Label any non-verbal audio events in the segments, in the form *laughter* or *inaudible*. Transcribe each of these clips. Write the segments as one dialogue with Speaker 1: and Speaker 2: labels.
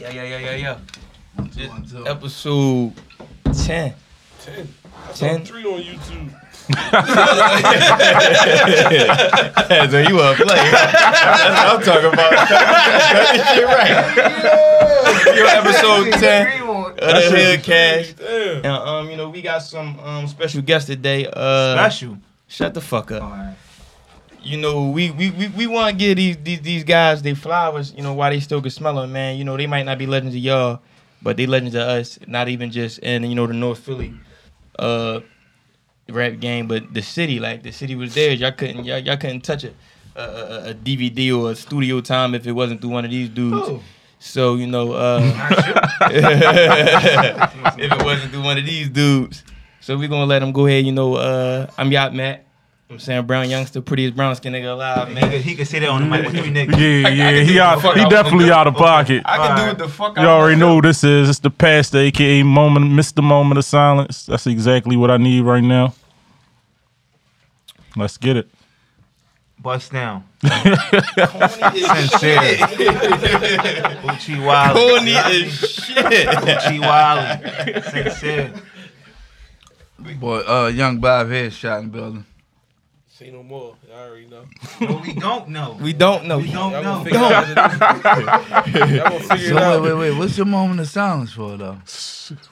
Speaker 1: Yeah, yeah, yeah, yeah, yeah.
Speaker 2: One, two,
Speaker 1: Just
Speaker 2: one, two.
Speaker 1: Episode 10.
Speaker 3: Ten. I saw
Speaker 1: Ten.
Speaker 3: three on
Speaker 1: *laughs*
Speaker 3: YouTube.
Speaker 4: so you up late. That's what I'm
Speaker 1: *laughs*
Speaker 4: talking about. That shit right. You're episode 10 of the Hood Cash.
Speaker 3: Damn.
Speaker 1: And, um, you know, we got some um special guests today. Uh,
Speaker 2: Special.
Speaker 1: Shut the fuck up.
Speaker 2: Alright.
Speaker 1: You know, we we, we, we want to give these, these these guys their flowers, you know, while they still can smell them, man. You know, they might not be legends of y'all, but they legends of us, not even just in, you know, the North Philly uh rap game, but the city, like the city was theirs. Y'all couldn't y'all, y'all couldn't touch a, a, a, a DVD or a studio time if it wasn't through one of these dudes.
Speaker 2: Ooh.
Speaker 1: So, you know, uh *laughs* if it wasn't through one of these dudes. So we're gonna let him go ahead, you know, uh I'm Yacht Matt. I'm Sam Brown Youngster, prettiest brown skin nigga alive,
Speaker 2: He
Speaker 1: man.
Speaker 2: could, he could say that on the mic. What you nigga?
Speaker 5: Yeah, yeah,
Speaker 1: do
Speaker 5: he
Speaker 1: what
Speaker 5: out,
Speaker 1: the fuck I
Speaker 5: he
Speaker 1: was
Speaker 5: definitely out of pocket.
Speaker 1: I can do
Speaker 2: Alright.
Speaker 1: what the fuck I
Speaker 5: You already
Speaker 1: want.
Speaker 5: know what this is. It's the past, aka moment, missed the moment of silence. That's exactly what I need right now. Let's get it.
Speaker 2: Bust down.
Speaker 1: Corny as shit.
Speaker 2: Sincere. Gucci Wiley.
Speaker 1: Corny as shit.
Speaker 2: Gucci Wiley. Sincere.
Speaker 4: Boy, uh, Young Bob here shot in the building.
Speaker 3: Say no more. I already know.
Speaker 2: No, we don't know.
Speaker 1: We don't know.
Speaker 2: We don't
Speaker 3: Y'all gonna
Speaker 2: know.
Speaker 3: figure it out. Y'all gonna figure
Speaker 4: So
Speaker 3: it
Speaker 4: wait,
Speaker 3: out.
Speaker 4: wait, wait. What's your moment of silence for, though?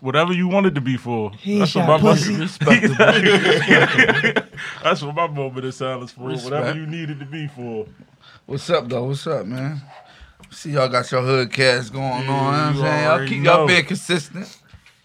Speaker 5: Whatever you wanted to be for.
Speaker 1: He
Speaker 5: That's what,
Speaker 1: shot
Speaker 5: my
Speaker 1: pussy.
Speaker 5: moment, *laughs*
Speaker 4: Respectable.
Speaker 5: that's what my moment of silence for.
Speaker 4: Respect.
Speaker 5: Whatever you needed to be for.
Speaker 4: What's up, though? What's up, man? See, y'all got your hood cast
Speaker 5: Yeah, you
Speaker 4: going on. You know what I'm saying? Y'all
Speaker 5: already
Speaker 4: keep
Speaker 5: know.
Speaker 4: y'all being consistent.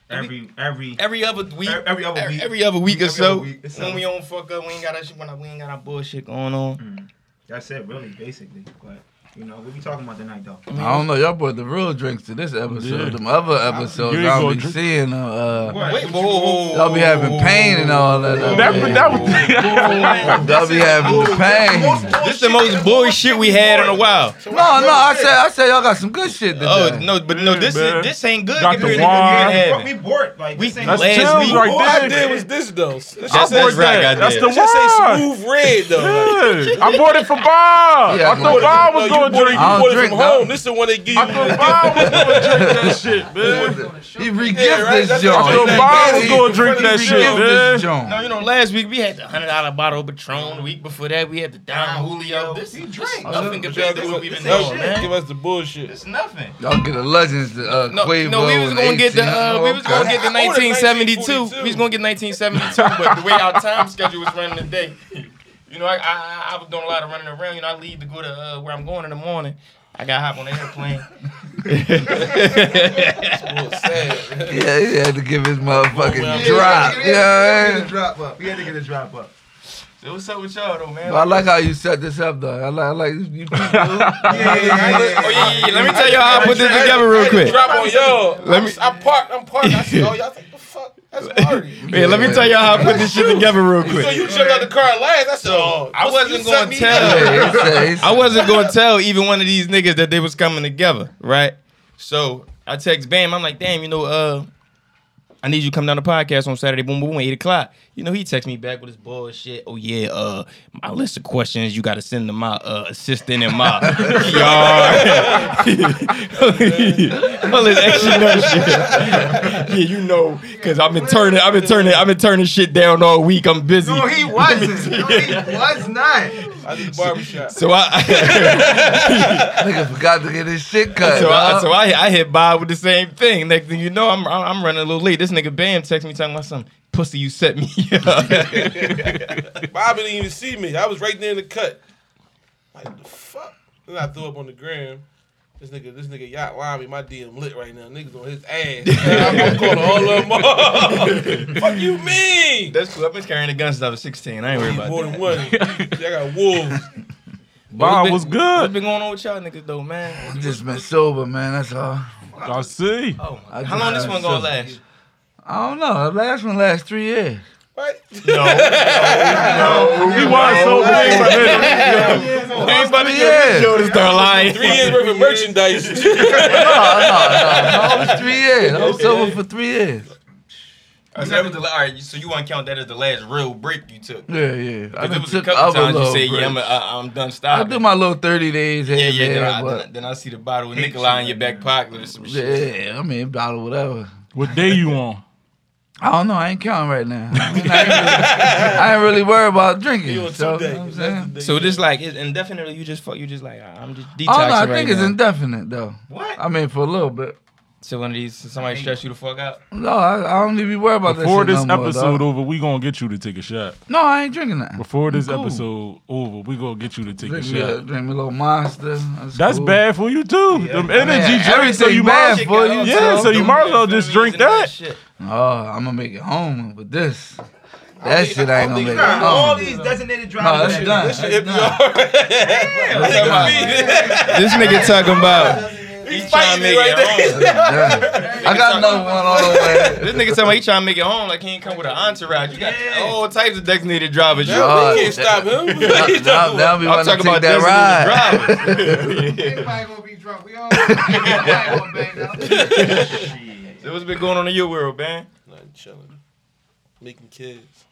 Speaker 2: Every, every.
Speaker 1: Every other week.
Speaker 2: Every other week.
Speaker 1: Every other week or
Speaker 2: Every
Speaker 1: so.
Speaker 2: other week.
Speaker 1: When we don't fuck up, we ain't got that shit, when I- we ain't got our bullshit going on.
Speaker 3: Mm.
Speaker 2: That's it, really, basically. But, you know, what we talking about tonight, though?
Speaker 4: I don't know. Y'all brought the real drinks to this episode.
Speaker 5: Yeah.
Speaker 4: Them other episodes,
Speaker 5: You ain't
Speaker 4: I
Speaker 5: gonna
Speaker 4: don't be
Speaker 5: drink-
Speaker 4: seeing them. Uh,
Speaker 2: What?
Speaker 1: Wait, whoa, whoa, whoa.
Speaker 4: y'all be having pain and all that. over
Speaker 5: That,
Speaker 4: there.
Speaker 5: that *laughs* was.
Speaker 4: Y'all be having the pain.
Speaker 1: This the most bullshit we had in a while.
Speaker 4: No, no. I said, I said, y'all got some good shit today.
Speaker 1: Oh no, but no, this
Speaker 5: man.
Speaker 1: is this ain't good.
Speaker 5: Got
Speaker 1: compared
Speaker 5: the
Speaker 1: to what we been
Speaker 2: Fuck,
Speaker 1: having.
Speaker 2: We bored. Like,
Speaker 1: We-
Speaker 2: this ain't
Speaker 5: that's
Speaker 1: Last
Speaker 5: Tim's
Speaker 1: week.
Speaker 3: All I
Speaker 5: right
Speaker 3: did
Speaker 5: there.
Speaker 3: was this though. Let's just
Speaker 1: That's-
Speaker 3: say,
Speaker 1: that's right, I
Speaker 5: That's
Speaker 1: did.
Speaker 5: the
Speaker 3: just say
Speaker 5: one.
Speaker 3: smooth red though. Like,
Speaker 5: Yeah, I bought it for Bob.
Speaker 4: Yeah,
Speaker 5: I
Speaker 4: I bought
Speaker 5: thought
Speaker 4: it-
Speaker 5: Bob was
Speaker 3: no, you
Speaker 5: going to
Speaker 3: bought it, you
Speaker 5: drink.
Speaker 4: I don't
Speaker 3: bought it
Speaker 4: drink,
Speaker 3: from
Speaker 4: no.
Speaker 3: home. This the one they give you.
Speaker 5: I thought Bob was going to drink that shit, man.
Speaker 4: He regifted
Speaker 3: Yeah, right, that's
Speaker 4: this joint.
Speaker 3: what
Speaker 5: I thought Bob was going to drink that
Speaker 4: He
Speaker 5: shit,
Speaker 4: regifted
Speaker 5: man.
Speaker 4: this joint.
Speaker 1: No, you know, last week we had the hundred dollar bottle of Patron. The week before that we had the Don Julio. This
Speaker 2: You
Speaker 1: is
Speaker 2: drink.
Speaker 1: nothing
Speaker 3: But y'all
Speaker 1: compared to
Speaker 3: give
Speaker 1: what
Speaker 3: us-
Speaker 1: we've been
Speaker 3: this ain't
Speaker 1: doing,
Speaker 3: shit. Give
Speaker 1: man.
Speaker 3: us the bullshit.
Speaker 1: It's nothing.
Speaker 4: Y'all get the legends, uh,
Speaker 1: No,
Speaker 4: Quavo
Speaker 1: no, we was
Speaker 4: and
Speaker 1: gonna get the
Speaker 4: 18.
Speaker 1: uh, we was gonna
Speaker 4: *laughs*
Speaker 1: get the
Speaker 3: I ordered
Speaker 1: 1972.
Speaker 3: 1942.
Speaker 1: We was gonna get 1972, but the way our time schedule was running today, you know, I, I I was doing a lot of running around. You know, I leave to go to uh, where I'm going in the morning. I got to hop on the airplane.
Speaker 3: Well, sad.
Speaker 4: Yeah, he had to give his
Speaker 3: Yeah,
Speaker 4: motherfucking
Speaker 3: yeah,
Speaker 4: drop.
Speaker 2: We had to
Speaker 4: Yeah,
Speaker 2: get a drop up. We had to get a drop
Speaker 1: *laughs*
Speaker 2: up.
Speaker 1: So what's up with y'all though, man?
Speaker 4: I like how you set this up, though. I like, I like you.
Speaker 6: *laughs*
Speaker 4: you
Speaker 2: Yeah, yeah, yeah, yeah,
Speaker 1: Oh yeah, yeah, yeah. Let me tell y'all how I put this together
Speaker 3: I
Speaker 1: real
Speaker 3: had to
Speaker 1: quick.
Speaker 3: Drop on y'all.
Speaker 1: Let
Speaker 3: Let
Speaker 1: me-
Speaker 3: me. I parked. I'm
Speaker 4: *laughs*
Speaker 3: parked. I said, *laughs* oh y'all think the fuck? That's party.
Speaker 1: Man, let me tell y'all how I put this shit together real
Speaker 3: So
Speaker 1: quick.
Speaker 3: you jumped out the car last. I said, oh,
Speaker 1: I
Speaker 3: you
Speaker 1: wasn't
Speaker 3: set
Speaker 1: gonna
Speaker 3: me
Speaker 1: tell.
Speaker 3: up.
Speaker 4: Yeah, he said- he said-
Speaker 1: I wasn't gonna tell even one of these niggas that they was coming together, right? So I text Bam. I'm like, damn, you know, uh, I need you to come down to podcast on Saturday, boom, boom, boom, eight o'clock. You know, he texts me back with his bullshit. Oh yeah, uh, my list of questions you got to send to my uh, assistant and my PR. *laughs* All this extra dumb shit. yeah, you know, cause I've been turning, I've been turning, I've been turning shit down all week. I'm busy.
Speaker 2: No, he wasn't. No, he
Speaker 1: *laughs*
Speaker 2: was not.
Speaker 3: I did the barbershop.
Speaker 1: so I.
Speaker 4: Nigga forgot to get his shit cut.
Speaker 1: So I,
Speaker 4: dog.
Speaker 1: so I, I hit Bob with the same thing. Next thing you know, I'm I'm, I'm running a little late. This nigga Bam text me talking about something. Pussy, you set me *laughs*
Speaker 3: *laughs*
Speaker 1: up.
Speaker 6: *laughs*
Speaker 3: Bob didn't even see me. I was right there in the cut. Like the fuck? Then I threw up on the gram. This nigga, this nigga yacht line me. My DM lit right now. Niggas on his
Speaker 4: *laughs*
Speaker 3: ass. I'm gonna call all of them off. Fuck you mean?
Speaker 1: That's cool. I've been carrying a gun since I was 16. I ain't worried about
Speaker 3: More than
Speaker 1: that.
Speaker 3: one. I
Speaker 4: *laughs*
Speaker 3: got wolves.
Speaker 5: Bob
Speaker 1: been-
Speaker 5: was
Speaker 1: What's
Speaker 5: good.
Speaker 1: been going on with y'all niggas though, man?
Speaker 4: just been sober, man. That's all.
Speaker 5: I see.
Speaker 1: Oh my
Speaker 4: I
Speaker 1: God. How long this
Speaker 4: just-
Speaker 1: one gonna last?
Speaker 4: I don't know. The last one lasts three years.
Speaker 3: Right?
Speaker 1: *laughs*
Speaker 6: *laughs*
Speaker 5: He was so
Speaker 4: *laughs*
Speaker 5: big.
Speaker 1: Everybody get
Speaker 4: three years.
Speaker 1: show to start lying.
Speaker 3: Three years worth of merchandise.
Speaker 5: *laughs*
Speaker 4: No, no, no. no, It was three years. I was sober for three years.
Speaker 6: So that was the, la- all right, so you want to count that as the last real break you took?
Speaker 4: Yeah, yeah. I
Speaker 6: Because
Speaker 4: done
Speaker 6: it was a
Speaker 4: took
Speaker 6: couple
Speaker 4: other
Speaker 6: times you
Speaker 4: little
Speaker 6: said, yeah,
Speaker 4: breaks.
Speaker 6: I'm, a, I, I'm done
Speaker 4: I
Speaker 6: stopping.
Speaker 4: do my little thirty days.
Speaker 6: yeah,
Speaker 4: here
Speaker 6: yeah,
Speaker 4: and
Speaker 6: then,
Speaker 4: there,
Speaker 6: I,
Speaker 4: but-
Speaker 6: then, I, then I see the bottle of Nikolai in your back pocket or some shit.
Speaker 4: yeah, I mean, bottle whatever.
Speaker 5: What day you on?
Speaker 4: I don't know. I ain't counting right now. I, mean, I, ain't, really, I ain't really worried about drinking.
Speaker 3: You on
Speaker 4: so,
Speaker 3: two
Speaker 4: you know what I'm
Speaker 3: days. That's
Speaker 4: saying?
Speaker 3: the day.
Speaker 1: So this like it's indefinitely. You just fuck. You just like "Ah, I'm just detoxing
Speaker 4: Oh no, I
Speaker 1: right
Speaker 4: think
Speaker 1: now.
Speaker 4: it's indefinite though.
Speaker 1: what?
Speaker 4: I mean, for a little bit.
Speaker 1: so one of these somebody stress you the fuck out.
Speaker 4: No, I, I don't even worry about
Speaker 5: Before
Speaker 4: that
Speaker 5: this
Speaker 4: shit no more,
Speaker 5: episode
Speaker 4: dawg.
Speaker 5: over, we gonna get you to take a shot.
Speaker 4: No, I ain't drinking that.
Speaker 5: Before this
Speaker 4: Cool.
Speaker 5: episode over, we gonna get you to take
Speaker 4: Drink
Speaker 5: a
Speaker 4: me, a,
Speaker 5: shot.
Speaker 4: drink me a little monster.
Speaker 5: That's
Speaker 4: cool.
Speaker 5: bad for you too. Them energy
Speaker 4: Man,
Speaker 5: drinks, so
Speaker 4: everything
Speaker 5: you
Speaker 4: bad
Speaker 5: might.
Speaker 4: for you.
Speaker 5: Yeah,
Speaker 4: dawg.
Speaker 5: so you might as well just drink that.
Speaker 4: Oh, I'm gonna make it home with this. That shit I ain't gonna make it
Speaker 2: Nah, all
Speaker 4: home.
Speaker 2: these designated
Speaker 4: No,
Speaker 2: drivers.
Speaker 4: it's done. It's
Speaker 3: If you
Speaker 4: done.
Speaker 3: already-
Speaker 4: Come on.
Speaker 1: This *laughs* nigga talking about he trying to
Speaker 3: fighting
Speaker 1: make
Speaker 3: it right
Speaker 1: it home.
Speaker 4: Yeah. I got another one on the
Speaker 1: *laughs*
Speaker 4: way.
Speaker 1: This nigga talking about he trying to make it home like he ain't come with an entourage. You got all types of designated drivers. You.
Speaker 4: Yeah.
Speaker 3: we can't stop
Speaker 4: *laughs*
Speaker 3: him.
Speaker 4: That- That'll that'll be
Speaker 1: I'm
Speaker 4: wanting to
Speaker 1: talking
Speaker 4: take
Speaker 1: about
Speaker 4: that ride.
Speaker 1: designated drivers.
Speaker 7: Everybody gonna be drunk.
Speaker 2: *laughs*
Speaker 7: We all. Everybody gonna bang out.
Speaker 1: So what's been going on in your world, man?
Speaker 3: Nothing chilling. Making kids.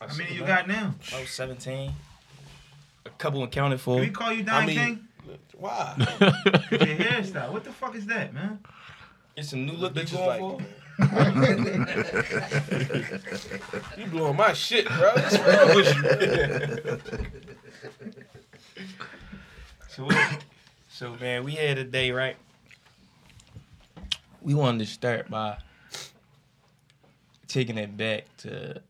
Speaker 2: I mean, you got now.
Speaker 1: I was 17. A couple accounted
Speaker 2: Can
Speaker 1: for.
Speaker 2: we call you Don
Speaker 1: I mean-
Speaker 2: King?
Speaker 3: *laughs* Why?
Speaker 4: *laughs*
Speaker 2: Your hairstyle. What the fuck is that, man?
Speaker 1: It's a new look that
Speaker 3: Bitches
Speaker 1: you going for.
Speaker 3: like.
Speaker 4: *laughs*
Speaker 3: you blowing my shit, *laughs* bro. What's wrong with *laughs* you?
Speaker 1: So, what- so man, we had a day, right? We wanted to start by taking it back to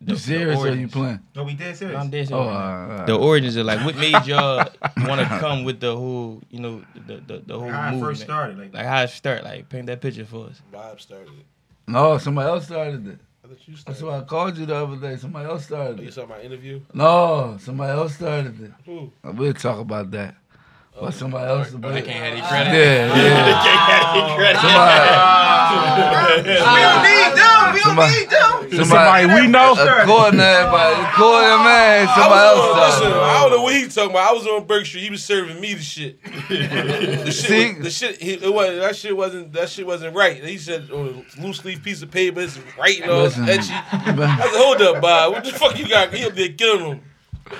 Speaker 1: the,
Speaker 4: You serious or you
Speaker 1: origins.
Speaker 4: playing?
Speaker 2: No, we dead serious.
Speaker 1: I'm dead serious.
Speaker 4: Oh, uh,
Speaker 1: the origins of like what made y'all *laughs* want to come with the whole, you know, the the, the whole
Speaker 2: How I
Speaker 1: movement.
Speaker 2: first started, like,
Speaker 1: Like how it start? Like paint that picture for us.
Speaker 3: Bob started it.
Speaker 4: no, somebody else started it.
Speaker 3: I thought you
Speaker 4: That's
Speaker 3: started
Speaker 4: why I called you the other day. Somebody else started
Speaker 3: it. You
Speaker 4: it.
Speaker 3: saw my interview?
Speaker 4: No, somebody else started it.
Speaker 3: Who?
Speaker 4: We'll talk about that. But somebody else about
Speaker 1: I
Speaker 4: it.
Speaker 1: can't have any
Speaker 4: Yeah,
Speaker 1: credit.
Speaker 4: yeah. Somebody,
Speaker 2: We don't
Speaker 4: somebody,
Speaker 2: need them. We don't need them.
Speaker 5: Somebody we know.
Speaker 4: according to everybody, according to man, somebody
Speaker 3: I was
Speaker 4: else
Speaker 3: on-
Speaker 4: started.
Speaker 3: listen,
Speaker 4: it.
Speaker 3: I don't know what he talking about. I was on Burke Street. He was serving me the *laughs* shit. the
Speaker 4: See?
Speaker 3: shit, was, the shit, he- it was that shit wasn't that shit wasn't right. He said on a loose leaf piece of paper, it's right and all
Speaker 4: Listen. *laughs*
Speaker 3: etchy. I said, hold up, Bob. What the fuck you got? He up there killing him. I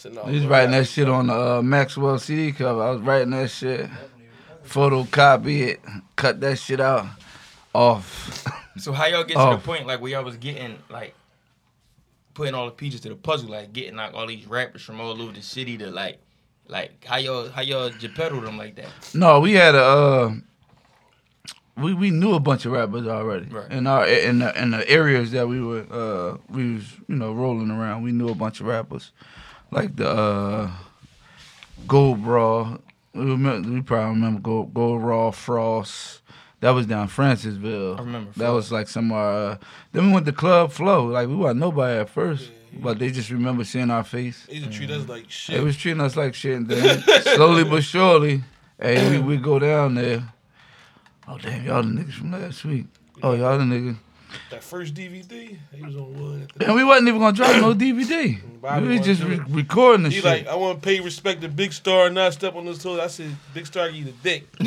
Speaker 3: said, no,
Speaker 4: He's
Speaker 3: bro.
Speaker 4: writing that shit on the uh, Maxwell CD cover. I was writing that shit, photocopy it, cut that shit out, off. *laughs*
Speaker 1: So how y'all get
Speaker 4: Oh.
Speaker 1: to the point like where y'all was getting like putting all the pieces to the puzzle, like getting like all these rappers from all over the city to like like how y'all how y'all geppetto them like that?
Speaker 4: No, we had a. Uh, we, we knew a bunch of rappers already
Speaker 1: Right.
Speaker 4: in our in the, in the areas that we were uh we was you know rolling around. We knew a bunch of rappers like the uh, Gold Raw. We, remember, we probably remember Gold, Gold Raw Frost. That was down Francisville.
Speaker 1: I remember
Speaker 4: That was like some of our. Uh, then we went to Club Flow. Like we wasn't nobody at first, but they just remember seeing our face.
Speaker 3: He used to treat us like
Speaker 4: They
Speaker 3: shit.
Speaker 4: Mm. was treating us like shit, and then slowly but surely, hey, we, we go down there. Oh damn, y'all the niggas from last week. Oh y'all the niggas.
Speaker 3: that first DVD, he was on wood. At the
Speaker 4: And we wasn't even gonna drop no DVD.
Speaker 3: Bobby
Speaker 4: we was
Speaker 3: wasn't
Speaker 4: just
Speaker 3: doing
Speaker 4: re-
Speaker 3: it.
Speaker 4: recording the
Speaker 3: He
Speaker 4: shit.
Speaker 3: like, I want to pay respect to Big Star and not step on his toes. I said, Big Star, give you the dick.
Speaker 4: *laughs*
Speaker 3: *laughs* what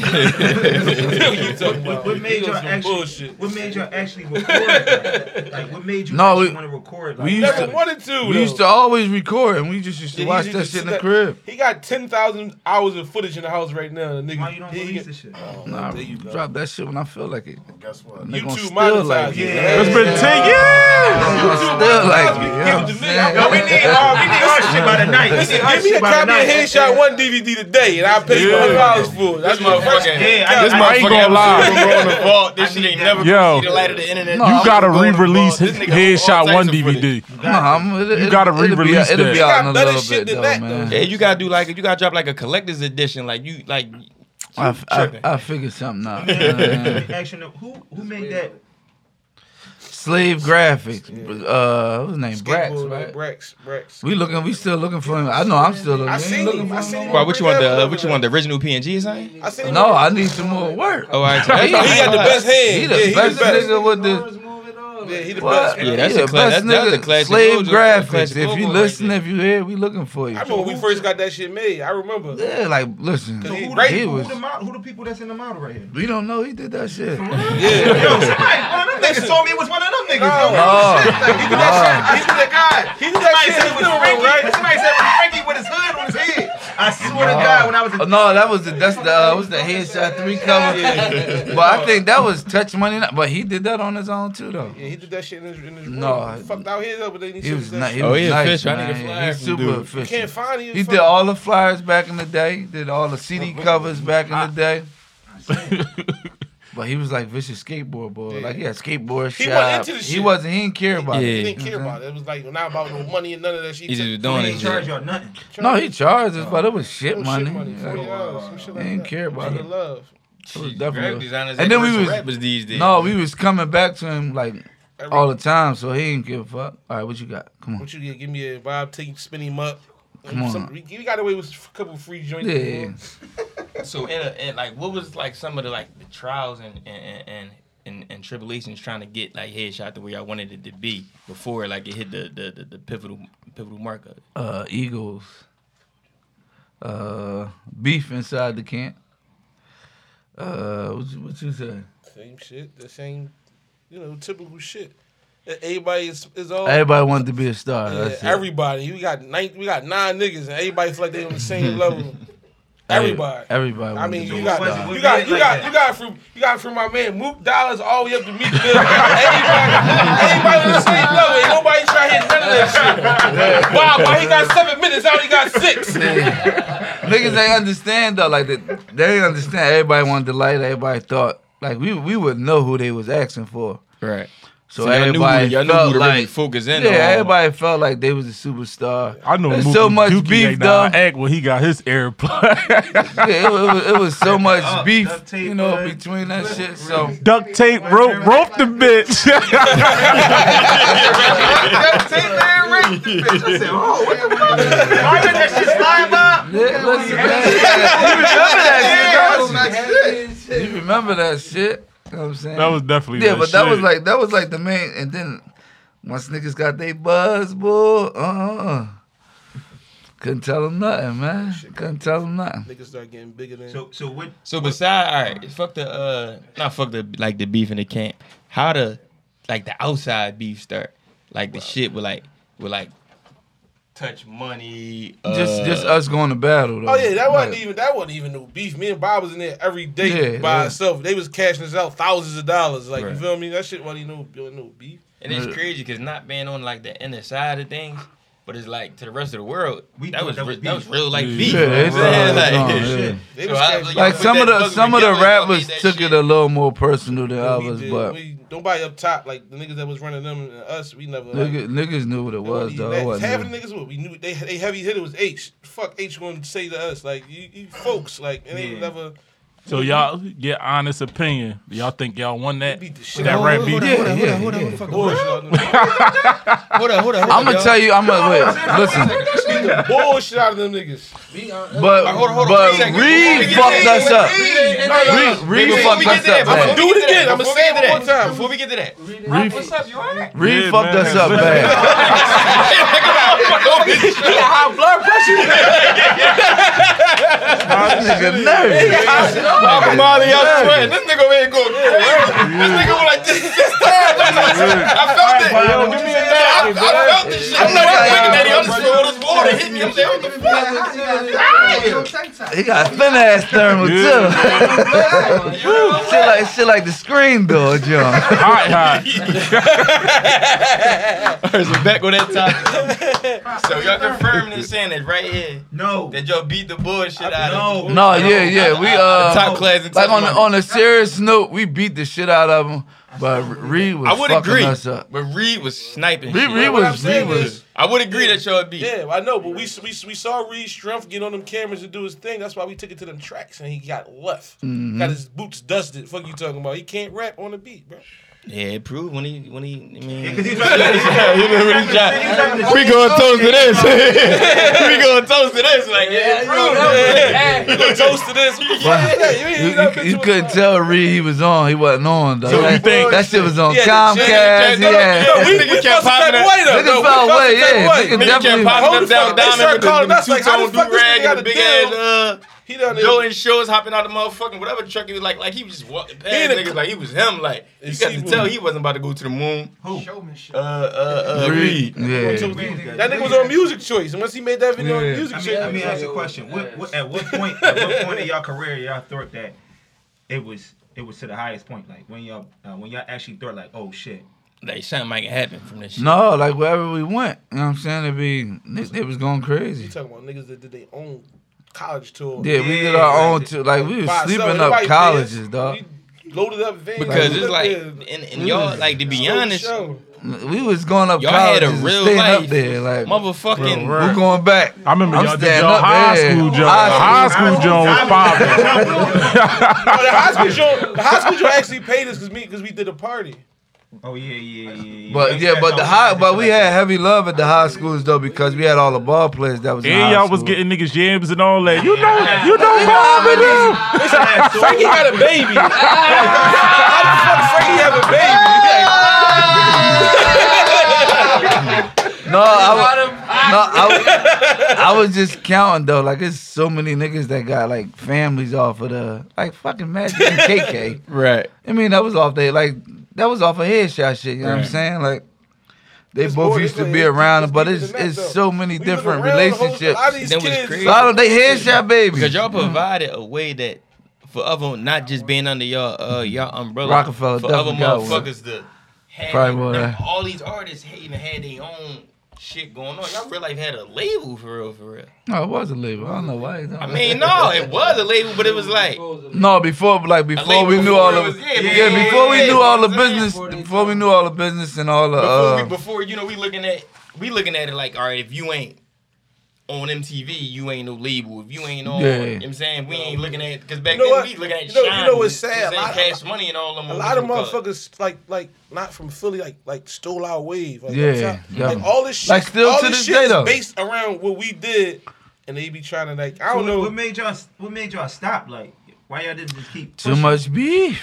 Speaker 3: you talking about?
Speaker 2: What made
Speaker 3: He
Speaker 2: y'all
Speaker 3: on some
Speaker 2: actually?
Speaker 3: bullshit.
Speaker 2: What made y'all actually record? that? Like, what made you
Speaker 4: No,
Speaker 2: actually
Speaker 4: we-
Speaker 2: want to record? Like,
Speaker 4: we used
Speaker 3: Never
Speaker 4: to-
Speaker 3: wanted to.
Speaker 4: we used to
Speaker 3: though.
Speaker 4: always record, and we just used to
Speaker 3: Yeah, he
Speaker 4: watch
Speaker 3: used
Speaker 4: that
Speaker 3: to
Speaker 4: shit in
Speaker 3: sit
Speaker 4: the
Speaker 3: there-
Speaker 4: crib.
Speaker 3: He got ten thousand hours of footage in the house right now. The nigga,
Speaker 2: why you don't
Speaker 3: he-
Speaker 2: release this shit?
Speaker 3: Oh,
Speaker 4: Nah,
Speaker 3: there you go.
Speaker 4: drop that shit when I feel like it.
Speaker 6: Guess what?
Speaker 4: They gonna
Speaker 3: YouTube
Speaker 4: still like
Speaker 3: monetized
Speaker 4: it. *laughs*
Speaker 3: it.
Speaker 5: It's been ten years.
Speaker 4: They gonna
Speaker 3: YouTube
Speaker 4: still
Speaker 3: monetized
Speaker 4: like
Speaker 3: it. We give it to me.
Speaker 2: Yo, we need
Speaker 4: it. you know what I'm saying?
Speaker 2: our, we need our shit
Speaker 4: *laughs*
Speaker 2: by the night.
Speaker 3: Listen,
Speaker 2: We need our
Speaker 3: give me
Speaker 2: shit
Speaker 3: a
Speaker 2: by the
Speaker 3: copy of
Speaker 2: night.
Speaker 3: Headshot One DVD today, and I'll pay you
Speaker 5: Yeah.
Speaker 3: hundred dollars for it. That's my first.
Speaker 2: Yeah,
Speaker 1: Yeah,
Speaker 2: I-
Speaker 1: this
Speaker 2: I-
Speaker 5: I ain't
Speaker 1: motherfucker
Speaker 5: gonna lie.
Speaker 1: ever grown the vault. This shit ain't never
Speaker 5: Yo.
Speaker 1: gonna see the light of the internet.
Speaker 4: No,
Speaker 5: You
Speaker 4: I
Speaker 5: gotta
Speaker 1: Going to the
Speaker 5: re-release
Speaker 1: vault. This nigga got all
Speaker 5: Headshot
Speaker 1: types
Speaker 5: One
Speaker 1: of footage.
Speaker 5: DVD.
Speaker 4: Nah, I'm, it, it,
Speaker 5: gotta
Speaker 4: it'll be,
Speaker 5: re-release
Speaker 4: It'll
Speaker 5: that.
Speaker 4: be
Speaker 5: You
Speaker 4: out
Speaker 3: got
Speaker 4: in a
Speaker 3: better
Speaker 4: little
Speaker 3: shit
Speaker 4: bit
Speaker 3: than
Speaker 4: though,
Speaker 3: that,
Speaker 4: man.
Speaker 1: Yeah, you gotta do like you gotta drop like a collector's edition. Like you like
Speaker 4: I, I,
Speaker 1: Tripping.
Speaker 4: I figured something
Speaker 2: *laughs*
Speaker 4: out.
Speaker 2: Yeah. Action, who who made that?
Speaker 4: Slave Graphics. Uh, what's his name? Brax,
Speaker 3: Skateboard,
Speaker 4: right?
Speaker 3: Brax, Brax.
Speaker 4: We looking. We still looking for him. I know. I'm still looking.
Speaker 3: I
Speaker 4: We ain't
Speaker 3: seen
Speaker 4: looking
Speaker 3: him.
Speaker 4: for
Speaker 3: I
Speaker 4: him
Speaker 3: seen
Speaker 4: no
Speaker 3: him.
Speaker 4: more.
Speaker 1: Why, what you want the uh, what you want the original PNG or something?
Speaker 3: I seen him.
Speaker 4: No, I need some more work.
Speaker 1: Oh, all right.
Speaker 4: He
Speaker 3: he got the
Speaker 1: *laughs*
Speaker 3: best hand.
Speaker 4: He
Speaker 3: yeah,
Speaker 4: the
Speaker 3: he
Speaker 4: best
Speaker 3: the best.
Speaker 4: nigga with the
Speaker 3: Yeah, he the
Speaker 4: what?
Speaker 3: best.
Speaker 1: Yeah, that's
Speaker 4: He
Speaker 1: a
Speaker 4: the
Speaker 1: cla-
Speaker 4: best
Speaker 1: that- that's a
Speaker 4: nigga.
Speaker 1: classic
Speaker 4: Slave
Speaker 1: logo, that's a classic
Speaker 4: graphics. If you
Speaker 1: logo right
Speaker 4: listen,
Speaker 1: there.
Speaker 4: if you here, we looking for you.
Speaker 3: I remember when we first got that shit made. I remember.
Speaker 4: Yeah, like listen,
Speaker 3: So
Speaker 2: Who,
Speaker 3: He
Speaker 2: the-
Speaker 3: right.
Speaker 4: he
Speaker 2: who,
Speaker 4: was.
Speaker 2: the model, who the people that's in the model right here?
Speaker 4: We don't know he did that shit.
Speaker 3: Yeah.
Speaker 2: Yo, somebody, one of them niggas told me it was one of them niggas. yo.
Speaker 3: *laughs*
Speaker 4: Oh,
Speaker 3: He did that shit. He did that
Speaker 2: Somebody
Speaker 3: shit in
Speaker 2: said it
Speaker 3: the
Speaker 2: was
Speaker 3: living room,
Speaker 2: Frankie.
Speaker 3: right?
Speaker 2: Somebody said it was Frankie with his hood on his head. I swear to God, when I was a
Speaker 4: Oh, no, that was the that's the uh, what's the headshot three cover. But I think that was touch money. Night- But he did that on his own too, though.
Speaker 3: Yeah, he did that shit in his, in his room.
Speaker 4: No.
Speaker 3: He fucked out here though, but then he,
Speaker 4: He was, ni- he
Speaker 3: You
Speaker 1: Oh,
Speaker 4: was
Speaker 1: he
Speaker 4: nice.
Speaker 1: official. I need a
Speaker 4: man.
Speaker 1: flyer
Speaker 4: He's
Speaker 1: from
Speaker 4: super
Speaker 1: dude. You
Speaker 4: official.
Speaker 3: can't find him.
Speaker 4: He did all the flyers back in the day. He Did all the CD covers back in the day. But he was like vicious skateboard boy. Like he had skateboard
Speaker 3: He wasn't
Speaker 4: shop.
Speaker 3: into the
Speaker 4: He
Speaker 3: shit.
Speaker 4: wasn't. He didn't care about
Speaker 3: He
Speaker 4: it.
Speaker 3: didn't care about it. It was like not about no money and none of that shit.
Speaker 1: He just was
Speaker 3: took-
Speaker 1: doing
Speaker 2: They
Speaker 1: his
Speaker 2: ain't charge
Speaker 1: shit.
Speaker 2: y'all nothing.
Speaker 4: No, he charged us, but it was shit
Speaker 3: Shit
Speaker 4: money.
Speaker 3: money, $40,
Speaker 4: Yeah.
Speaker 3: some shit
Speaker 4: He
Speaker 3: like
Speaker 4: didn't
Speaker 3: that.
Speaker 4: care about
Speaker 3: Shit
Speaker 4: it.
Speaker 3: of Love.
Speaker 4: It was definitely.
Speaker 1: designers
Speaker 4: And then we was-
Speaker 1: rappers these days.
Speaker 4: No, we was coming back to him like
Speaker 3: Every-
Speaker 4: all the time, so he didn't give a fuck. All right, what you got? Come on.
Speaker 3: What you get? Give me a Bob T. Spin him up.
Speaker 4: Come on.
Speaker 3: Some, you got away with a couple free joints.
Speaker 4: Yeah.
Speaker 1: So in, a, in like, what was like some of the like the trials and and and and, and tribulations trying to get like headshot the way I wanted it to be before like it hit the the, the, the pivotal pivotal marker.
Speaker 4: uh, Eagles, uh, beef inside the camp. Uh, what you, what you say?
Speaker 3: Same shit. The same, you know, typical shit. Everybody is, is all.
Speaker 4: Everybody wanted to be a star.
Speaker 3: Yeah,
Speaker 4: That's it.
Speaker 3: everybody. We got nine. We got nine niggas, and everybody feel like they on the
Speaker 4: *laughs*
Speaker 3: same level.
Speaker 4: Every-
Speaker 3: Everybody.
Speaker 4: Everybody.
Speaker 3: I mean, you
Speaker 4: a
Speaker 3: got,
Speaker 4: star.
Speaker 3: you got, you got, you got from, you got from my man Mook Dollars all the way up to Meek Mill. *laughs* Everybody, everybody on the same level. Ain't nobody trying to hit none of that shit. Wow, but he got seven minutes. Out, he got
Speaker 4: *laughs*
Speaker 3: six.
Speaker 4: Niggas ain't understand though. Like they, they ain't understand. Everybody wanted to light. Everybody thought like we we would know who they was asking for.
Speaker 1: Right.
Speaker 4: So, everybody
Speaker 1: y'all knew
Speaker 4: felt
Speaker 1: who to really
Speaker 4: like
Speaker 1: focus in
Speaker 4: yeah,
Speaker 1: on.
Speaker 4: everybody felt like they was a superstar.
Speaker 5: I know
Speaker 4: There's
Speaker 5: Mookie
Speaker 4: so much
Speaker 5: Dookie
Speaker 4: beef,
Speaker 5: ain't not
Speaker 4: though. *laughs*
Speaker 5: Act when he got his airplane. *laughs*
Speaker 4: Yeah, it, was, it was so much
Speaker 2: Oh,
Speaker 4: beef,
Speaker 2: duct tape,
Speaker 4: you know,
Speaker 2: uh,
Speaker 4: between that shit. So
Speaker 5: Duct tape rope rope the bitch. *laughs*
Speaker 2: Take that right, bitch. I said, oh, what the fuck? I let that shit slide by.
Speaker 4: Yeah, listen, man. *laughs* You remember that shit? You know what I'm saying?
Speaker 5: that was definitely
Speaker 4: yeah, but that was
Speaker 5: shit.
Speaker 4: like that was like the main. And then once niggas got they buzz, boy, uh, uh, couldn't tell them nothing, man. Couldn't tell them nothing.
Speaker 3: Niggas start getting bigger than.
Speaker 2: So, so what?
Speaker 1: So beside, all right, fuck the uh, not fuck the like the beef in the camp. How the like the outside beef start? Like the shit with like with like touch money. Uh,
Speaker 4: just just us going to battle. Though.
Speaker 3: Oh yeah, that wasn't
Speaker 4: Like,
Speaker 3: even that wasn't even no beef. Me and Bob was in there every day
Speaker 4: Yeah,
Speaker 3: by
Speaker 4: yeah.
Speaker 3: itself. They was cashing us out thousands of dollars. Like
Speaker 1: Right.
Speaker 3: you feel me? That shit wasn't even no, no beef.
Speaker 1: and it's crazy because not being on like the inner side of things. But it's like to the rest of the world,
Speaker 2: We
Speaker 1: that
Speaker 2: thought
Speaker 1: was
Speaker 2: that was
Speaker 1: re- that was
Speaker 2: beef.
Speaker 1: real like beef.
Speaker 4: Yeah,
Speaker 1: you know what I'm
Speaker 4: it's
Speaker 1: saying?
Speaker 4: all- it's
Speaker 1: Like,
Speaker 4: all, yeah.
Speaker 3: They was
Speaker 1: So I was
Speaker 3: cashing-
Speaker 4: Like
Speaker 1: Put
Speaker 4: some of
Speaker 1: that
Speaker 4: the
Speaker 1: buzzer
Speaker 4: some of the
Speaker 1: together, y'all
Speaker 4: rappers
Speaker 1: need that
Speaker 4: took
Speaker 1: shit.
Speaker 4: it a little more personal than
Speaker 3: Yeah, we
Speaker 4: others,
Speaker 3: did.
Speaker 4: but
Speaker 3: we, nobody up top like the niggas that was running them and us. We never. Like,
Speaker 4: niggas, niggas knew what it was though. It
Speaker 3: Half of
Speaker 4: wasn't
Speaker 3: the niggas what we knew they they heavy hitter was H. Fuck H gonna say to us like you, you folks like and they
Speaker 2: Yeah.
Speaker 3: never
Speaker 5: So y'all get honest opinion. Y'all think y'all won that?
Speaker 3: *laughs* beat the shit
Speaker 5: That
Speaker 3: out
Speaker 5: rap
Speaker 3: of us.
Speaker 5: beat.
Speaker 4: Yeah, yeah, yeah.
Speaker 3: Bullshit out of them.
Speaker 1: Hold up, hold up, hold up.
Speaker 4: I'm gonna
Speaker 1: y'all.
Speaker 4: tell you. I'm gonna wait. Listen,
Speaker 3: Beat the bullshit out of them niggas. Be honest.
Speaker 4: but
Speaker 1: Hold on, hold on,
Speaker 4: but
Speaker 1: three seconds. Before we get
Speaker 4: Reed fucked
Speaker 1: there,
Speaker 4: us up.
Speaker 3: No, no, no.
Speaker 4: Reed, Reed
Speaker 1: Before we get
Speaker 4: fucked us
Speaker 1: to that,
Speaker 4: up.
Speaker 1: before
Speaker 3: I'ma
Speaker 1: we
Speaker 4: bad.
Speaker 3: do it
Speaker 1: get to that,
Speaker 3: again. I'ma
Speaker 1: before
Speaker 3: say
Speaker 1: we
Speaker 3: it one
Speaker 1: get to
Speaker 3: more
Speaker 1: that,
Speaker 3: time.
Speaker 1: Before we get to that,
Speaker 4: Reed,
Speaker 8: What's up, you alright?
Speaker 4: Reed
Speaker 5: Yeah,
Speaker 4: fucked
Speaker 5: man.
Speaker 4: us up bad.
Speaker 8: High blood pressure.
Speaker 4: This nigga nervous.
Speaker 1: Bob Marley, I swear, this nigga over here go. This nigga
Speaker 3: *laughs*
Speaker 1: was like, this, this time. I felt it. I, I felt this shit. I'm not even looking at him. I'm just feeling all this water hit me. I'm saying, what the fuck?
Speaker 4: He got a thin ass thermal too. *laughs* shit like shit like the screen
Speaker 1: *laughs*
Speaker 4: door, John.
Speaker 5: hot, hot.
Speaker 1: So back on that topic. so y'all confirming and saying that right here
Speaker 2: No.
Speaker 1: that y'all beat the bullshit out of
Speaker 2: No.
Speaker 4: No, yeah,
Speaker 2: *laughs*
Speaker 4: yeah. We uh,
Speaker 1: top class and
Speaker 4: like on
Speaker 1: top
Speaker 4: on a serious note, we beat the shit out of him. But Reed was
Speaker 1: I would
Speaker 4: fucking
Speaker 1: agree,
Speaker 4: us up.
Speaker 1: but Reed was sniping.
Speaker 4: Reed,
Speaker 1: shit.
Speaker 4: Reed
Speaker 3: What I'm
Speaker 4: was Reed
Speaker 3: saying
Speaker 4: was.
Speaker 3: is,
Speaker 1: I would agree that y'all beat.
Speaker 3: *laughs* yeah, I know, but we we, we saw Reed Strumpf get on them cameras and do his thing. That's why we took it to them tracks and he got left.
Speaker 4: Mm-hmm.
Speaker 3: Got his boots dusted. Fuck you talking about? He can't rap on the beat, bro.
Speaker 1: Yeah, it proved when he when he. I mean,
Speaker 2: Because
Speaker 1: *laughs*
Speaker 2: he's trying to.
Speaker 1: Yeah, he
Speaker 2: *laughs*
Speaker 1: really
Speaker 2: He's trying
Speaker 1: tried.
Speaker 2: to-
Speaker 1: We going toast to
Speaker 3: *laughs*
Speaker 1: this. *laughs* we going toast to this. Like, yeah, bro.
Speaker 3: Yeah. You gonna toast to this? Yeah, yeah, yeah, yeah,
Speaker 4: You,
Speaker 3: you know,
Speaker 4: you- you
Speaker 3: bitch,
Speaker 4: couldn't
Speaker 3: what's up?
Speaker 4: tell Reed he was on. He wasn't on though.
Speaker 5: you
Speaker 4: that,
Speaker 5: think-
Speaker 4: that shit was on
Speaker 3: Yeah, the
Speaker 4: Comcast.
Speaker 3: shit- No, no,
Speaker 4: Yeah,
Speaker 3: no, we, we
Speaker 1: kept
Speaker 3: kept
Speaker 1: popping
Speaker 3: popping
Speaker 1: it.
Speaker 3: away though.
Speaker 4: Niggas
Speaker 3: though. We
Speaker 4: felt
Speaker 3: felt
Speaker 4: away,
Speaker 3: the same
Speaker 4: yeah.
Speaker 3: way.
Speaker 4: Nigga
Speaker 1: Nigga kept
Speaker 4: definitely.
Speaker 1: popping
Speaker 3: Hold
Speaker 1: up
Speaker 3: the fuck
Speaker 1: down
Speaker 3: up. They
Speaker 1: down
Speaker 3: started
Speaker 1: there with
Speaker 3: calling
Speaker 1: the
Speaker 3: us,
Speaker 1: two
Speaker 3: like, how
Speaker 1: tone
Speaker 3: the fuck
Speaker 1: do
Speaker 3: this nigga
Speaker 1: rag
Speaker 3: got
Speaker 1: and
Speaker 3: a
Speaker 1: the big
Speaker 3: deal?
Speaker 1: ass. Uh,
Speaker 3: He down there.
Speaker 1: Joe and Shores hopping out the motherfucking whatever truck he was like, like he was just walking past
Speaker 3: He in a-
Speaker 1: niggas like he was him. Like you
Speaker 3: And
Speaker 1: got
Speaker 3: she
Speaker 1: to
Speaker 3: was-
Speaker 1: tell he wasn't about to go to the moon.
Speaker 9: Showmanship.
Speaker 1: Uh, uh,
Speaker 4: *laughs*
Speaker 1: uh, Reed.
Speaker 4: Yeah.
Speaker 3: That nigga was on music choice, and once he made that video on
Speaker 4: Yeah.
Speaker 3: music
Speaker 2: I mean,
Speaker 3: choice,
Speaker 2: let me ask you a question. What, what, at what point? At what point in y'all career y'all thought that it was it was to the highest point? Like when y'all uh, when y'all actually thought like, oh shit.
Speaker 1: Like something might happen from this shit.
Speaker 4: No, like wherever we went, you know what I'm saying? It be they, they was going
Speaker 3: you
Speaker 4: crazy.
Speaker 3: talking about niggas that did their own college tour.
Speaker 4: Yeah, we did
Speaker 2: Yeah,
Speaker 4: our own
Speaker 2: like-
Speaker 4: too. Like we was
Speaker 3: By
Speaker 4: sleeping
Speaker 3: itself.
Speaker 4: up
Speaker 3: Nobody
Speaker 4: colleges,
Speaker 3: did.
Speaker 4: dog.
Speaker 3: We loaded up vans.
Speaker 1: Because
Speaker 3: We
Speaker 1: it's
Speaker 3: lived
Speaker 1: like,
Speaker 3: there.
Speaker 1: and, and y'all like to be honest,
Speaker 3: Show.
Speaker 4: We was going up
Speaker 1: Y'all had
Speaker 4: colleges,
Speaker 1: a
Speaker 4: and
Speaker 1: real
Speaker 4: staying
Speaker 1: life.
Speaker 4: up there. Like
Speaker 1: motherfucking.
Speaker 4: we going back.
Speaker 5: I remember
Speaker 4: I'm
Speaker 5: y'all did
Speaker 4: standing
Speaker 5: y'all
Speaker 4: up
Speaker 5: high
Speaker 4: there.
Speaker 5: school joint.
Speaker 4: High
Speaker 5: High school joint was popping.
Speaker 3: Oh, the high school show. The high school show actually paid us because me because we did a party.
Speaker 2: Oh yeah, yeah, yeah. yeah.
Speaker 4: But yeah, but the high, but we had heavy love at the high schools though because we had all the ball players that was. in
Speaker 5: And
Speaker 4: high
Speaker 5: y'all was
Speaker 4: school.
Speaker 5: getting niggas jams and all that. You know, you know, Bob and them.
Speaker 3: Frankie had a baby. *laughs* How the fuck Frankie have a baby?
Speaker 4: No, I was, no, I was, I was just counting though. Like it's so many niggas that got like families off of the like fucking Magic and KK.
Speaker 1: Right.
Speaker 4: I mean that was off they like that was off of headshot shit. You know what I'm saying? Like they
Speaker 3: It's
Speaker 4: both
Speaker 3: more-
Speaker 4: used to
Speaker 3: it's-
Speaker 4: be
Speaker 3: it's-
Speaker 4: around,
Speaker 3: it's
Speaker 4: but
Speaker 3: deeper
Speaker 4: it's
Speaker 3: than that,
Speaker 4: it's
Speaker 3: though.
Speaker 4: so many
Speaker 3: We was around
Speaker 4: different
Speaker 3: the whole-
Speaker 4: relationships.
Speaker 3: A lot of these
Speaker 1: That was
Speaker 3: kids.
Speaker 1: crazy.
Speaker 4: So I don't they
Speaker 1: Because
Speaker 4: headshot babies.
Speaker 1: y'all provided a way that for other not just being under y'all uh y'all umbrella
Speaker 4: Rockefeller
Speaker 1: for other
Speaker 4: definitely got one.
Speaker 1: motherfuckers to have
Speaker 4: Probably more than-
Speaker 1: all these artists had even had their own shit going on. Y'all real life had a label for real, for real.
Speaker 4: No, it was a label. I don't know why.
Speaker 1: I mean,
Speaker 4: *laughs*
Speaker 1: no, it was a label, but it was like
Speaker 4: No, before like before
Speaker 1: label
Speaker 4: we knew
Speaker 1: before
Speaker 4: all
Speaker 1: it
Speaker 4: the
Speaker 1: was- yeah, before it
Speaker 4: yeah, before
Speaker 1: was
Speaker 4: we
Speaker 1: label,
Speaker 4: knew all the
Speaker 1: you know what I'm
Speaker 4: business before we knew all the business and all the
Speaker 1: before we
Speaker 4: uh,
Speaker 1: before you know we looking at we looking at it like all right if you ain't on MTV you ain't no label if you ain't on
Speaker 4: Yeah.
Speaker 1: you know what I'm saying we ain't looking at because back
Speaker 3: You know
Speaker 1: then
Speaker 3: what?
Speaker 1: we looking at
Speaker 3: You know- you
Speaker 1: Shine,
Speaker 3: know what's sad?
Speaker 1: you know what I'm
Speaker 3: A
Speaker 1: saying,
Speaker 3: lot-
Speaker 1: Cash Money and all them
Speaker 3: A lot of
Speaker 1: motherfuckers.
Speaker 3: motherfuckers like like like not from Philly like like stole our wave. Like,
Speaker 4: Yeah,
Speaker 3: I'm trying-
Speaker 4: yeah.
Speaker 3: Like all this shit.
Speaker 4: Like, still
Speaker 3: all
Speaker 4: to
Speaker 3: this
Speaker 4: this
Speaker 3: shit
Speaker 4: day,
Speaker 3: is
Speaker 4: though.
Speaker 3: based around what we did, and they be trying to like I
Speaker 2: So
Speaker 3: don't
Speaker 2: what,
Speaker 3: know.
Speaker 2: What made y'all? What made y'all stop? Like, why y'all didn't just keep?
Speaker 4: too much beef.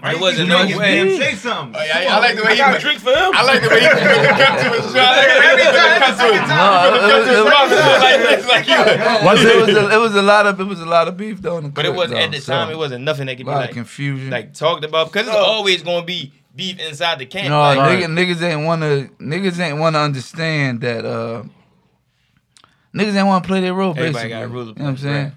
Speaker 2: Why
Speaker 1: There wasn't no way.
Speaker 2: Say something.
Speaker 1: Oh,
Speaker 10: Oh, I, I like the way
Speaker 3: I
Speaker 10: he.
Speaker 3: got a drink for him.
Speaker 10: I like the way he
Speaker 1: *laughs*
Speaker 10: cut to his shot. Every time, cut to his
Speaker 4: No, it,
Speaker 10: cut to his mouth.
Speaker 4: it-
Speaker 10: It's like, it's like you.
Speaker 4: it was, it was a, it was a lot of it was a lot of beef though. in the
Speaker 1: but it
Speaker 4: clique,
Speaker 1: was at
Speaker 4: though,
Speaker 1: the
Speaker 4: so
Speaker 1: time it wasn't nothing that could
Speaker 4: a
Speaker 1: be
Speaker 4: lot
Speaker 1: like
Speaker 4: of confusion.
Speaker 1: like talked about because it's
Speaker 3: Oh.
Speaker 1: always gonna be beef inside the camp.
Speaker 4: no,
Speaker 1: like,
Speaker 4: nigga, niggas ain't wanna niggas ain't wanna understand that uh niggas ain't wanna play their role
Speaker 1: Everybody
Speaker 4: basically.
Speaker 1: got a rule to
Speaker 4: you know what I'm
Speaker 1: play,
Speaker 4: saying?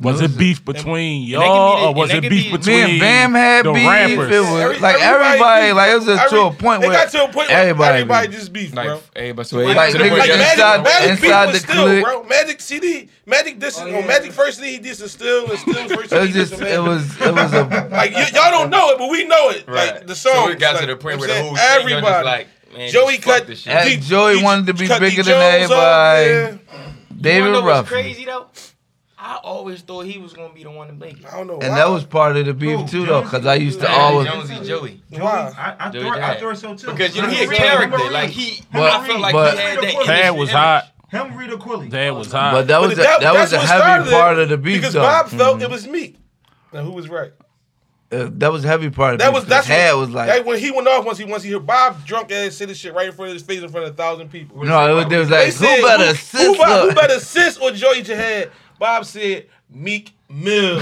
Speaker 5: Was
Speaker 4: It
Speaker 5: it
Speaker 4: was-
Speaker 5: beef between
Speaker 1: and they can be-
Speaker 5: y'all or
Speaker 1: and
Speaker 5: was
Speaker 1: they
Speaker 5: it
Speaker 1: can
Speaker 5: beef
Speaker 1: be-
Speaker 4: Me
Speaker 5: between
Speaker 4: and Bam had
Speaker 5: the
Speaker 4: beef.
Speaker 5: rappers?
Speaker 4: It was
Speaker 3: Every-
Speaker 4: like
Speaker 3: everybody
Speaker 4: everybody,
Speaker 3: beef.
Speaker 4: like it was just to a
Speaker 3: Every-
Speaker 4: point
Speaker 3: it
Speaker 4: where
Speaker 3: got to a point where
Speaker 4: everybody
Speaker 3: everybody,
Speaker 4: beef.
Speaker 3: just beef,
Speaker 1: like
Speaker 3: bro.
Speaker 1: hey, but so
Speaker 4: Like,
Speaker 1: to the
Speaker 4: niggas
Speaker 1: point
Speaker 4: like
Speaker 1: y'all-
Speaker 4: that- inside the
Speaker 3: beef
Speaker 4: inside
Speaker 3: was
Speaker 4: the
Speaker 3: still,
Speaker 4: clique.
Speaker 3: bro. Magic CD, Magic this on Magic first CD he did some still and
Speaker 4: *laughs*
Speaker 3: still first
Speaker 4: It
Speaker 3: CD. he
Speaker 4: was
Speaker 3: did
Speaker 4: just
Speaker 3: some
Speaker 4: it
Speaker 3: Magic.
Speaker 4: was
Speaker 1: *laughs*
Speaker 4: it was a
Speaker 3: like y- y'all don't know it, but we know it. Like
Speaker 1: Right.
Speaker 3: the song.
Speaker 1: So it got
Speaker 3: like,
Speaker 1: to the point
Speaker 3: you
Speaker 1: where
Speaker 3: know
Speaker 1: the
Speaker 3: what
Speaker 1: whole
Speaker 3: I'm
Speaker 1: thing,
Speaker 3: saying?
Speaker 1: y'all just
Speaker 3: everybody.
Speaker 1: like, man,
Speaker 3: Joey
Speaker 1: just fuck
Speaker 3: cut
Speaker 1: this shit.
Speaker 4: Hey, Joey wanted to be
Speaker 3: cut D
Speaker 4: bigger than
Speaker 3: Jones off,
Speaker 4: everybody.
Speaker 3: yeah.
Speaker 1: You
Speaker 4: David
Speaker 1: know what's
Speaker 4: Ruffin.
Speaker 1: crazy though? I always thought he was gonna be the one to blink.
Speaker 3: I don't know.
Speaker 4: And
Speaker 3: why.
Speaker 4: that was part of the beef too, though, because I used to always.
Speaker 1: Jonesy Joey.
Speaker 3: why.
Speaker 2: I, I,
Speaker 1: Dude,
Speaker 2: thought, I
Speaker 1: that.
Speaker 2: thought so too.
Speaker 1: Because you know
Speaker 2: Him
Speaker 1: he a
Speaker 2: Rita-
Speaker 1: character.
Speaker 2: him
Speaker 1: Like
Speaker 2: Rita-
Speaker 1: he,
Speaker 4: But-
Speaker 1: I felt like
Speaker 4: but-
Speaker 1: he had that.
Speaker 5: Dad
Speaker 1: industry
Speaker 5: was
Speaker 1: image.
Speaker 5: hot.
Speaker 2: him Rita Quilly.
Speaker 5: Dad was
Speaker 4: But
Speaker 5: hot.
Speaker 4: that was
Speaker 3: But
Speaker 4: a, that, was a
Speaker 3: what
Speaker 4: heavy
Speaker 3: started it,
Speaker 4: part of the beef,
Speaker 3: because
Speaker 4: though. Mm-hmm.
Speaker 3: Bob felt it was me. Now who was right?
Speaker 4: Uh, that was a heavy part of the
Speaker 3: That
Speaker 4: beef.
Speaker 3: was
Speaker 4: 'cause
Speaker 3: that's
Speaker 4: Had
Speaker 3: what-
Speaker 4: was like
Speaker 3: that when he went off once he once he heard Bob drunk ass say this shit right in front of his face in front of a thousand people.
Speaker 4: no, it was, they was
Speaker 3: They
Speaker 4: like
Speaker 3: said,
Speaker 4: who better
Speaker 3: who, who,
Speaker 4: assist
Speaker 3: be- who
Speaker 4: her?
Speaker 3: better assist or Joey Jihad? Bob said Meek Mill.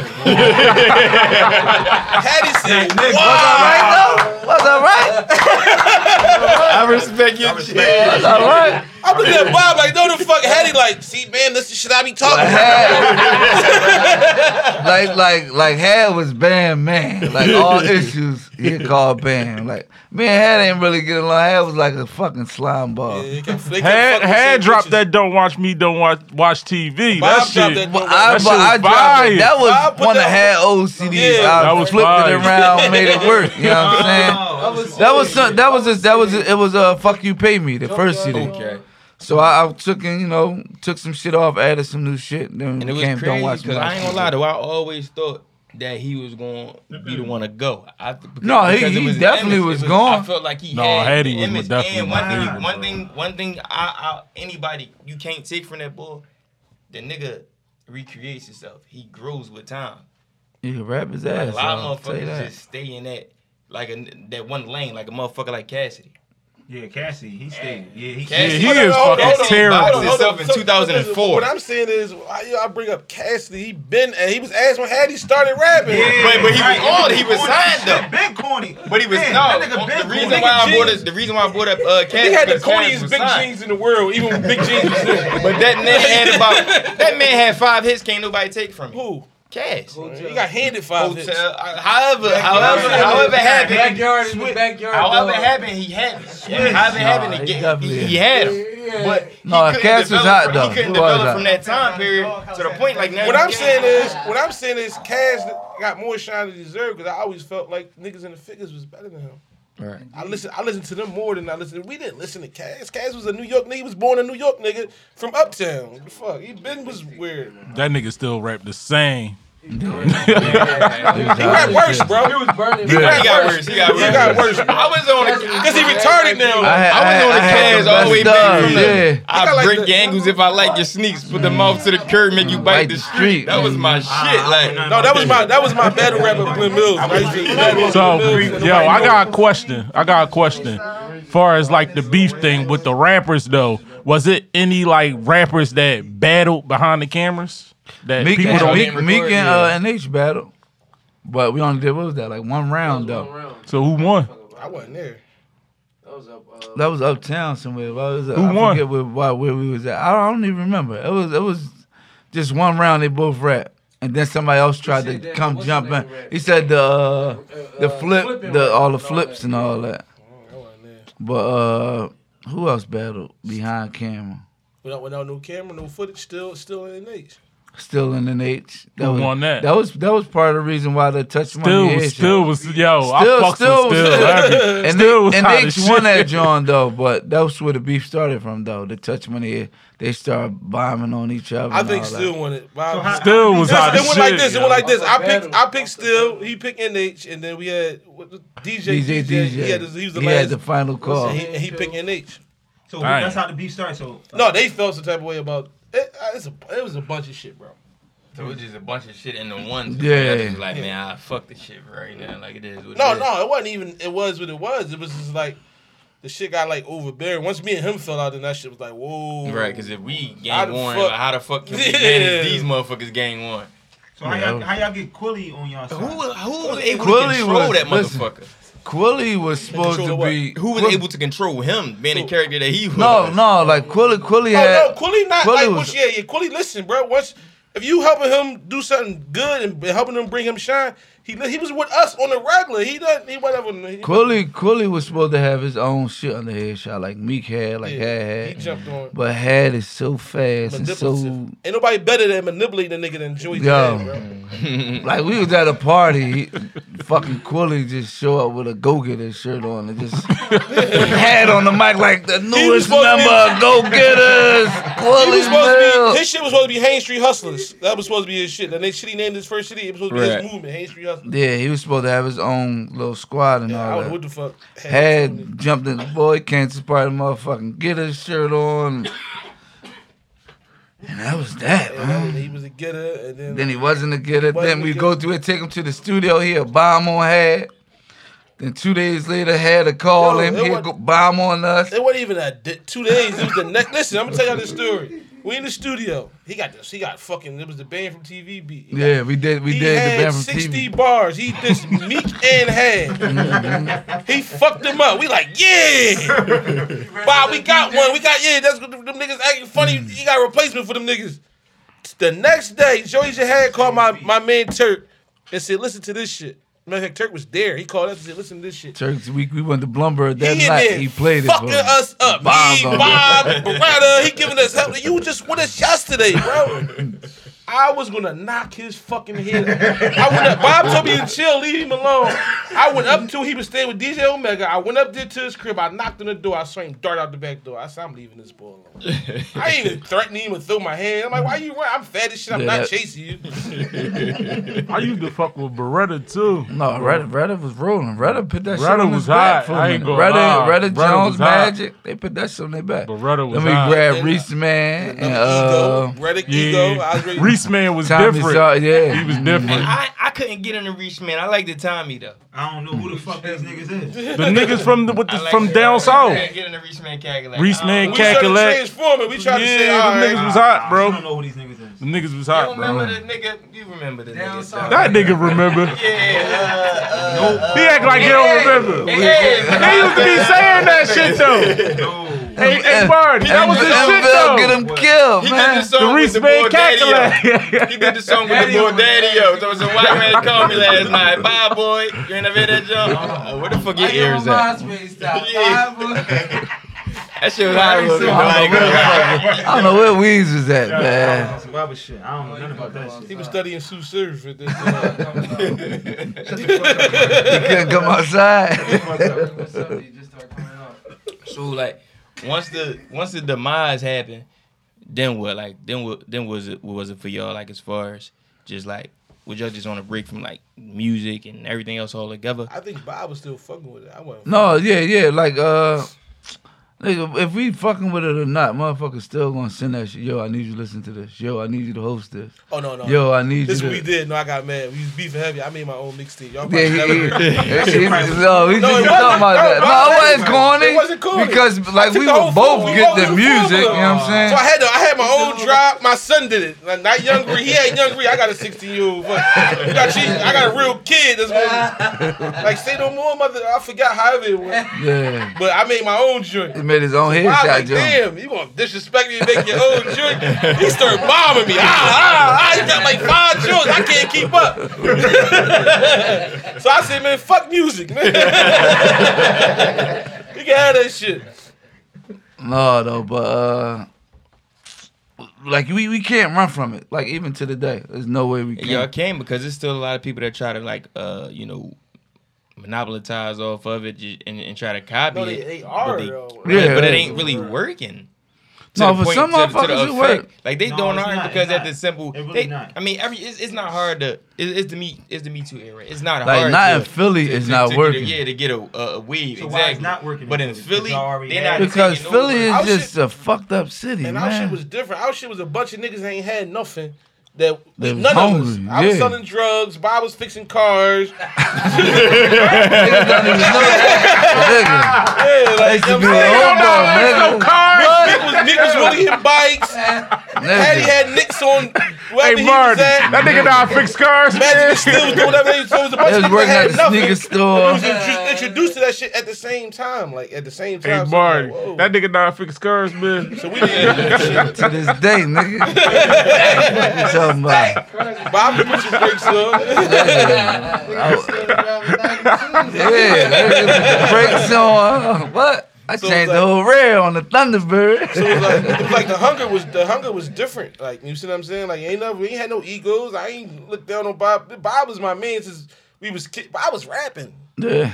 Speaker 3: Hattie said wow.
Speaker 4: Right though, was I right?
Speaker 10: I respect your shit.
Speaker 4: Was I right?
Speaker 3: I'm looking at Bob like no the fuck Hattie like see man this is shit I be talking about.
Speaker 4: Had, like like like Had was Bam man.
Speaker 3: *laughs*
Speaker 4: Like all issues he called Bam. Like me and Had ain't really get along. Had was like a fucking slime ball.
Speaker 3: They kept- they kept
Speaker 5: Had
Speaker 3: fucking
Speaker 5: had
Speaker 3: saying
Speaker 5: dropped
Speaker 3: bitches.
Speaker 5: that. Don't watch me. Don't watch watch TV.
Speaker 3: Bob
Speaker 5: That
Speaker 3: dropped that.
Speaker 5: shit.
Speaker 4: But I,
Speaker 5: That
Speaker 4: but I
Speaker 5: shit was
Speaker 4: dropped
Speaker 5: fire.
Speaker 4: it. That was
Speaker 3: I put
Speaker 4: one of
Speaker 3: that-
Speaker 4: Had old CDs.
Speaker 3: Yeah.
Speaker 4: I
Speaker 5: That was
Speaker 4: flipped
Speaker 5: fire.
Speaker 4: it around, made it work. You know
Speaker 3: *laughs*
Speaker 4: what I'm saying? That was some, that was just, that was it was uh fuck you pay me the first CD.
Speaker 1: Okay.
Speaker 4: So I, I took in you know took some shit off, added some new shit. Then
Speaker 1: And it was
Speaker 4: came don't
Speaker 1: crazy
Speaker 4: watch
Speaker 1: because
Speaker 4: me.
Speaker 1: I ain't gonna lie though, I always thought that he was gonna be the one to go. I, because,
Speaker 4: No, he-
Speaker 1: because it
Speaker 4: he
Speaker 1: was an
Speaker 4: definitely
Speaker 1: image.
Speaker 4: was
Speaker 1: It
Speaker 4: gone.
Speaker 1: I felt like he
Speaker 5: No,
Speaker 1: had,
Speaker 5: Hattie
Speaker 1: the
Speaker 5: was
Speaker 1: image.
Speaker 5: definitely
Speaker 1: and
Speaker 5: my
Speaker 1: one thing,
Speaker 5: favorite,
Speaker 1: one
Speaker 5: bro.
Speaker 1: thing, one thing, I, I anybody you can't take from that boy, the nigga recreates himself. He grows with time.
Speaker 4: You can rap his
Speaker 1: Like,
Speaker 4: ass.
Speaker 1: a lot
Speaker 4: off,
Speaker 1: of
Speaker 4: tell you
Speaker 1: motherfuckers
Speaker 4: that.
Speaker 1: just stay in that like a, that one lane, like a motherfucker like Cassidy.
Speaker 2: Yeah, Cassie, he stayed. Yeah, he
Speaker 5: Yeah,
Speaker 2: stayed.
Speaker 5: he is
Speaker 3: hold on, hold
Speaker 5: fucking
Speaker 3: on. Hold on,
Speaker 5: terrible.
Speaker 3: hold
Speaker 1: Himself
Speaker 3: on.
Speaker 1: in
Speaker 3: So- so
Speaker 1: 2004.
Speaker 3: What I'm saying is, why you I bring up Cassidy? He been and he was asked when had he started rapping.
Speaker 1: But- but he was on, he was
Speaker 2: corny.
Speaker 1: signed,
Speaker 2: Shit,
Speaker 1: though.
Speaker 2: Been corny.
Speaker 1: But he was
Speaker 2: Man,
Speaker 1: no.
Speaker 2: That nigga
Speaker 1: The
Speaker 2: been
Speaker 1: reason
Speaker 2: corny.
Speaker 1: why I
Speaker 3: Nigga
Speaker 1: brought
Speaker 3: Jeans.
Speaker 1: up the reason why I brought up uh, Cassidy
Speaker 3: He had the
Speaker 1: because Cassidy
Speaker 3: corniest
Speaker 1: was
Speaker 3: big
Speaker 1: signed.
Speaker 3: jeans in the world. Even when Big Jeans was new.
Speaker 1: But that man had about that man had five hits. Can't nobody take from him.
Speaker 3: Who?
Speaker 1: Cass.
Speaker 3: He got handed five hits.
Speaker 1: Hotel. uh, However, however, however happened.
Speaker 4: Backyard is the backyard.
Speaker 1: However
Speaker 4: dog.
Speaker 1: happened, he had him. However
Speaker 4: Nah,
Speaker 1: happened, he,
Speaker 4: he
Speaker 1: get,
Speaker 4: definitely
Speaker 1: he,
Speaker 4: is.
Speaker 1: he had him. But he
Speaker 4: Nah,
Speaker 1: couldn't
Speaker 4: Cass was
Speaker 1: develop
Speaker 4: hot,
Speaker 1: from-
Speaker 4: though.
Speaker 1: He couldn't
Speaker 4: He was
Speaker 1: develop
Speaker 4: hot.
Speaker 1: from that time period to the point like now.
Speaker 3: What
Speaker 1: he
Speaker 3: I'm
Speaker 1: can.
Speaker 3: saying is, what I'm saying is, Cass got more shine than he deserved because I always felt like niggas in the figures was better than him.
Speaker 4: Right.
Speaker 3: I listen, I listened to them more than I listened. We didn't listen to Cass. Cass was a New York nigga. He was born a New York nigga from uptown. What the fuck? He been was weird.
Speaker 5: That nigga still rap the same.
Speaker 3: He got worse, bro. He was
Speaker 4: burning.
Speaker 3: He
Speaker 1: he
Speaker 3: got
Speaker 1: got
Speaker 3: worse.
Speaker 1: worse. He got
Speaker 3: He
Speaker 1: worse.
Speaker 3: got worse.
Speaker 1: I was on the.
Speaker 3: *laughs* Cause he retarded now.
Speaker 4: I, had,
Speaker 1: I was on the Cass all the way back from
Speaker 4: Yeah. Mm.
Speaker 1: the. I
Speaker 3: got like
Speaker 1: break
Speaker 3: the-
Speaker 1: your ankles if I like your sneaks. Put the mouth to the curb, make you bite the street. That was my shit. Like.
Speaker 3: no, that was my that was my battle rap with Glenn Mills. I used to battle with
Speaker 5: So,
Speaker 3: Glenn Mills.
Speaker 5: yo, I got a question. I got a question. Far as like the beef thing with the rappers though, was it any like rappers that battled behind the cameras that
Speaker 4: Meek
Speaker 5: people
Speaker 4: and,
Speaker 5: don't?
Speaker 4: Meek, Meek and uh, NH battle. But we only did, what was that, like one round, though?
Speaker 5: So who won?
Speaker 3: I wasn't there.
Speaker 4: That was uptown somewhere. I was,
Speaker 5: Who
Speaker 4: I
Speaker 5: won?
Speaker 4: forget where, why- where we was at. I don't, I don't even remember. It was it was just one round. They both rap, and then somebody else tried to come jump in. He said the uh, the flip, the all the flips and all that.
Speaker 3: I wasn't there.
Speaker 4: But uh, who else battled behind camera?
Speaker 3: Without without no camera, no footage, still still in age.
Speaker 4: Still in an H. That
Speaker 5: Who
Speaker 4: was,
Speaker 5: won that?
Speaker 4: That was that was part of the reason why the touch money
Speaker 5: Still,
Speaker 4: Head
Speaker 5: was,
Speaker 4: shit.
Speaker 5: still was yo.
Speaker 4: Still-
Speaker 5: I fucks
Speaker 4: still
Speaker 5: with
Speaker 4: was- *laughs*
Speaker 5: still. Every,
Speaker 4: And
Speaker 5: still was
Speaker 4: they, and
Speaker 5: hot
Speaker 4: they
Speaker 5: as
Speaker 4: won
Speaker 5: shit.
Speaker 4: that John though, but that's where the beef started from though. The touch money, Head, they started bombing on each other.
Speaker 3: I
Speaker 4: and
Speaker 3: think
Speaker 4: all that.
Speaker 3: still won it.
Speaker 5: Still was
Speaker 3: *laughs*
Speaker 5: hot
Speaker 3: It
Speaker 5: as
Speaker 3: went like this. It
Speaker 5: shit.
Speaker 3: went like this. I picked. I picked Still. He picked NH, and then we had what was- DJ.
Speaker 4: DJ, DJ.
Speaker 3: He had. his- He was the
Speaker 4: he
Speaker 3: last.
Speaker 4: had the final call.
Speaker 3: and he, and he picked NH.
Speaker 2: So
Speaker 5: Alright.
Speaker 2: that's how the beef started. So uh,
Speaker 3: No, they felt some type of way about. It, uh, it's a, it was a bunch of shit, bro.
Speaker 1: So it's just a bunch of shit in the ones.
Speaker 4: Yeah.
Speaker 1: Yeah. Just like, man, I fuck this shit right now. Like it is. What
Speaker 3: No,
Speaker 1: it is.
Speaker 3: no, it wasn't even. It was what it was. It was just like the shit got like overbearing. Once me and him fell out, then that shit was like, whoa.
Speaker 1: Right, because if we
Speaker 3: How
Speaker 1: gang
Speaker 3: the
Speaker 1: one,
Speaker 3: fuck-
Speaker 1: like, how the fuck can we
Speaker 3: Yeah.
Speaker 1: manage these motherfuckers gang one?
Speaker 2: so how y'all, how y'all get Quilly on y'all side?
Speaker 1: Who was who was able
Speaker 4: Quilly
Speaker 1: to control
Speaker 4: was-
Speaker 1: that
Speaker 4: listen.
Speaker 1: motherfucker?
Speaker 4: Quilly was supposed
Speaker 3: control
Speaker 4: to
Speaker 3: of what?
Speaker 4: be.
Speaker 1: Who was
Speaker 4: Quil-
Speaker 1: able to control him being the character that he was?
Speaker 4: No, no, like Quilly, Quilly
Speaker 3: Oh
Speaker 4: had.
Speaker 3: no, Quilly not
Speaker 4: Quilly
Speaker 3: like
Speaker 4: was-
Speaker 3: once- yeah, yeah. Quilly, listen, bro. Once if you helping him do something good and helping him bring him shine, he li- he was with us on the regular. He doesn't. He whatever. He,
Speaker 4: Quilly, Quilly was supposed to have his own shit under his shot, like Meek had, like
Speaker 3: Yeah, he
Speaker 4: had had.
Speaker 3: jumped on.
Speaker 4: But had is so fast and so
Speaker 3: Manipulative. Ain't nobody better than manipulating a nigga than Joey.
Speaker 4: Yo.
Speaker 3: Today, bro.
Speaker 4: like we was at a party, he, fucking Quilly just show up with a go getter shirt on and just *laughs* had on the mic like the newest
Speaker 3: supposed to be-
Speaker 4: number go getters.
Speaker 3: *laughs* He
Speaker 4: Quilly
Speaker 3: was supposed to
Speaker 4: Mills.
Speaker 3: be, his shit was supposed to be Hain Street Hustlers. That was supposed to be his shit. And they shit he named his first city. It was supposed to be
Speaker 1: Right.
Speaker 3: his movement, Hain Street Hustlers.
Speaker 4: Yeah, he was supposed to have his own little squad and
Speaker 3: I
Speaker 4: all
Speaker 3: don't know
Speaker 4: that.
Speaker 3: what the fuck.
Speaker 4: had jumped in the boy cancer party, motherfucking get his shirt on. And that was that,
Speaker 3: And that was-
Speaker 4: man.
Speaker 3: he was a getter, and then,
Speaker 4: Then he wasn't a getter.
Speaker 3: Wasn't
Speaker 4: Then
Speaker 3: a
Speaker 4: we
Speaker 3: getter.
Speaker 4: go through it, take him to the studio. He a bomb on had. Then two days later, had a call
Speaker 3: Yo,
Speaker 4: him.
Speaker 3: it
Speaker 4: He
Speaker 3: wa-
Speaker 4: go bomb on us.
Speaker 3: it wasn't even a di- two days. It was the next. Listen, I'm gonna tell y'all this story. We in the studio. He got this. He got fucking. It was the band from TV beat. He got-
Speaker 4: Yeah, we did. We
Speaker 3: he
Speaker 4: did
Speaker 3: had
Speaker 4: the band from
Speaker 3: 60
Speaker 4: TV.
Speaker 3: bars. He just meek and had.
Speaker 4: Mm-hmm.
Speaker 3: he fucked him up. We like, yeah. Bob, we got one. We got, yeah, that's what them them niggas acting funny.
Speaker 4: Mm.
Speaker 3: You got a replacement for them niggas. The next day, Joey Jahad called my, my man Turk and said, listen to this shit. Matter of fact, Turk was there. He called us and said, listen to this shit.
Speaker 4: Turks week, we went to Blumberg that
Speaker 3: He in
Speaker 4: night.
Speaker 3: there
Speaker 4: He played it
Speaker 3: fucking
Speaker 4: for
Speaker 3: us
Speaker 4: us.
Speaker 3: up.
Speaker 4: Bombs
Speaker 3: Me,
Speaker 4: on
Speaker 3: Bob, Beretta, he giving us help. You just with us yesterday, bro. I was gonna knock his fucking head. off. I went up. Bob told me to chill, leave him alone. I went up to he was staying with DJ Omega. I went up there to his crib. I knocked on the door. I saw him dart out the back door. I said, "I'm leaving this boy alone." I ain't even threatening him or throw my hand. I'm like, "Why you run? I'm fat as shit. I'm
Speaker 4: Yeah,
Speaker 3: not
Speaker 4: that-
Speaker 3: chasing you."
Speaker 5: I used to fuck with Beretta too.
Speaker 4: No, Retta, Retta was rolling. Retta put that shit
Speaker 5: Retta
Speaker 4: on
Speaker 5: was
Speaker 4: his back
Speaker 5: hot.
Speaker 4: for
Speaker 5: I
Speaker 4: me.
Speaker 5: ain't gonna
Speaker 4: Retta,
Speaker 5: lie.
Speaker 4: Retta
Speaker 5: Retta
Speaker 4: Jones
Speaker 5: was hot.
Speaker 4: Magic, they put that shit on their back.
Speaker 5: Beretta was
Speaker 4: Then we
Speaker 5: hot.
Speaker 4: grabbed Reese Man and uh,
Speaker 3: ego, Reddick ego. I was
Speaker 5: Yeah,
Speaker 3: ready.
Speaker 5: Reese man was
Speaker 4: Tommy
Speaker 5: different.
Speaker 4: Shaw. Yeah,
Speaker 3: *laughs*
Speaker 5: He was different.
Speaker 1: I, I couldn't get in the reach, man. I like the Tommy though.
Speaker 2: I I don't know who the fuck these
Speaker 1: *laughs*
Speaker 2: niggas is.
Speaker 5: The niggas from the, with the, from down south.
Speaker 11: Get in the Reese Man calculator.
Speaker 5: Reese Man
Speaker 3: We tried to
Speaker 5: Cacolet.
Speaker 3: change format. We
Speaker 5: Yeah,
Speaker 3: tried to say, all
Speaker 5: them niggas
Speaker 3: right.
Speaker 5: was hot,
Speaker 2: I
Speaker 5: bro.
Speaker 2: don't know who these niggas is.
Speaker 5: The niggas was
Speaker 11: You
Speaker 5: hot,
Speaker 11: remember
Speaker 5: bro.
Speaker 11: the nigga? You remember the
Speaker 12: Down
Speaker 11: nigga? dog.
Speaker 12: south.
Speaker 5: That nigga remember.
Speaker 11: Yeah. Uh, uh,
Speaker 5: He act like he don't remember.
Speaker 11: Hey, hey,
Speaker 5: They used to be saying that shit
Speaker 2: No.
Speaker 5: though. Hey, hey, Barney, that was
Speaker 4: Emville
Speaker 5: the
Speaker 4: get
Speaker 5: shit
Speaker 4: him killed,
Speaker 1: He
Speaker 4: man.
Speaker 1: did the
Speaker 5: though. The
Speaker 1: song with
Speaker 5: Reese
Speaker 1: the
Speaker 5: Man
Speaker 1: boy Daddy.
Speaker 5: Cacolet.
Speaker 1: *laughs* He did the song with the boy Daddy. Yo, there was a white man called me last night. Bye, boy. You ain't never
Speaker 3: *laughs*
Speaker 1: heard that joke. Oh, where the fuck your
Speaker 12: I get on
Speaker 1: ears at?
Speaker 12: MySpace
Speaker 2: *laughs*
Speaker 12: top
Speaker 1: Yeah.
Speaker 12: five.
Speaker 4: *laughs*
Speaker 12: but-
Speaker 1: That shit was horrible.
Speaker 12: so high.
Speaker 4: I don't know where Weez was at, man.
Speaker 2: That's Some other shit. I don't know nothing about that
Speaker 3: He
Speaker 2: shit.
Speaker 3: was studying Sue Surf at this time.
Speaker 4: He couldn't come outside. *laughs*
Speaker 12: What's up? You just start coming up.
Speaker 1: *laughs* So like, once the once the demise happened, then what? Like then what? Then was it what was it for y'all? Like as far as just like was y'all just on a break from like music and everything else all together?
Speaker 3: *laughs* I think Bob was still fucking with it. I wasn't.
Speaker 4: no, yeah, yeah. Like, uh, nigga, if we fucking with it or not, motherfuckers still gonna send that shit. Yo, I need you to listen to this. Yo, I need you to host this.
Speaker 3: Oh no, no.
Speaker 4: Yo, I need
Speaker 3: this
Speaker 4: you
Speaker 3: what
Speaker 4: to.
Speaker 3: we did. No, I got mad. We was beefing heavy. I made my own mixtape. Y'all
Speaker 4: Yeah,
Speaker 3: probably
Speaker 4: he,
Speaker 3: never heard.
Speaker 4: *laughs*
Speaker 3: it. *laughs*
Speaker 4: he- he- no, we
Speaker 3: No, it
Speaker 4: just
Speaker 3: wasn't-
Speaker 4: talking about
Speaker 3: no,
Speaker 4: that.
Speaker 3: no,
Speaker 4: No,
Speaker 3: it
Speaker 4: it wasn't
Speaker 3: wasn't.
Speaker 4: corny.
Speaker 3: It wasn't corny.
Speaker 4: Because,
Speaker 3: I
Speaker 4: like,
Speaker 3: took
Speaker 4: we
Speaker 3: the whole
Speaker 4: would both
Speaker 3: formula.
Speaker 4: get
Speaker 3: We
Speaker 4: the
Speaker 3: both
Speaker 4: music,
Speaker 3: did the
Speaker 4: you know what I'm saying?
Speaker 3: So I had to, I had my own drop. My son did it. Like, not young Bree. He had young Bree. I got a 16 year old. But you got cheating. I got a real kid. That's what. Like say no more, mother. I forgot however it went.
Speaker 4: yeah.
Speaker 3: But I made my own joint.
Speaker 4: He made his own
Speaker 3: I was
Speaker 4: headshot,
Speaker 3: like,
Speaker 4: Joe.
Speaker 3: damn, you gonna disrespect me and make your own joint? He started bombing me. Ah, ah, ah, you got like five joints. I can't keep up. so I said, man, fuck music, man. *laughs* you can have that shit.
Speaker 4: No, though, but uh, like we, we can't run from it. Like even to the day, there's no way we can.
Speaker 1: Y'all came because there's still a lot of people that try to like uh you know monopolize off of it ju- and, and try to copy
Speaker 3: No,
Speaker 1: it.
Speaker 3: they, they are.
Speaker 1: but they-
Speaker 3: though.
Speaker 4: Yeah.
Speaker 1: but it ain't really working. To
Speaker 4: No,
Speaker 1: the
Speaker 4: for some
Speaker 1: to the- to the
Speaker 4: motherfuckers it
Speaker 1: effect.
Speaker 4: work.
Speaker 1: Like they
Speaker 2: No,
Speaker 1: doing
Speaker 2: it's
Speaker 1: ours
Speaker 2: not,
Speaker 1: because
Speaker 2: it's
Speaker 1: at
Speaker 2: not.
Speaker 1: the simple,
Speaker 2: It really
Speaker 1: they,
Speaker 2: not.
Speaker 1: I mean, every it's, it's not hard to it, it's the me it's the Me Too era. It's not
Speaker 4: like
Speaker 1: hard.
Speaker 4: not
Speaker 1: to,
Speaker 4: in Philly,
Speaker 1: to-
Speaker 4: it's
Speaker 1: to-
Speaker 4: not
Speaker 1: to
Speaker 4: working.
Speaker 1: Get a, yeah, to get a, a, a weave.
Speaker 2: So why
Speaker 1: exactly.
Speaker 2: it's not working in
Speaker 1: But in
Speaker 2: Philly?
Speaker 1: Philly,
Speaker 2: Because y'all already
Speaker 1: they're
Speaker 2: had
Speaker 1: not
Speaker 2: it.
Speaker 4: Because
Speaker 1: taking over.
Speaker 4: Philly
Speaker 1: Oh,
Speaker 4: is
Speaker 3: Our
Speaker 4: just
Speaker 3: shit-
Speaker 4: a fucked up city,
Speaker 3: And our
Speaker 4: man.
Speaker 3: shit
Speaker 4: *laughs*
Speaker 3: was different. Our shit was a bunch of niggas ain't had nothing. That
Speaker 4: They was
Speaker 3: none of
Speaker 4: hungry,
Speaker 3: us. I was
Speaker 4: yeah.
Speaker 3: selling drugs. Bob was fixing cars.
Speaker 4: Niggas don't even know that.
Speaker 3: Yeah,
Speaker 4: Nigga,
Speaker 3: like
Speaker 1: *laughs*
Speaker 4: used to be
Speaker 3: you know what I'm saying?
Speaker 4: an old dog,
Speaker 3: Nick was, Nick was really hitting bikes.
Speaker 4: nigga.
Speaker 3: Patty
Speaker 4: Nigga.
Speaker 3: had Nicks on wherever
Speaker 5: Hey,
Speaker 3: he was
Speaker 5: Marty,
Speaker 3: at.
Speaker 5: that nigga not fix cars, man.
Speaker 3: Magic still was doing whatever they so it was a bunch
Speaker 4: They
Speaker 3: of
Speaker 4: was
Speaker 3: niggas that
Speaker 4: working at
Speaker 3: had
Speaker 4: the
Speaker 3: nothing.
Speaker 4: sneaker
Speaker 3: It
Speaker 4: store.
Speaker 3: was intro- introduced to that shit at the same time, like at the same time.
Speaker 5: Hey,
Speaker 3: So,
Speaker 5: Barney,
Speaker 3: like, whoa.
Speaker 5: that nigga not fix cars, man.
Speaker 3: so we didn't.
Speaker 4: To this
Speaker 1: *laughs*
Speaker 4: day, nigga. What you talking about?
Speaker 3: Bob put your brakes on.
Speaker 4: Yeah, nigga, brakes on. uh, What? I
Speaker 3: So
Speaker 4: changed
Speaker 3: it's like-
Speaker 4: the whole rail on the
Speaker 3: *laughs*
Speaker 4: Thunderbird.
Speaker 3: So it was like, it was like the hunger was the hunger was different. Like you see what I'm saying? Like ain't nothing. We ain't had no egos. I ain't looked down on Bob. Bob was my man since we was kids. Bob was rapping.
Speaker 4: *laughs* yeah,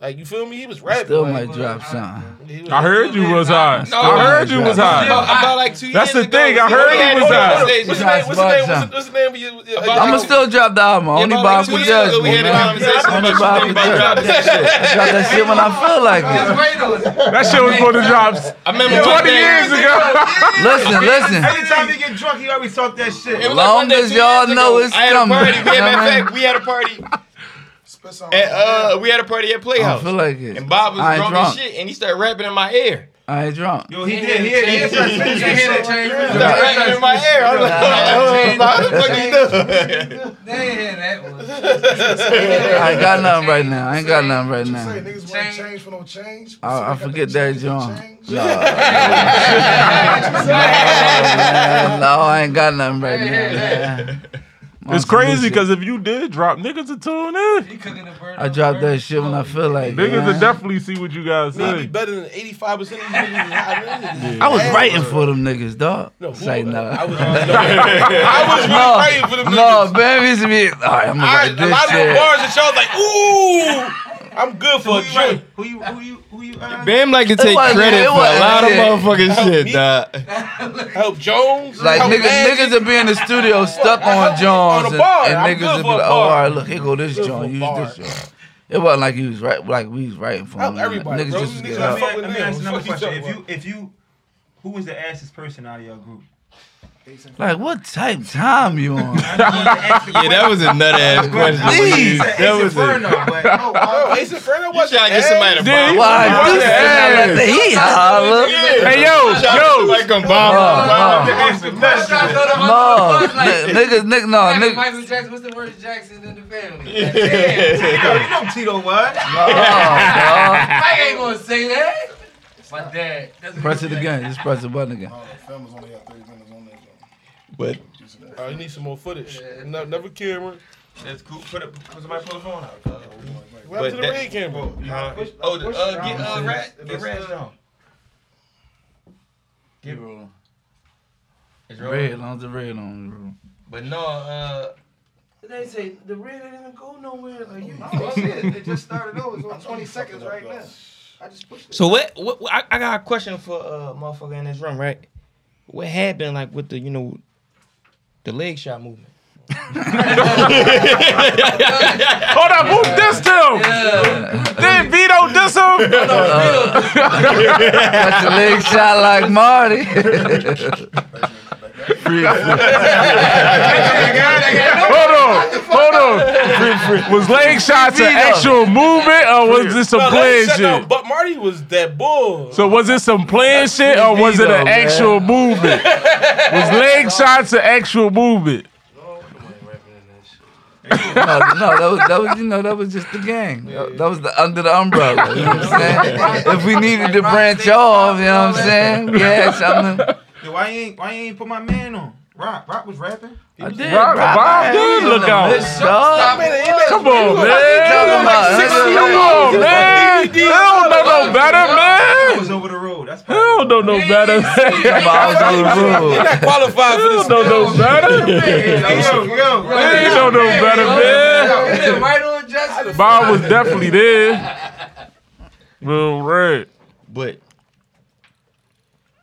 Speaker 3: Like you feel me? He was rapping.
Speaker 4: still
Speaker 3: like,
Speaker 4: might drop something.
Speaker 3: he was-
Speaker 5: I heard you was hot.
Speaker 1: No,
Speaker 5: I heard you was hot.
Speaker 1: About, about like two
Speaker 5: That's
Speaker 1: years
Speaker 5: the thing,
Speaker 1: ago,
Speaker 5: I
Speaker 1: see,
Speaker 5: heard
Speaker 1: we
Speaker 5: he
Speaker 1: had
Speaker 5: was
Speaker 1: this
Speaker 5: out.
Speaker 1: conversation.
Speaker 3: What's his name? What's his name? What's, his- what's his name? You- you-
Speaker 1: About-
Speaker 4: I'ma still drop the album. Only
Speaker 1: about
Speaker 4: Bob
Speaker 1: two
Speaker 4: can
Speaker 1: years ago,
Speaker 4: judge
Speaker 1: we
Speaker 4: me,
Speaker 1: had a
Speaker 4: man.
Speaker 1: conversation
Speaker 4: Only
Speaker 1: about
Speaker 4: Bob
Speaker 1: you
Speaker 4: can
Speaker 1: about
Speaker 4: judge.
Speaker 1: dropping
Speaker 4: me.
Speaker 1: that shit.
Speaker 4: I drop that shit when I feel like it.
Speaker 5: That shit was going to drop s-
Speaker 1: I remember one
Speaker 5: 20
Speaker 1: day,
Speaker 5: years ago.
Speaker 4: Listen, listen.
Speaker 2: Every time he get drunk, he always talk that
Speaker 1: It
Speaker 2: shit.
Speaker 1: was like
Speaker 4: Long
Speaker 1: one day
Speaker 4: as
Speaker 1: two
Speaker 4: y'all
Speaker 1: years ago,
Speaker 4: know it's
Speaker 1: I had a
Speaker 4: coming,
Speaker 1: party. We
Speaker 4: you know
Speaker 1: had,
Speaker 4: what I
Speaker 1: matter of
Speaker 4: mean?
Speaker 1: fact, we had a party. At, uh, we had a party at
Speaker 4: I
Speaker 1: Playhouse.
Speaker 4: feel like it.
Speaker 1: And Bob was
Speaker 4: I ain't
Speaker 1: drunk,
Speaker 4: drunk.
Speaker 1: as shit, and he started rapping in my ear.
Speaker 4: I ain't drunk.
Speaker 2: Yo, Oh, he did. He did. He did. He did. He did.
Speaker 1: He started rapping in my ear. I was like, oh, *laughs* what the fuck you doing?
Speaker 12: They ain't
Speaker 2: *laughs*
Speaker 12: had that one.
Speaker 4: I ain't got nothing right now. I ain't got nothing right now.
Speaker 12: Change.
Speaker 13: Niggas want change for no change.
Speaker 4: I, I forget that John.
Speaker 13: Change.
Speaker 4: No, no, I ain't got nothing right now. man.
Speaker 5: It's crazy because if you did drop, niggas would tune in.
Speaker 12: You cooking a bird
Speaker 4: I
Speaker 12: up
Speaker 4: drop
Speaker 12: bird.
Speaker 4: that shit when I feel like it.
Speaker 5: Niggas would
Speaker 4: man.
Speaker 5: definitely see what you guys
Speaker 3: Maybe
Speaker 5: say.
Speaker 3: better than 85% of these niggas. is hot niggas.
Speaker 4: I was writing for them niggas, dog.
Speaker 3: No,
Speaker 4: It's like,
Speaker 3: who- I *laughs*
Speaker 4: nah.
Speaker 3: was, I was really fighting for them
Speaker 4: No,
Speaker 3: niggas.
Speaker 4: baby, used to be. All right, I'm gonna
Speaker 3: I,
Speaker 4: write
Speaker 3: a lot
Speaker 4: this
Speaker 3: of the
Speaker 4: shit.
Speaker 3: bars and y'all was like, ooh, I'm good for a drink.
Speaker 2: Who you? Who you? Who you? Uh,
Speaker 1: Bam like to
Speaker 4: It
Speaker 1: take
Speaker 4: wasn't-
Speaker 1: credit
Speaker 4: it
Speaker 1: for a
Speaker 4: wasn't
Speaker 1: lot of
Speaker 4: shit.
Speaker 1: motherfucking
Speaker 3: me.
Speaker 1: shit, dog.
Speaker 3: Help Jones.
Speaker 4: Like
Speaker 3: help
Speaker 4: niggas,
Speaker 3: Magic.
Speaker 4: niggas would be
Speaker 3: *laughs*
Speaker 4: in the studio stuck
Speaker 3: I'm
Speaker 4: on
Speaker 3: on
Speaker 4: Jones,
Speaker 3: a
Speaker 4: and,
Speaker 3: bar.
Speaker 4: and
Speaker 3: I'm good
Speaker 4: niggas would be
Speaker 3: for a
Speaker 4: like, "Oh,
Speaker 3: bar.
Speaker 4: all right, look, here go this
Speaker 3: Good for a
Speaker 4: joint, use
Speaker 3: bar.
Speaker 4: this joint." It wasn't like he was right, like we was writing for
Speaker 3: Help
Speaker 4: him.
Speaker 3: everybody,
Speaker 4: niggas
Speaker 3: bro.
Speaker 4: just was
Speaker 3: Niggas
Speaker 4: get
Speaker 3: like
Speaker 4: up.
Speaker 2: Let me ask another
Speaker 3: Fuck you
Speaker 2: question.
Speaker 3: talking
Speaker 1: *laughs*
Speaker 2: If you, if you, who was the assest person out of your group?
Speaker 4: Like, what type of time
Speaker 3: *laughs*
Speaker 4: you on?
Speaker 1: Yeah, that was a nut *laughs* ass question.
Speaker 4: Please.
Speaker 1: that was a. *laughs*
Speaker 2: uh,
Speaker 3: No, Ace Inferno
Speaker 1: You
Speaker 3: wasn't.
Speaker 1: trying to get somebody to
Speaker 5: Then-
Speaker 1: bomb?
Speaker 4: Like, this
Speaker 5: Yeah.
Speaker 4: yeah. he holler.
Speaker 5: Hey yo, yo, Uh,
Speaker 1: Like a bomb.
Speaker 4: No, n- nigga, nigga, no, nigga.
Speaker 12: Michael Jackson, what's the worst Jackson in the
Speaker 2: *laughs*
Speaker 12: family? Damn.
Speaker 2: you know Tito was.
Speaker 4: Oh,
Speaker 12: Mike ain't gonna say that. My dad. That's
Speaker 4: no. Press it again. Just press the button again.
Speaker 13: Filmers uh, only had 30 minutes on that. though.
Speaker 1: *laughs* But
Speaker 3: Oh, you need some more footage. No, never camera.
Speaker 2: That's cool. Put it. Put somebody pull the phone out.
Speaker 3: What happened to the
Speaker 1: that-
Speaker 3: red camera?
Speaker 2: Huh?
Speaker 1: oh, the, uh, get uh, rat, get rat on. It's
Speaker 4: Red, long as the red on.
Speaker 1: But no, uh,
Speaker 12: They say the red ain't even go nowhere. Like you.
Speaker 13: Oh, shit. It just started over. It's on 20 seconds right now. I just pushed it.
Speaker 1: so what? What? what- I, I got a question for uh, motherfucker in this room, right? What happened, like with the you know, the leg shot movement?
Speaker 5: hold up, who dissed him? Did Vito diss him? *laughs*
Speaker 4: Got your leg shot like Marty. Free,
Speaker 5: Hold on, hold on. Was leg shots an actual movement or was this some
Speaker 3: No,
Speaker 5: planned
Speaker 3: shut up.
Speaker 5: shit?
Speaker 3: But Marty was that bull.
Speaker 5: So was it some planned shit or was it an
Speaker 4: Vito, man.
Speaker 5: actual movement? Was leg shots an actual movement?
Speaker 4: *laughs* No, no, that was that was you know that was just the gang. That, that was the under the umbrella. You know what I'm saying? If we needed to branch off, you know what I'm saying? Yeah, something.
Speaker 2: Yo, why you ain't why you ain't put my man on? Rock, Rock was rapping.
Speaker 4: I did.
Speaker 5: Rob- Rob did look out.
Speaker 4: out.
Speaker 3: *laughs*
Speaker 5: Come on, man.
Speaker 4: talking about?
Speaker 5: Come on, man. They don't know no better,
Speaker 2: It
Speaker 5: man.
Speaker 2: was over the road. That's
Speaker 5: They don't know no better. man.
Speaker 3: You're not qualified for
Speaker 5: They
Speaker 3: this.
Speaker 5: don't know no better.
Speaker 2: yo, yo,
Speaker 5: They ain't know no better, man.
Speaker 12: right on Jackson.
Speaker 5: Bob was definitely there. Real red.
Speaker 1: But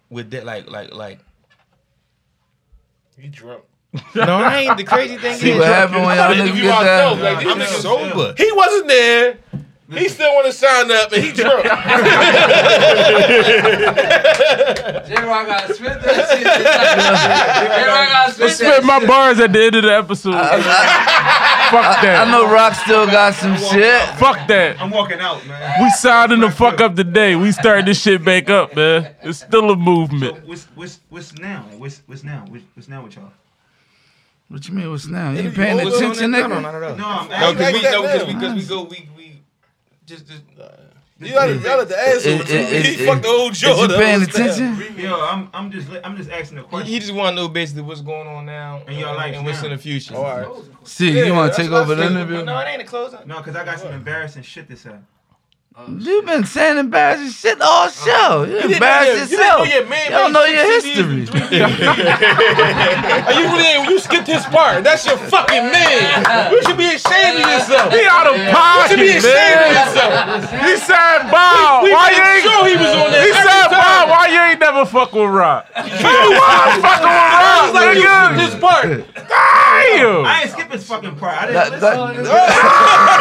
Speaker 1: with that, like, like, like.
Speaker 3: You drunk.
Speaker 1: No, I ain't. The crazy thing
Speaker 4: See what happened when y'all niggas
Speaker 3: You
Speaker 4: get
Speaker 3: ourselves,
Speaker 4: that?
Speaker 3: like, these
Speaker 1: I'm
Speaker 3: niggas-
Speaker 1: sober.
Speaker 3: He wasn't there. He still want to sign up, and he drunk.
Speaker 12: J. Rock got spit that shit.
Speaker 2: *laughs*
Speaker 12: J. Rock got spit
Speaker 5: Spit
Speaker 12: that
Speaker 5: my bars at the end of the episode. Fuck that.
Speaker 4: I know Rock still got some shit.
Speaker 5: Fuck that.
Speaker 2: I'm walking out, man.
Speaker 5: We signing the fuck up today. We starting this shit back up, man. It's still a
Speaker 2: So
Speaker 5: movement.
Speaker 2: what's what's what's now? What's what's now? What's, what's now with y'all?
Speaker 4: What you mean? What's now? You ain't paying attention, nigga?
Speaker 2: No, I'm
Speaker 1: No,
Speaker 2: asking.
Speaker 1: because we,
Speaker 3: Back
Speaker 1: no,
Speaker 3: that
Speaker 1: 'cause we, 'cause we go, we, we just, just
Speaker 3: You got to the asshole.
Speaker 4: Is- is-
Speaker 3: He
Speaker 4: is-
Speaker 3: fucked the old
Speaker 4: Is you
Speaker 3: Jordan.
Speaker 4: paying attention?
Speaker 2: Yo, I'm I'm just li- I'm just asking a
Speaker 1: he, he
Speaker 2: question.
Speaker 1: just want to know basically what's going on now
Speaker 2: In your
Speaker 1: uh,
Speaker 2: life
Speaker 1: and what's
Speaker 2: now.
Speaker 1: in the future.
Speaker 3: All right.
Speaker 4: See,
Speaker 3: Yeah,
Speaker 4: you want
Speaker 3: that's
Speaker 4: to take
Speaker 3: what I
Speaker 4: over the
Speaker 3: said.
Speaker 4: interview?
Speaker 1: No, it ain't a close up.
Speaker 2: No, because I got some embarrassing shit to say.
Speaker 4: You've been saying embarrassing shit all show. You embarrass yourself.
Speaker 3: You, didn't Uh-huh. know your man made
Speaker 4: You don't know your
Speaker 3: 60 and
Speaker 4: history.
Speaker 3: Are you really ain't, you skipped his part. That's your fucking man. You should be ashamed of yourself.
Speaker 5: He out of
Speaker 3: You
Speaker 5: pocket,
Speaker 3: should be ashamed of
Speaker 5: man.
Speaker 3: yourself.
Speaker 5: He said, "Bob,
Speaker 3: We
Speaker 5: why you
Speaker 3: made
Speaker 5: ain't?"
Speaker 3: sure he was on there.
Speaker 5: He
Speaker 3: every
Speaker 5: said,
Speaker 3: time.
Speaker 5: "Bob, why you ain't never fuck with Rock?" Bob, why you fucking
Speaker 3: I was
Speaker 5: with
Speaker 3: like,
Speaker 5: Rock,
Speaker 3: you skipped
Speaker 5: nigga?
Speaker 3: his part.
Speaker 5: Damn.
Speaker 2: I ain't skipping his fucking part. I
Speaker 4: That-
Speaker 2: didn't
Speaker 4: that-
Speaker 2: listen.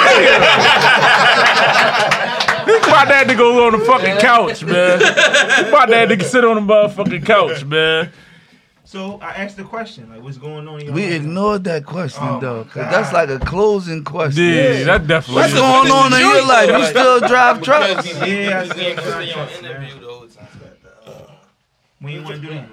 Speaker 5: He about that nigga go on the fucking couch, man. He about that nigga sit on the motherfucking couch, man.
Speaker 2: So I asked the question, like, what's going on in your
Speaker 4: We
Speaker 2: life?
Speaker 4: ignored that question
Speaker 2: Oh,
Speaker 4: though, cause
Speaker 2: God.
Speaker 4: that's like a closing question.
Speaker 5: Yeah, that definitely.
Speaker 4: What's
Speaker 5: is.
Speaker 4: going on in your life? You
Speaker 3: Like-
Speaker 4: still drive trucks?
Speaker 2: Yeah, I
Speaker 1: He
Speaker 2: see.
Speaker 1: ain't gonna stay on interview the whole time.
Speaker 2: When you want to do that?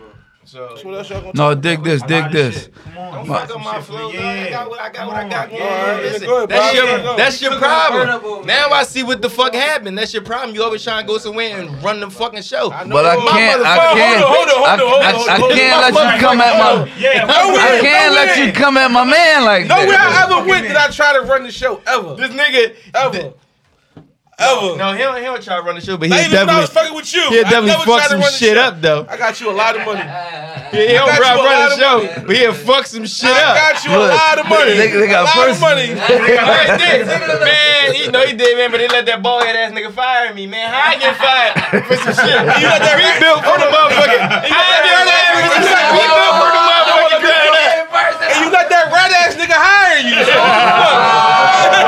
Speaker 1: So
Speaker 3: What else y'all gonna
Speaker 4: No, dig this,
Speaker 2: A
Speaker 4: dig
Speaker 2: lot of
Speaker 4: this.
Speaker 2: shit. Come on.
Speaker 1: don't
Speaker 2: you got
Speaker 1: fuck up
Speaker 2: some
Speaker 1: my
Speaker 2: shit for-
Speaker 1: flow. Yeah.
Speaker 2: Yeah.
Speaker 1: I got what I got. What I got.
Speaker 2: Come
Speaker 1: Going
Speaker 2: on.
Speaker 1: on.
Speaker 2: Yeah,
Speaker 1: Listen,
Speaker 3: go ahead,
Speaker 1: that's
Speaker 3: Bob. Go,
Speaker 1: your
Speaker 3: go.
Speaker 1: that's your
Speaker 12: Turn up
Speaker 1: problem.
Speaker 12: over
Speaker 1: Now I see what the fuck happened. That's your problem. You always trying to go somewhere and run the fucking show.
Speaker 4: But I
Speaker 3: My
Speaker 4: can't,
Speaker 3: motherfucker- Hold on,
Speaker 4: I can't,
Speaker 3: hold
Speaker 4: I,
Speaker 3: on, hold on, hold on,
Speaker 4: I,
Speaker 3: hold
Speaker 4: I
Speaker 3: on.
Speaker 4: can't let you come at my,
Speaker 2: Yeah,
Speaker 4: I can't let you come at my man like
Speaker 3: No, where I
Speaker 4: that.
Speaker 3: ever went did I try to run the show ever,
Speaker 1: This nigga,
Speaker 3: ever, ever.
Speaker 1: no, he don't, he don't try to run the show, but he
Speaker 3: I even when I was fucking
Speaker 1: definitely
Speaker 3: with you. *laughs*
Speaker 1: he
Speaker 3: I never
Speaker 1: definitely
Speaker 3: tried
Speaker 1: fuck
Speaker 3: to
Speaker 1: some
Speaker 3: run the
Speaker 1: shit
Speaker 3: show.
Speaker 1: up though.
Speaker 3: I got you a lot of money. I
Speaker 1: He don't
Speaker 3: got
Speaker 1: try
Speaker 3: you
Speaker 1: to
Speaker 3: a
Speaker 1: run
Speaker 3: lot
Speaker 1: the
Speaker 3: of
Speaker 1: show, but he'll fuck some shit up.
Speaker 3: got you a
Speaker 4: Look,
Speaker 3: lot of money.
Speaker 4: they- they got
Speaker 3: a lot of
Speaker 4: first-
Speaker 3: money.
Speaker 1: Like this, *laughs* man, he know he did, man, but they let that bald head ass nigga fire me, man. How I get fired for some
Speaker 3: *laughs*
Speaker 1: shit? You let that rebuild for the motherfucker. How I get fired for some shit? Rebuild for
Speaker 3: *laughs*
Speaker 1: the motherfucker. Grab that.
Speaker 3: and you let that red ass nigga hire you. So what the *laughs*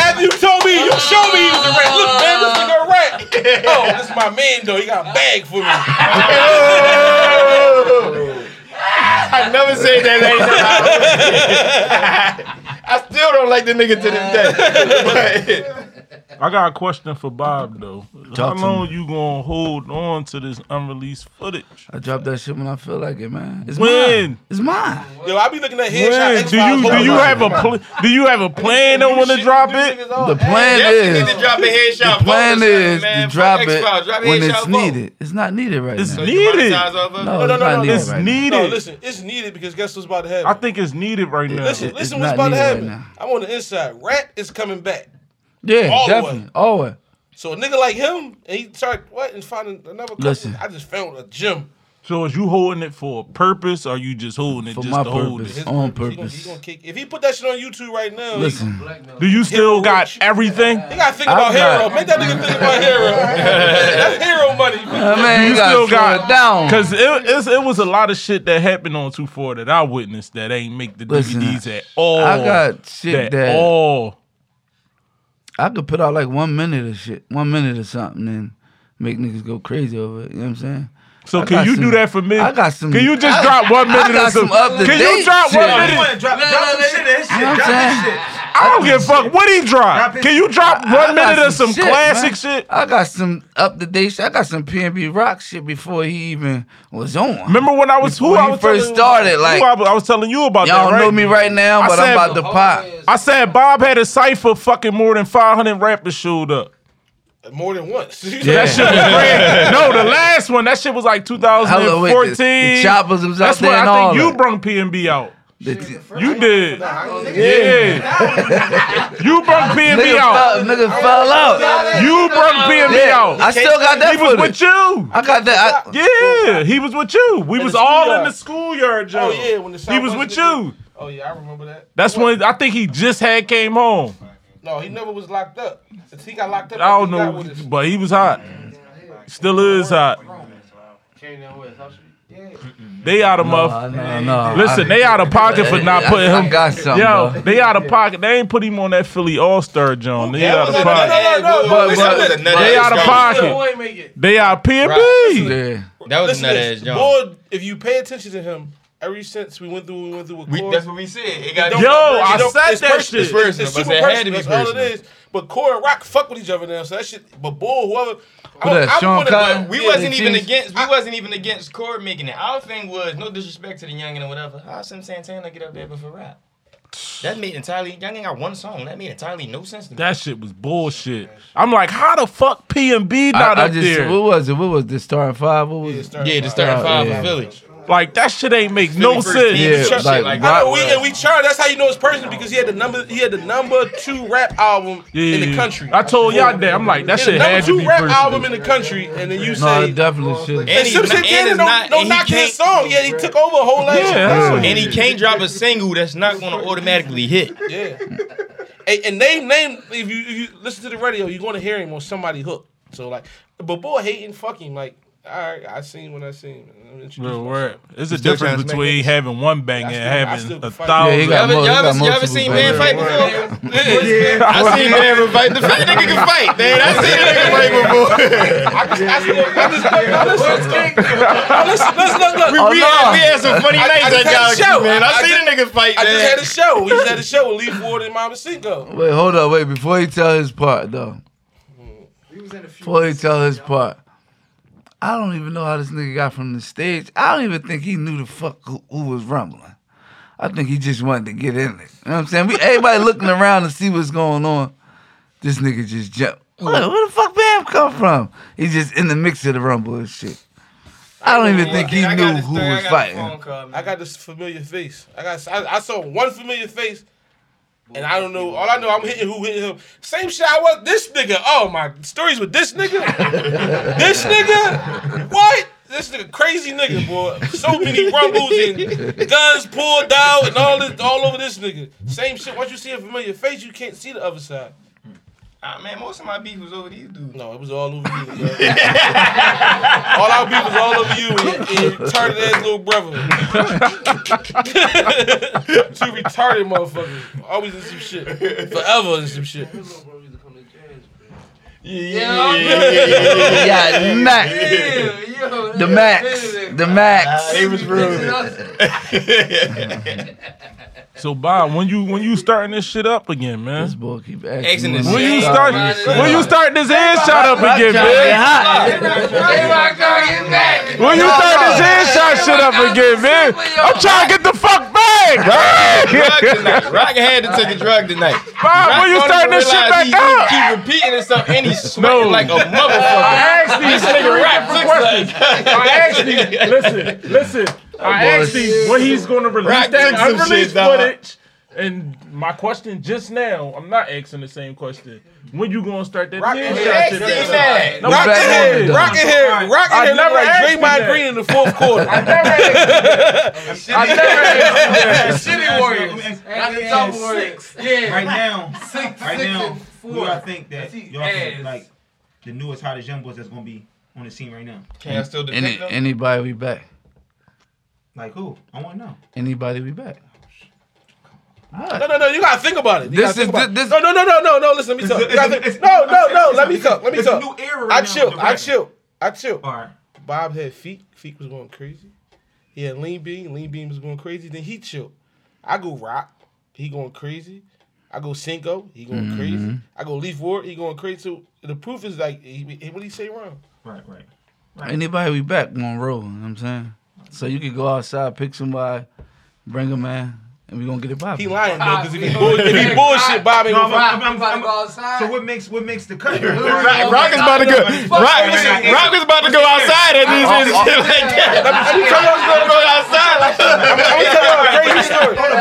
Speaker 3: fuck?
Speaker 12: Oh,
Speaker 3: After you told me, you showed me he was a rat. Look, man, this nigga *laughs* a rat. Oh, this is my man though. He got a bag for me. *laughs*
Speaker 11: I never said that lady. I still don't like the nigga to this day. But-
Speaker 5: I got a question for Bob though. How
Speaker 4: Talk to
Speaker 5: long you gonna hold on to this unreleased footage?
Speaker 4: I drop that shit when I feel like it, man. It's
Speaker 5: When?
Speaker 4: mine. It's mine.
Speaker 3: Yo, I be looking at
Speaker 5: When?
Speaker 3: headshots.
Speaker 5: Do you do you have a pl- do you have a plan on when to drop it?
Speaker 4: The plan
Speaker 1: Yes, you
Speaker 4: is.
Speaker 1: need to drop a headshot.
Speaker 4: The plan
Speaker 1: vote or something,
Speaker 4: is
Speaker 1: man.
Speaker 4: to
Speaker 1: Fuck
Speaker 4: drop it
Speaker 1: X-Files. Drop a
Speaker 4: when
Speaker 1: headshot
Speaker 4: it's
Speaker 1: vote.
Speaker 4: needed. It's not needed right
Speaker 5: It's
Speaker 4: now.
Speaker 5: needed.
Speaker 1: Monetize off of it.
Speaker 4: No,
Speaker 3: no,
Speaker 4: it's
Speaker 3: no, no,
Speaker 4: not needed
Speaker 5: It's
Speaker 4: right
Speaker 5: needed.
Speaker 3: No, listen, it's needed because guess what's about to happen?
Speaker 5: I think it's needed right now.
Speaker 3: listen,
Speaker 4: It- it's
Speaker 3: listen what's
Speaker 4: not
Speaker 3: about to
Speaker 4: needed right
Speaker 3: happen.
Speaker 4: now.
Speaker 3: I'm on the inside. Rap is coming back.
Speaker 4: now. Yeah,
Speaker 3: All the way.
Speaker 4: definitely. Always.
Speaker 3: So a nigga like him, and he started what and finding another. Company.
Speaker 4: Listen.
Speaker 3: I just found a gym.
Speaker 5: So is you holding it for a purpose or you just holding it
Speaker 4: For
Speaker 5: just
Speaker 4: my
Speaker 5: to hold
Speaker 4: purpose.
Speaker 5: it?
Speaker 3: His
Speaker 4: On
Speaker 3: He gonna-
Speaker 4: purpose.
Speaker 3: he gonna kick. If he put that shit on YouTube right now,
Speaker 4: Listen.
Speaker 5: Do you still got everything?
Speaker 3: he gotta think
Speaker 4: I'm
Speaker 3: about
Speaker 4: not-
Speaker 3: hero. Make that nigga think about
Speaker 1: *laughs*
Speaker 3: hero. That's hero
Speaker 5: *laughs*
Speaker 3: money.
Speaker 4: That man
Speaker 5: you
Speaker 4: got
Speaker 5: still
Speaker 4: still
Speaker 5: got-
Speaker 4: got down.
Speaker 5: Cause it, it's, it was a lot of shit that happened on 24 that I witnessed that ain't make the
Speaker 4: Listen,
Speaker 5: DVDs at all.
Speaker 4: I got
Speaker 5: at
Speaker 4: shit that
Speaker 5: all.
Speaker 4: I could put out like one minute of shit, one minute or something, and make niggas go crazy over it. You know what I'm saying?
Speaker 5: So
Speaker 4: I
Speaker 5: can
Speaker 4: got
Speaker 5: you do
Speaker 4: some-
Speaker 5: that for me?
Speaker 4: I got some-
Speaker 5: Can you just
Speaker 4: I-
Speaker 5: drop one
Speaker 4: I
Speaker 5: minute
Speaker 4: got
Speaker 5: or some?
Speaker 4: some up-to-date
Speaker 5: Can you drop
Speaker 4: shit.
Speaker 5: one
Speaker 2: Oh, you
Speaker 5: minute?
Speaker 2: wanna drop,
Speaker 12: Let-
Speaker 2: drop
Speaker 12: let-
Speaker 2: some
Speaker 12: let-
Speaker 2: shit in his shit.
Speaker 4: You know what
Speaker 2: Drop
Speaker 4: I'm
Speaker 2: his
Speaker 4: saying?
Speaker 2: shit.
Speaker 5: I don't give a fuck what he
Speaker 2: Drop
Speaker 5: drop.
Speaker 2: his-
Speaker 5: Can you drop
Speaker 4: I-
Speaker 5: one
Speaker 4: I
Speaker 5: minute
Speaker 4: got
Speaker 5: of some
Speaker 4: shit,
Speaker 5: classic
Speaker 4: man.
Speaker 5: shit?
Speaker 4: I got some up to date shit. I got some PNB rock shit before he even was on.
Speaker 5: Remember when I was who
Speaker 4: Before
Speaker 5: I
Speaker 4: he
Speaker 5: was
Speaker 4: first
Speaker 5: telling-
Speaker 4: started,
Speaker 5: who
Speaker 4: like-
Speaker 5: I, was- I was telling you about
Speaker 4: y'all
Speaker 5: that, right?
Speaker 4: know me right now,
Speaker 5: I
Speaker 4: but
Speaker 5: said-
Speaker 4: I'm about to
Speaker 1: Oh,
Speaker 4: pop.
Speaker 5: I said Bob had a cipher fucking more than 500 rappers showed
Speaker 4: *laughs*
Speaker 5: up.
Speaker 3: More than once. *laughs* Oh,
Speaker 5: That shit was brand. no, the last one. That shit was like
Speaker 4: *laughs* Hello,
Speaker 5: 2014.
Speaker 4: wait, the, the choppers was out
Speaker 5: That's when
Speaker 4: there and
Speaker 5: I
Speaker 4: all.
Speaker 5: think you
Speaker 4: that.
Speaker 5: brung PNB out.
Speaker 4: The-
Speaker 5: You did. Yeah. you brung PNB
Speaker 4: nigga,
Speaker 5: out.
Speaker 4: fell, nigga fell out.
Speaker 5: You brung PNB
Speaker 4: Yeah,
Speaker 5: out.
Speaker 4: I still got that
Speaker 5: he was
Speaker 4: footage.
Speaker 5: with you.
Speaker 4: I got that. I,
Speaker 5: Yeah, he was with you. We was
Speaker 3: the
Speaker 5: all
Speaker 3: schoolyard.
Speaker 5: in the schoolyard, Joe.
Speaker 3: Oh yeah, when the
Speaker 5: he was
Speaker 3: Southwest
Speaker 5: with
Speaker 3: nigga-
Speaker 5: you.
Speaker 3: Oh yeah, I remember that.
Speaker 5: That's when I think he just had came home.
Speaker 3: No, he never was locked up. Since he got locked up,
Speaker 5: I don't
Speaker 3: he got
Speaker 5: know,
Speaker 3: with us.
Speaker 5: but he was hot. Still is hot.
Speaker 12: Came down with us.
Speaker 5: They out of
Speaker 4: no,
Speaker 5: muff.
Speaker 4: no, no.
Speaker 5: Listen, they out of pocket for not
Speaker 4: I-
Speaker 5: putting
Speaker 4: I
Speaker 5: him.
Speaker 4: got something.
Speaker 5: Yo,
Speaker 4: bro.
Speaker 5: they out of pocket. They ain't put him on that Philly All Star John. They out of
Speaker 3: No, no, no,
Speaker 5: pocket.
Speaker 3: no, no, no.
Speaker 4: But-
Speaker 3: listen,
Speaker 4: but-
Speaker 3: listen.
Speaker 1: That
Speaker 5: They
Speaker 1: is
Speaker 5: out of
Speaker 1: gone.
Speaker 5: pocket.
Speaker 12: Boy, make it.
Speaker 5: They out PMB.
Speaker 4: Yeah.
Speaker 1: That was a
Speaker 3: Listen
Speaker 1: nut
Speaker 3: to
Speaker 1: ass
Speaker 3: this.
Speaker 1: John.
Speaker 3: Boy, if you pay attention to him, ever since we went through, we went through with
Speaker 1: We,
Speaker 3: Core.
Speaker 1: that's what we said. It got
Speaker 5: Yo, I
Speaker 3: don't-
Speaker 5: said
Speaker 3: it's
Speaker 5: that
Speaker 3: personal. It's,
Speaker 5: shit.
Speaker 3: it's,
Speaker 1: Personal, but
Speaker 3: super
Speaker 1: it had
Speaker 3: personal.
Speaker 1: to be
Speaker 3: That's all it
Speaker 1: personal.
Speaker 3: is. But Core and Rock fuck with each other now, so that shit. But Bull, whoever,
Speaker 4: Who that, Sean Cotton?
Speaker 1: We
Speaker 4: Yeah,
Speaker 1: wasn't
Speaker 4: the
Speaker 1: even
Speaker 4: Chiefs.
Speaker 1: against. We wasn't even against Cord making it. Our thing was no disrespect to the youngin or whatever. How Sim Santana get up there before rap? That made entirely. Young ain't got one song. That made entirely no sense to me.
Speaker 5: That shit was bullshit. I'm like, how the fuck PMB
Speaker 4: I,
Speaker 5: not
Speaker 4: I
Speaker 5: up
Speaker 4: just,
Speaker 5: there?
Speaker 4: what was it? What was the starting five? What was it?
Speaker 1: yeah, the starting
Speaker 4: Yeah,
Speaker 1: five
Speaker 4: yeah.
Speaker 1: for Philly.
Speaker 5: Like that shit ain't make no
Speaker 1: first
Speaker 5: sense.
Speaker 1: team.
Speaker 4: Yeah,
Speaker 1: Shit
Speaker 4: like,
Speaker 1: like
Speaker 3: I
Speaker 1: Rock
Speaker 3: know we
Speaker 1: was.
Speaker 3: and we charged. That's how you know it's personal because he had the number. He had the number two rap album
Speaker 5: Yeah.
Speaker 3: in the country.
Speaker 5: I told y'all that. I'm like, that
Speaker 3: He had the
Speaker 5: shit had
Speaker 3: number
Speaker 5: to
Speaker 3: two
Speaker 5: be
Speaker 3: rap
Speaker 5: personal.
Speaker 3: album in the country, and then you
Speaker 4: No,
Speaker 3: say.
Speaker 4: it definitely should.
Speaker 1: And
Speaker 3: And
Speaker 1: he's
Speaker 3: Sip
Speaker 1: not- and
Speaker 3: Santana
Speaker 1: he's
Speaker 3: don't,
Speaker 1: not-
Speaker 3: don't
Speaker 1: and he
Speaker 3: knock his
Speaker 1: can't-
Speaker 3: song. Yeah, he took over a whole last
Speaker 5: Yeah.
Speaker 3: song.
Speaker 1: And he can't drop a single that's not going to automatically hit.
Speaker 3: Yeah. and, and name name if you if you listen to the radio, you're gonna hear him on somebody hook. So like but boy hating fucking like all right, I seen what I seen. Let me introduce
Speaker 5: Real
Speaker 3: myself.
Speaker 5: word. There's a
Speaker 11: still trying to
Speaker 5: difference
Speaker 11: make
Speaker 5: between having one bang
Speaker 3: I still-
Speaker 5: and
Speaker 3: I
Speaker 5: having
Speaker 3: still
Speaker 5: a
Speaker 3: can fight.
Speaker 5: thousand.
Speaker 4: Yeah, he
Speaker 1: Y'all
Speaker 4: got
Speaker 1: ever,
Speaker 4: mo- he
Speaker 1: y'all
Speaker 4: got
Speaker 1: ever, y'all ever
Speaker 4: multiple
Speaker 1: seen man
Speaker 4: bangers.
Speaker 1: fight
Speaker 4: *laughs*
Speaker 1: before? I seen man fight. The fat nigga can fight, man. I seen a nigga fight before.
Speaker 3: I just I still I just I listen, I listen, listen, listen, listen.
Speaker 4: Oh,
Speaker 1: we,
Speaker 4: no.
Speaker 1: had, we had some funny
Speaker 3: I
Speaker 1: nights
Speaker 3: just
Speaker 1: at
Speaker 3: had a show.
Speaker 1: Galaxy, man. I,
Speaker 3: I
Speaker 1: seen a nigga fight,
Speaker 3: I just
Speaker 1: man.
Speaker 3: had a show. We just had a show with Leaf Ward and Mama Cinco.
Speaker 4: Wait, hold up. Wait, before he tell his part, though. Before he tell his part. I don't even know how this nigga got from the stage. I don't even think he knew the fuck who, who was rumbling. I think he just wanted to get in it. You know what I'm saying? We everybody looking around to see what's going on. This nigga just jumped. Where, where the fuck Bam come from? He just in the mix of the rumble and shit. I don't even think he knew who was fighting.
Speaker 3: I got this familiar face. I got I, I saw one familiar face. And I don't know. All I know, I'm hitting who hit him. Same shit I was. This nigga. Oh my stories with this nigga. this nigga. What? This nigga crazy nigga, boy. So many rumbles and guns pulled out and all this, all over this nigga. Same shit. Once you see a familiar face, you can't see the other side.
Speaker 1: Ah, man, most of my beef was over these *laughs* dudes.
Speaker 3: No, it was all over you. Bro. *laughs* all our beef was all over you and, and retarded ass little brother. *laughs* Two retarded motherfuckers. Always in some shit. Forever in some shit.
Speaker 12: Yeah,
Speaker 4: Yeah, not.
Speaker 3: *laughs*
Speaker 12: yeah, yeah. Yo,
Speaker 4: The
Speaker 12: they
Speaker 4: Max.
Speaker 12: offended
Speaker 4: The
Speaker 12: it.
Speaker 4: Max.
Speaker 11: They was rude.
Speaker 5: So Bob, when you when you starting this shit up again,
Speaker 4: This
Speaker 5: man?
Speaker 4: boy keep
Speaker 1: Asking
Speaker 4: asking.
Speaker 1: this
Speaker 5: When
Speaker 1: shit.
Speaker 5: you
Speaker 1: Yeah.
Speaker 5: start when you start this head shot up again, man?
Speaker 12: J-Rock gotta get back.
Speaker 5: When you start this head shot shit up again, man? I'm trying to get the fuck back. man. *laughs*
Speaker 1: Drug tonight. Rock had to take a drug tonight.
Speaker 5: Bob, when you
Speaker 1: Rock don't
Speaker 5: starting this
Speaker 1: even
Speaker 5: shit
Speaker 1: realize
Speaker 5: back up?
Speaker 1: he, he keep repeating himself and *laughs* he's sweating like a
Speaker 5: I
Speaker 1: motherfucker.
Speaker 5: asked
Speaker 1: This
Speaker 5: these
Speaker 1: nigga
Speaker 5: three
Speaker 1: rap
Speaker 5: different questions.
Speaker 1: looks like.
Speaker 5: I asked him, listen, listen. I asked him when he's going to release
Speaker 1: Rock
Speaker 5: that
Speaker 1: did some
Speaker 5: unreleased
Speaker 1: shit, dog.
Speaker 5: footage. And my question just now, I'm not asking the same question. When you going to start that
Speaker 2: did
Speaker 5: head shot
Speaker 2: ask
Speaker 5: shit?
Speaker 2: him
Speaker 5: back
Speaker 1: that.
Speaker 5: up?
Speaker 4: No
Speaker 3: Rock
Speaker 4: back
Speaker 3: the
Speaker 4: on it,
Speaker 3: head,
Speaker 4: though.
Speaker 3: rock the head, rock the
Speaker 5: I
Speaker 3: head. Look
Speaker 5: never
Speaker 3: like
Speaker 5: asked you
Speaker 3: Draymond
Speaker 5: that.
Speaker 3: Green in the fourth quarter.
Speaker 5: I never asked him
Speaker 12: I
Speaker 5: never asked
Speaker 12: City
Speaker 2: Let me ask you- let me
Speaker 12: Warriors.
Speaker 2: ask you-
Speaker 12: Not the Top Warriors.
Speaker 2: Right
Speaker 12: Yeah.
Speaker 2: now,
Speaker 12: Six,
Speaker 2: right
Speaker 12: six
Speaker 2: now,
Speaker 12: and
Speaker 2: who
Speaker 12: four.
Speaker 2: y'all think that
Speaker 12: That's his
Speaker 2: y'all think
Speaker 12: ass.
Speaker 2: like the newest hottest young boys that's gonna be on the scene right now?
Speaker 1: Can I still
Speaker 4: Any,
Speaker 1: detect them?
Speaker 4: anybody we back?
Speaker 2: Like who? I want to know.
Speaker 4: Anybody we back?
Speaker 3: No, no, no. You gotta think about it. You
Speaker 4: This
Speaker 3: gotta think
Speaker 4: is-
Speaker 3: about it.
Speaker 4: this-
Speaker 3: No, no, no, no, no, no. Listen, let me
Speaker 2: It's
Speaker 3: talk.
Speaker 2: a-
Speaker 3: You gotta
Speaker 2: it's a-
Speaker 3: think- No,
Speaker 2: it's a-
Speaker 3: no,
Speaker 2: it's
Speaker 3: no.
Speaker 2: a-
Speaker 3: Let me talk. Let me
Speaker 2: it's a
Speaker 3: talk.
Speaker 2: new era right
Speaker 3: I
Speaker 2: now
Speaker 3: chill.
Speaker 2: with the
Speaker 3: I
Speaker 2: rap.
Speaker 3: chill. I chill.
Speaker 2: All right.
Speaker 3: Bob had feet. Feet was going crazy. He had lean beam. Lean beam was going crazy. Then he chilled. I go rock. He going crazy. I go Cinco. He going crazy. I go Leaf Ward. He going crazy. So the proof is like, he, he, what he say wrong?
Speaker 2: Right, right.
Speaker 4: Anybody we back gonna roll. You know what I'm saying. So you can go outside, pick somebody, bring a man, and we gonna get it
Speaker 3: He
Speaker 4: popping.
Speaker 3: lying though, because if he bull- if
Speaker 12: *laughs*
Speaker 3: he bullshit, Bob ain't
Speaker 2: No,
Speaker 3: gonna. fuck-
Speaker 2: I'm-
Speaker 12: Rock,
Speaker 2: I'm-
Speaker 12: I'm about to
Speaker 2: I'm-
Speaker 12: go outside.
Speaker 2: So what makes what makes the cut?
Speaker 12: Rock-
Speaker 1: Rock is about to go. Rock,
Speaker 2: Listen,
Speaker 1: Rock is about to go outside and do some shit like that. Rock is about to go outside.
Speaker 3: I'm gonna tell you a crazy story.
Speaker 2: Hold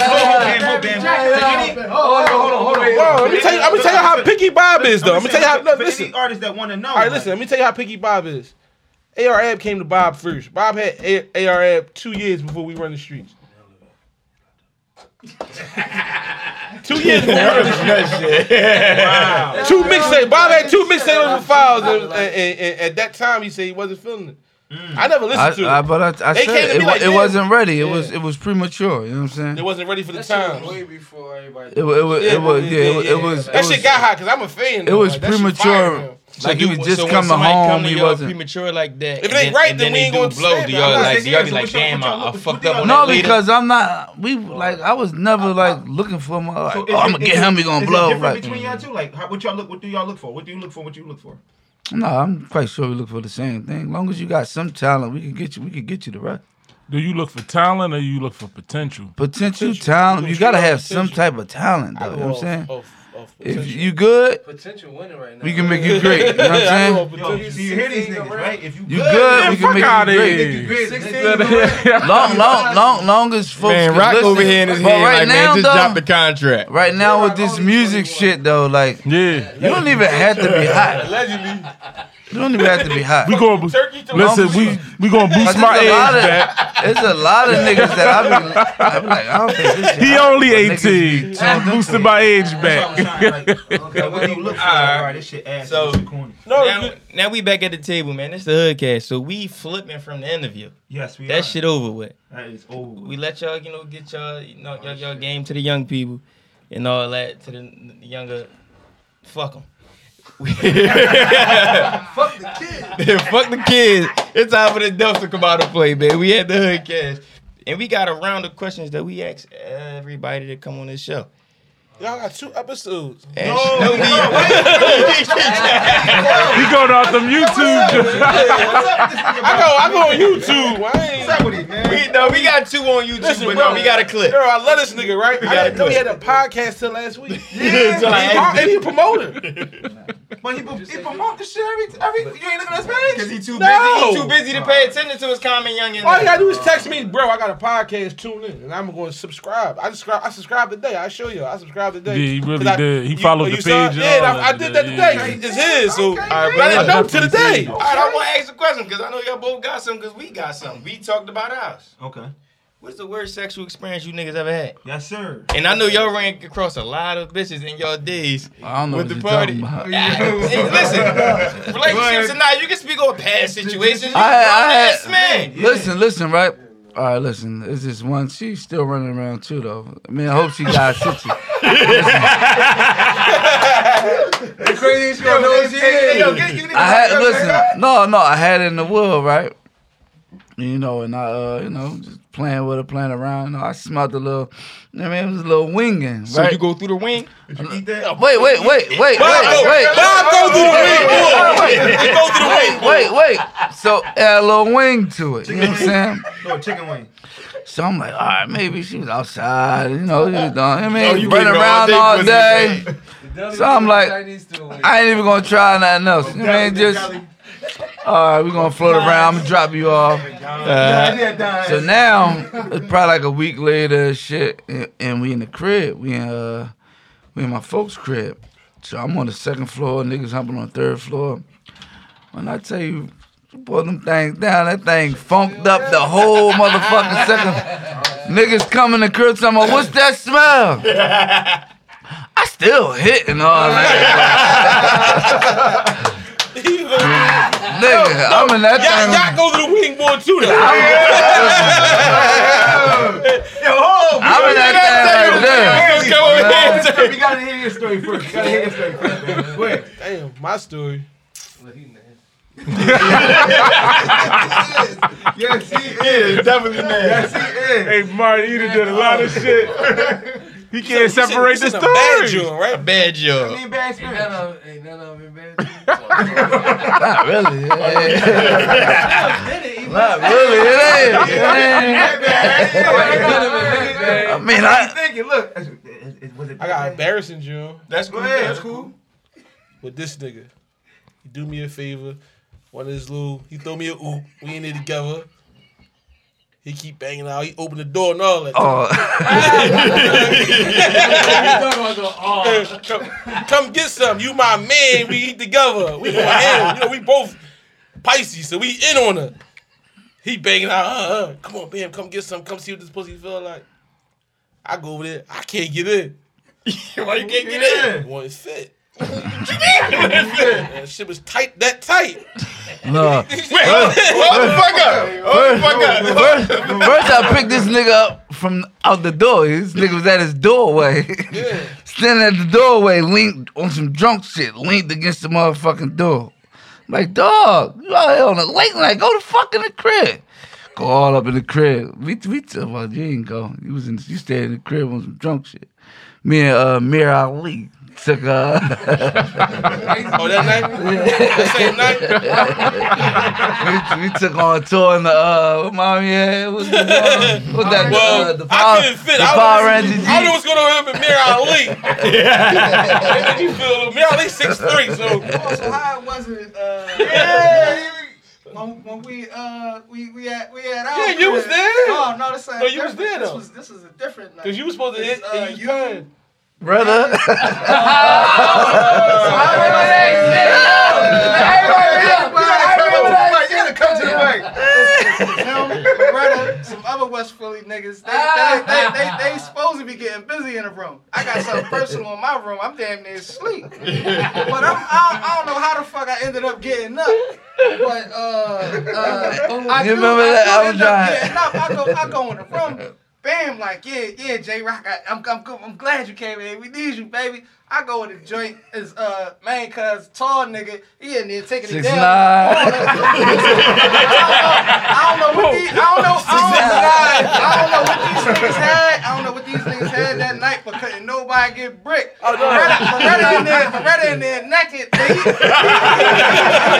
Speaker 2: on, hold on, hold on, hold on, hold on.
Speaker 12: Hold on, hold on, hold on.
Speaker 3: Bro, let me tell you, I'm gonna tell you how picky Bob is, though. I'm gonna tell you how. No,
Speaker 2: For
Speaker 3: listen.
Speaker 2: Any artist that want to know.
Speaker 3: All right, listen. Let me tell you how picky Bob is. ARAB came to Bob first. Bob had ARAB two years before we run the
Speaker 2: *laughs*
Speaker 3: streets. two years before we run the streets. Two mixtapes. Bob had two mixtapes over files, and, and, and, and at that time he said he wasn't feeling it.
Speaker 2: Mm.
Speaker 3: I never
Speaker 4: I,
Speaker 3: listened to
Speaker 4: I,
Speaker 3: it.
Speaker 4: but I, I
Speaker 3: They
Speaker 4: said
Speaker 3: came to
Speaker 4: it,
Speaker 3: me
Speaker 4: wa-
Speaker 3: like
Speaker 4: it
Speaker 3: this.
Speaker 4: wasn't ready. It
Speaker 3: Yeah.
Speaker 4: was it was premature. You know what I'm saying?
Speaker 3: It wasn't ready for the
Speaker 12: That shit
Speaker 3: time.
Speaker 12: was way before everybody.
Speaker 4: It, wa- it, wa- it, was yeah. It, wa-
Speaker 3: yeah,
Speaker 4: it was
Speaker 3: That
Speaker 4: it
Speaker 3: shit
Speaker 4: was-
Speaker 3: got hot because I'm a fan.
Speaker 4: It
Speaker 3: though.
Speaker 4: was
Speaker 3: Like, that shit fire,
Speaker 4: premature.
Speaker 3: though.
Speaker 4: Like
Speaker 1: you-
Speaker 4: he was just
Speaker 1: so when
Speaker 4: coming
Speaker 1: somebody
Speaker 4: home.
Speaker 1: come to
Speaker 4: He
Speaker 1: y'all
Speaker 4: wasn't.
Speaker 1: premature like that.
Speaker 3: If
Speaker 1: and
Speaker 3: it ain't right,
Speaker 1: and
Speaker 3: then we
Speaker 1: they
Speaker 3: ain't
Speaker 1: do
Speaker 3: gonna
Speaker 1: blow.
Speaker 3: stamp
Speaker 1: Do
Speaker 3: it.
Speaker 1: y'all
Speaker 3: I'm not
Speaker 1: like?
Speaker 2: saying
Speaker 1: Do y'all be
Speaker 2: so
Speaker 1: like,
Speaker 2: what y'all-
Speaker 1: damn,
Speaker 2: what
Speaker 1: I,
Speaker 2: y'all
Speaker 1: I
Speaker 2: look-
Speaker 1: fucked
Speaker 2: what
Speaker 1: up on
Speaker 2: y'all
Speaker 4: No,
Speaker 1: that later.
Speaker 4: because I'm not. We like I was never like looking for my. Like,
Speaker 2: is
Speaker 4: oh,
Speaker 2: it-
Speaker 4: I'm gonna get
Speaker 2: is it-
Speaker 4: him. He gonna
Speaker 2: is it
Speaker 4: blow.
Speaker 2: different
Speaker 4: Like,
Speaker 2: between y'all two, like how, what y'all look, what do y'all look for? What do you look for? What do you look for?
Speaker 4: no, I'm quite sure we look for the same thing. long as you got some talent, we can get you. We can get you the right
Speaker 5: Do you look for talent or you look for potential?
Speaker 4: potential,
Speaker 3: Potential.
Speaker 4: talent.
Speaker 3: We
Speaker 4: You
Speaker 3: gonna
Speaker 4: gotta
Speaker 3: shoot our
Speaker 4: have some type of talent,
Speaker 3: I
Speaker 4: though. You
Speaker 3: go
Speaker 4: know what I'm
Speaker 3: off-
Speaker 4: saying?
Speaker 3: off- off
Speaker 4: If
Speaker 3: potential.
Speaker 4: you good,
Speaker 12: Potential winner right now.
Speaker 4: we can make you great. You know
Speaker 3: I
Speaker 4: what I'm
Speaker 3: go off
Speaker 2: Yo,
Speaker 4: saying?
Speaker 3: potential.
Speaker 2: you see, you hear these niggas, right? If you
Speaker 4: You good, we
Speaker 5: fuck
Speaker 4: can make
Speaker 5: outta
Speaker 4: you great.
Speaker 5: here.
Speaker 4: *laughs* Long, long, long, long as folks.
Speaker 1: Man,
Speaker 4: can
Speaker 1: Rock
Speaker 4: listen.
Speaker 1: over here in his
Speaker 4: But
Speaker 1: hand
Speaker 4: right
Speaker 1: like,
Speaker 4: now,
Speaker 1: man, just
Speaker 4: though,
Speaker 1: drop the contract.
Speaker 4: Right now with
Speaker 12: Rock
Speaker 4: this
Speaker 12: only
Speaker 4: music
Speaker 12: 21.
Speaker 4: shit though, like
Speaker 5: Yeah.
Speaker 4: you don't even have to be hot.
Speaker 3: Allegedly.
Speaker 4: You don't even have to be hot.
Speaker 5: We going to
Speaker 3: Turkey to
Speaker 5: Listen, we we going to
Speaker 4: Cause
Speaker 5: boost my
Speaker 4: there's a lot
Speaker 5: age
Speaker 4: of-
Speaker 5: back.
Speaker 4: There's a lot of niggas that I be, I be like, I don't think this shit
Speaker 5: He
Speaker 4: hot,
Speaker 5: only
Speaker 4: but niggas be
Speaker 5: 18.
Speaker 4: tuned into
Speaker 5: Boosted
Speaker 4: it.
Speaker 5: my age
Speaker 2: That's what
Speaker 5: back.
Speaker 2: I'm trying, like,
Speaker 12: *laughs*
Speaker 2: okay, what do you look for? All
Speaker 1: Alright.
Speaker 2: right, this shit ass
Speaker 1: So-
Speaker 2: so, corner.
Speaker 3: No,
Speaker 1: Now,
Speaker 3: you-
Speaker 1: now we back at the table, man. It's the hoodcast, so we flipping from the interview.
Speaker 2: Yes, we are.
Speaker 1: That shit over with.
Speaker 2: That is over.
Speaker 1: We let y'all, you know, get y'all, you know, y'all, y'all game to the young people and all that to the younger. Fuck *laughs* them.
Speaker 12: Fuck the kid.
Speaker 1: *laughs* Fuck the kids. It's time for the adults to come out and play, man. We had the hood cash. And we got a round of questions that we ask everybody that come on this show.
Speaker 3: y'all got two episodes.
Speaker 1: And *laughs* no, *laughs* we-
Speaker 5: He going off them YouTube.
Speaker 3: I go, I go on YouTube. I ain't.
Speaker 12: *laughs*
Speaker 1: we, no, we got two on YouTube,
Speaker 3: Listen,
Speaker 1: but
Speaker 3: bro.
Speaker 1: no, we got a clip.
Speaker 3: Girl, I love this nigga, right? I
Speaker 1: gotta
Speaker 3: didn't know he
Speaker 1: quit.
Speaker 3: had a podcast till last
Speaker 5: *laughs*
Speaker 3: week.
Speaker 1: So, like,
Speaker 3: And he- and he a promoter.
Speaker 2: But he, he promote the shit every, every you ain't looking at his page.
Speaker 1: Cause he too
Speaker 3: No.
Speaker 1: busy. He too busy to pay attention to his common young and
Speaker 3: All you gotta do is text me, bro. I got a podcast. Tune in, and I'm going to subscribe. I subscribe. I subscribed today. I show you. I subscribed today.
Speaker 5: Yeah, he really
Speaker 3: 'Cause I-
Speaker 5: did. He
Speaker 3: you-
Speaker 5: followed
Speaker 3: you
Speaker 5: the
Speaker 3: saw-
Speaker 5: page and
Speaker 3: Yeah, I,
Speaker 5: all
Speaker 3: I
Speaker 5: that
Speaker 3: did
Speaker 5: today,
Speaker 3: that today.
Speaker 5: yeah.
Speaker 3: It's his. So
Speaker 1: All right,
Speaker 3: I didn't
Speaker 5: I
Speaker 3: know to the
Speaker 5: definitely
Speaker 3: day.
Speaker 5: see
Speaker 1: All right, I want to ask a question because I know y'all both got some because we got some. We talked about ours.
Speaker 2: Okay.
Speaker 1: What's the worst sexual experience you niggas ever had?
Speaker 2: Yes, sir.
Speaker 1: And I know y'all ran across a lot of bitches in y'all days.
Speaker 4: I don't know
Speaker 1: with
Speaker 4: what
Speaker 1: the
Speaker 4: you're
Speaker 1: party.
Speaker 4: talking
Speaker 1: *laughs*
Speaker 4: about.
Speaker 1: Yeah, hey, listen, relationships and now you can speak on *laughs* past situations.
Speaker 4: I- I-
Speaker 1: Yes, man.
Speaker 4: *laughs* Listen, listen, right? All right, listen. It's this one. She's still running around too, though. I mean, I hope she
Speaker 1: *laughs*
Speaker 4: got situ.
Speaker 12: The craziest shit I know is
Speaker 1: Yo,
Speaker 12: you.
Speaker 1: get- you need to-
Speaker 4: I had listen. No, no, I had it in the world, right? you know, and I, uh, you know, just playing with her, playing around. You know, I smelled a little, I mean, it was a little winging.
Speaker 1: So
Speaker 4: right?
Speaker 1: you go through the wing.
Speaker 4: wait, wait, wait, wait, wait,
Speaker 3: Bob, go,
Speaker 4: wait.
Speaker 3: Bob, go through the ring.
Speaker 4: Wait,
Speaker 3: Go through the ring.
Speaker 4: wait, wait, wait. So add a little wing to it. You know what I'm saying?
Speaker 2: No, chicken wing.
Speaker 12: *laughs*
Speaker 4: So I'm like, all right, maybe she was outside. You know, she was done. I
Speaker 1: *laughs* Oh,
Speaker 4: mean,
Speaker 1: you
Speaker 4: running
Speaker 1: gave her
Speaker 4: around all
Speaker 1: pussy,
Speaker 4: day.
Speaker 1: man.
Speaker 4: So I'm like,
Speaker 14: Chinese still Oh, win.
Speaker 4: I ain't even gonna try nothing else. You mean, just all right, we're gonna float around. I'm gonna drop you off.
Speaker 1: Uh,
Speaker 4: So now it's probably like a week later, shit, and, and we in the crib. We in uh, we in my folks' crib. So I'm on the second floor, niggas humping on the third floor. When I tell you, pull them things down, that thing funked up the whole motherfucking second. Niggas come in the crib, talking about, what's that smell? I still hitting all that.
Speaker 3: You go through-
Speaker 4: Nigga, I'm in that
Speaker 3: Y'all,
Speaker 4: thing.
Speaker 3: y'all go to the wing board too. Now.
Speaker 4: I'm in that thing right there.
Speaker 12: We gotta hear your story first. We gotta hear your story first. man. Go ahead.
Speaker 3: Damn, my story.
Speaker 14: Look, he nasty.
Speaker 12: Yes, he is.
Speaker 15: definitely man.
Speaker 12: Yes, he is.
Speaker 5: Hey, Marty, you done did a lot of shit. He can't separate the
Speaker 3: It's a bad
Speaker 5: story.
Speaker 3: joint, right?
Speaker 1: bad job.
Speaker 12: Mean bad
Speaker 14: Ain't
Speaker 12: spirit.
Speaker 14: none of ain't none of them been bad.
Speaker 4: Not really. *laughs* Not really. It ain't. *laughs* It ain't. I
Speaker 12: *laughs*
Speaker 4: mean,
Speaker 12: I'm
Speaker 4: I.
Speaker 12: thinking, look. it's- it's- it's- Was it
Speaker 3: I got embarrassing joint
Speaker 1: That's
Speaker 12: Go ahead. That's cool.
Speaker 3: with this nigga. He do me a favor. One of his little, he throw me a oop. We in it together. He keep banging out. He open the door and all that.
Speaker 4: Oh,
Speaker 3: Hey, come, come get some. You my man. We eat together. We going in. You know, we both Pisces, so we in on her. He banging out. Uh, uh, come on, bam. Come get some. Come see what this pussy feel like. I go over there. I can't get in.
Speaker 1: Why you can't get in?
Speaker 3: One it's
Speaker 4: *laughs*
Speaker 3: fit. that shit was tight. That tight.
Speaker 4: no.
Speaker 1: Hold *laughs* the fuck up. Hold the fuck up.
Speaker 4: First, first I picked this nigga up from out the door. This nigga was at his doorway. *laughs* Standing at the doorway, leaned on some drunk shit, leaned against the motherfucking door. I'm like, dog, you out here on a late night, go the fuck in the crib. Go all up in the crib. We we talking about you ain't go. You was in you stayed in the crib on some drunk shit. Me and uh Mir Ali took uh *laughs*
Speaker 3: Oh, that night. That same
Speaker 4: *laughs*
Speaker 3: night.
Speaker 4: we, we took on a tour in the uh what mommy yeah, what was the, what was that uh,
Speaker 3: Well,
Speaker 4: the
Speaker 3: I
Speaker 4: power,
Speaker 3: couldn't fit. I,
Speaker 4: the Power
Speaker 3: was,
Speaker 4: Ranger G.
Speaker 3: I knew what's going on with him and Mir Ali.
Speaker 4: *laughs*
Speaker 3: That made me feel a little. Mir Ali six three, so
Speaker 12: So how was it? Uh, yeah. When, when we uh we we had we had our
Speaker 3: Yeah, you was
Speaker 12: crib.
Speaker 3: there.
Speaker 12: No, no, this ain't
Speaker 3: No, you was
Speaker 12: different.
Speaker 3: there,
Speaker 12: This
Speaker 3: though.
Speaker 12: was this is a different night.
Speaker 3: Cause you was supposed to hit,
Speaker 12: It's,
Speaker 3: and
Speaker 12: uh,
Speaker 3: you
Speaker 12: you-
Speaker 3: turned.
Speaker 4: brother.
Speaker 12: So I remember that shit. Everybody, everybody, come to the mic. Come to the mic. Him, Loretta, some other West Philly niggas. They they, they, they they supposed to be getting busy in the room. I got something personal in my room. I'm damn near asleep. But I'm, I, I don't know how the fuck I ended up getting up. But uh, uh, I
Speaker 4: You
Speaker 12: do,
Speaker 4: remember
Speaker 12: I
Speaker 4: that?
Speaker 12: do
Speaker 4: I was
Speaker 12: end up
Speaker 4: driving.
Speaker 12: getting up. I go, I go in the room. Bam, like, yeah, yeah, J Rock, I- I'm, I'm, good. I'm glad you came in. We need you, baby. I go in the joint, is uh, man, cuz tall nigga, he in there taking it
Speaker 4: Six
Speaker 12: down.
Speaker 4: nine.
Speaker 12: I don't know what these, I don't know, I don't know, I don't know what these niggas had. I don't know what these niggas had that night, but couldn't nobody get brick. Oh, no. Loretta, Loretta in there, Loretta in there naked. nigga.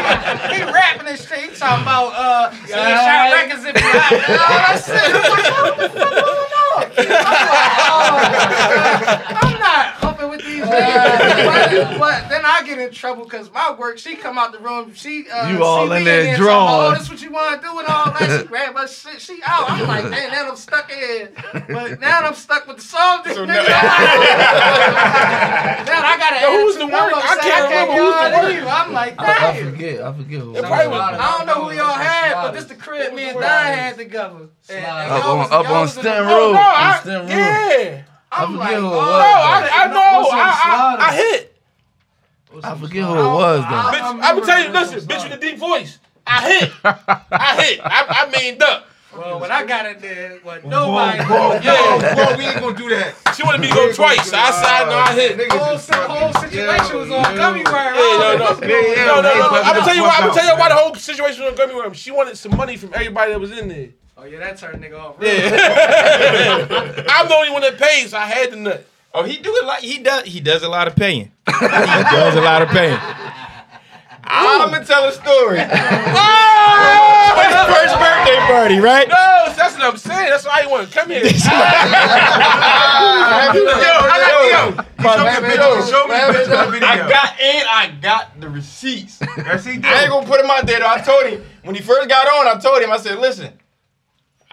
Speaker 12: *laughs* He, he, rapping this shit. He talking about uh, so he shot records if you hot. and All that shit. I'm like, what the fuck going on? I'm like, oh, I'm not humping with these niggas. But, but then I get in trouble because my work. She come out the room. She uh,
Speaker 4: You
Speaker 12: see
Speaker 4: all
Speaker 12: me
Speaker 4: in there
Speaker 12: talking about,
Speaker 4: drawing.
Speaker 12: Oh, this what you want to do and
Speaker 4: *laughs*
Speaker 12: all that. She grab my shit. She out. I'm like, man, now I'm stuck in. But now I'm stuck with the song. *laughs* This nigga. now I got to.
Speaker 3: Yo, who's the work? I can't remember who's the work.
Speaker 12: I'm like,
Speaker 4: I, I
Speaker 12: damn.
Speaker 4: forget. I forget. Who
Speaker 3: probably was-
Speaker 12: I don't know who y'all had, but this the crib me and Don had together. And- and
Speaker 4: up
Speaker 12: y'all
Speaker 4: on
Speaker 12: was-
Speaker 4: up
Speaker 12: y'all
Speaker 4: on
Speaker 12: was in the-
Speaker 4: Stem
Speaker 3: Oh,
Speaker 4: Road.
Speaker 3: no,
Speaker 4: On
Speaker 3: I,
Speaker 4: Stem Road.
Speaker 3: yeah.
Speaker 12: I'm
Speaker 4: I
Speaker 12: like,
Speaker 4: forget who it
Speaker 12: oh,
Speaker 3: No,
Speaker 4: was.
Speaker 3: I, I know. I, I, I hit.
Speaker 4: I forget who it was though. *laughs*
Speaker 3: Bitch, I'm telling you, listen, bitch with the deep voice. I hit. I hit. I, I meaned up.
Speaker 13: Well, when I got in there, what nobody.
Speaker 12: Oh,
Speaker 2: Yeah, bro, we ain't gonna do that.
Speaker 3: She wanted me to go twice. I side no, I hit.
Speaker 13: The whole, the whole situation was on gummy worm.
Speaker 3: Yeah, no, no, no,
Speaker 2: Yeah, yeah,
Speaker 3: no, no, no.
Speaker 2: yeah,
Speaker 3: I'm gonna tell you why. I'm
Speaker 2: fuck
Speaker 3: gonna tell you
Speaker 2: out.
Speaker 3: why the whole situation on Gummy Worm. She wanted some money from everybody that was in there.
Speaker 13: Oh yeah, that turned nigga off. Really?
Speaker 3: I'm the only one that pays. I had the nut.
Speaker 1: Oh, he do it like he does. He does a lot of paying. *laughs* he does a lot of paying. I'm gonna tell a
Speaker 2: *laughs*
Speaker 1: story. oh! First birthday party, right?
Speaker 3: No, Oh, that's what I'm saying. That's why I want to come *laughs* here. yo, I got yo.
Speaker 2: Show me the video. Show me the picture of the
Speaker 1: I
Speaker 2: video.
Speaker 1: got and I got the receipts.
Speaker 2: That's he
Speaker 1: I ain't
Speaker 2: do.
Speaker 1: gonna put him out there though. I told him when he first got on. I told him. I said, listen.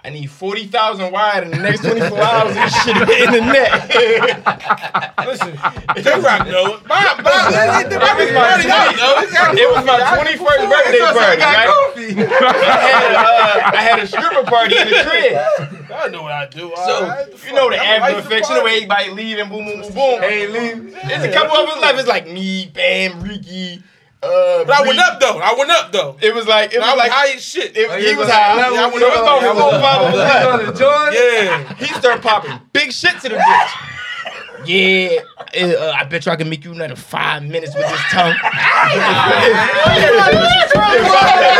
Speaker 1: I need 40,000 wide in the next 24 hours and this shit hit in the net. *laughs*
Speaker 3: J Rock know it. Bob, Bob,
Speaker 1: it, was my 20 it was my 21st birthday party, right? *laughs* I had, a, uh, I had a stripper party in the crib.
Speaker 3: I know what I do.
Speaker 1: So, you know the after effects, you know everybody leaving, boom, boom, boom, boom. Hey, leave. There's a couple of us left. It's like me, Bam, Ricky, uh,
Speaker 3: But I went
Speaker 1: Bree.
Speaker 3: up though. I went up though.
Speaker 1: It was like,
Speaker 3: I
Speaker 1: it was
Speaker 3: was
Speaker 1: like,
Speaker 3: high as shit.
Speaker 1: it, he was high.
Speaker 3: Yeah, I went
Speaker 1: It was about
Speaker 3: up.
Speaker 1: four, five of us left.
Speaker 3: Yeah.
Speaker 1: He started popping big shit to the bitch. Yeah, eh, uh, I bet you I can make you another five minutes with this tongue. if,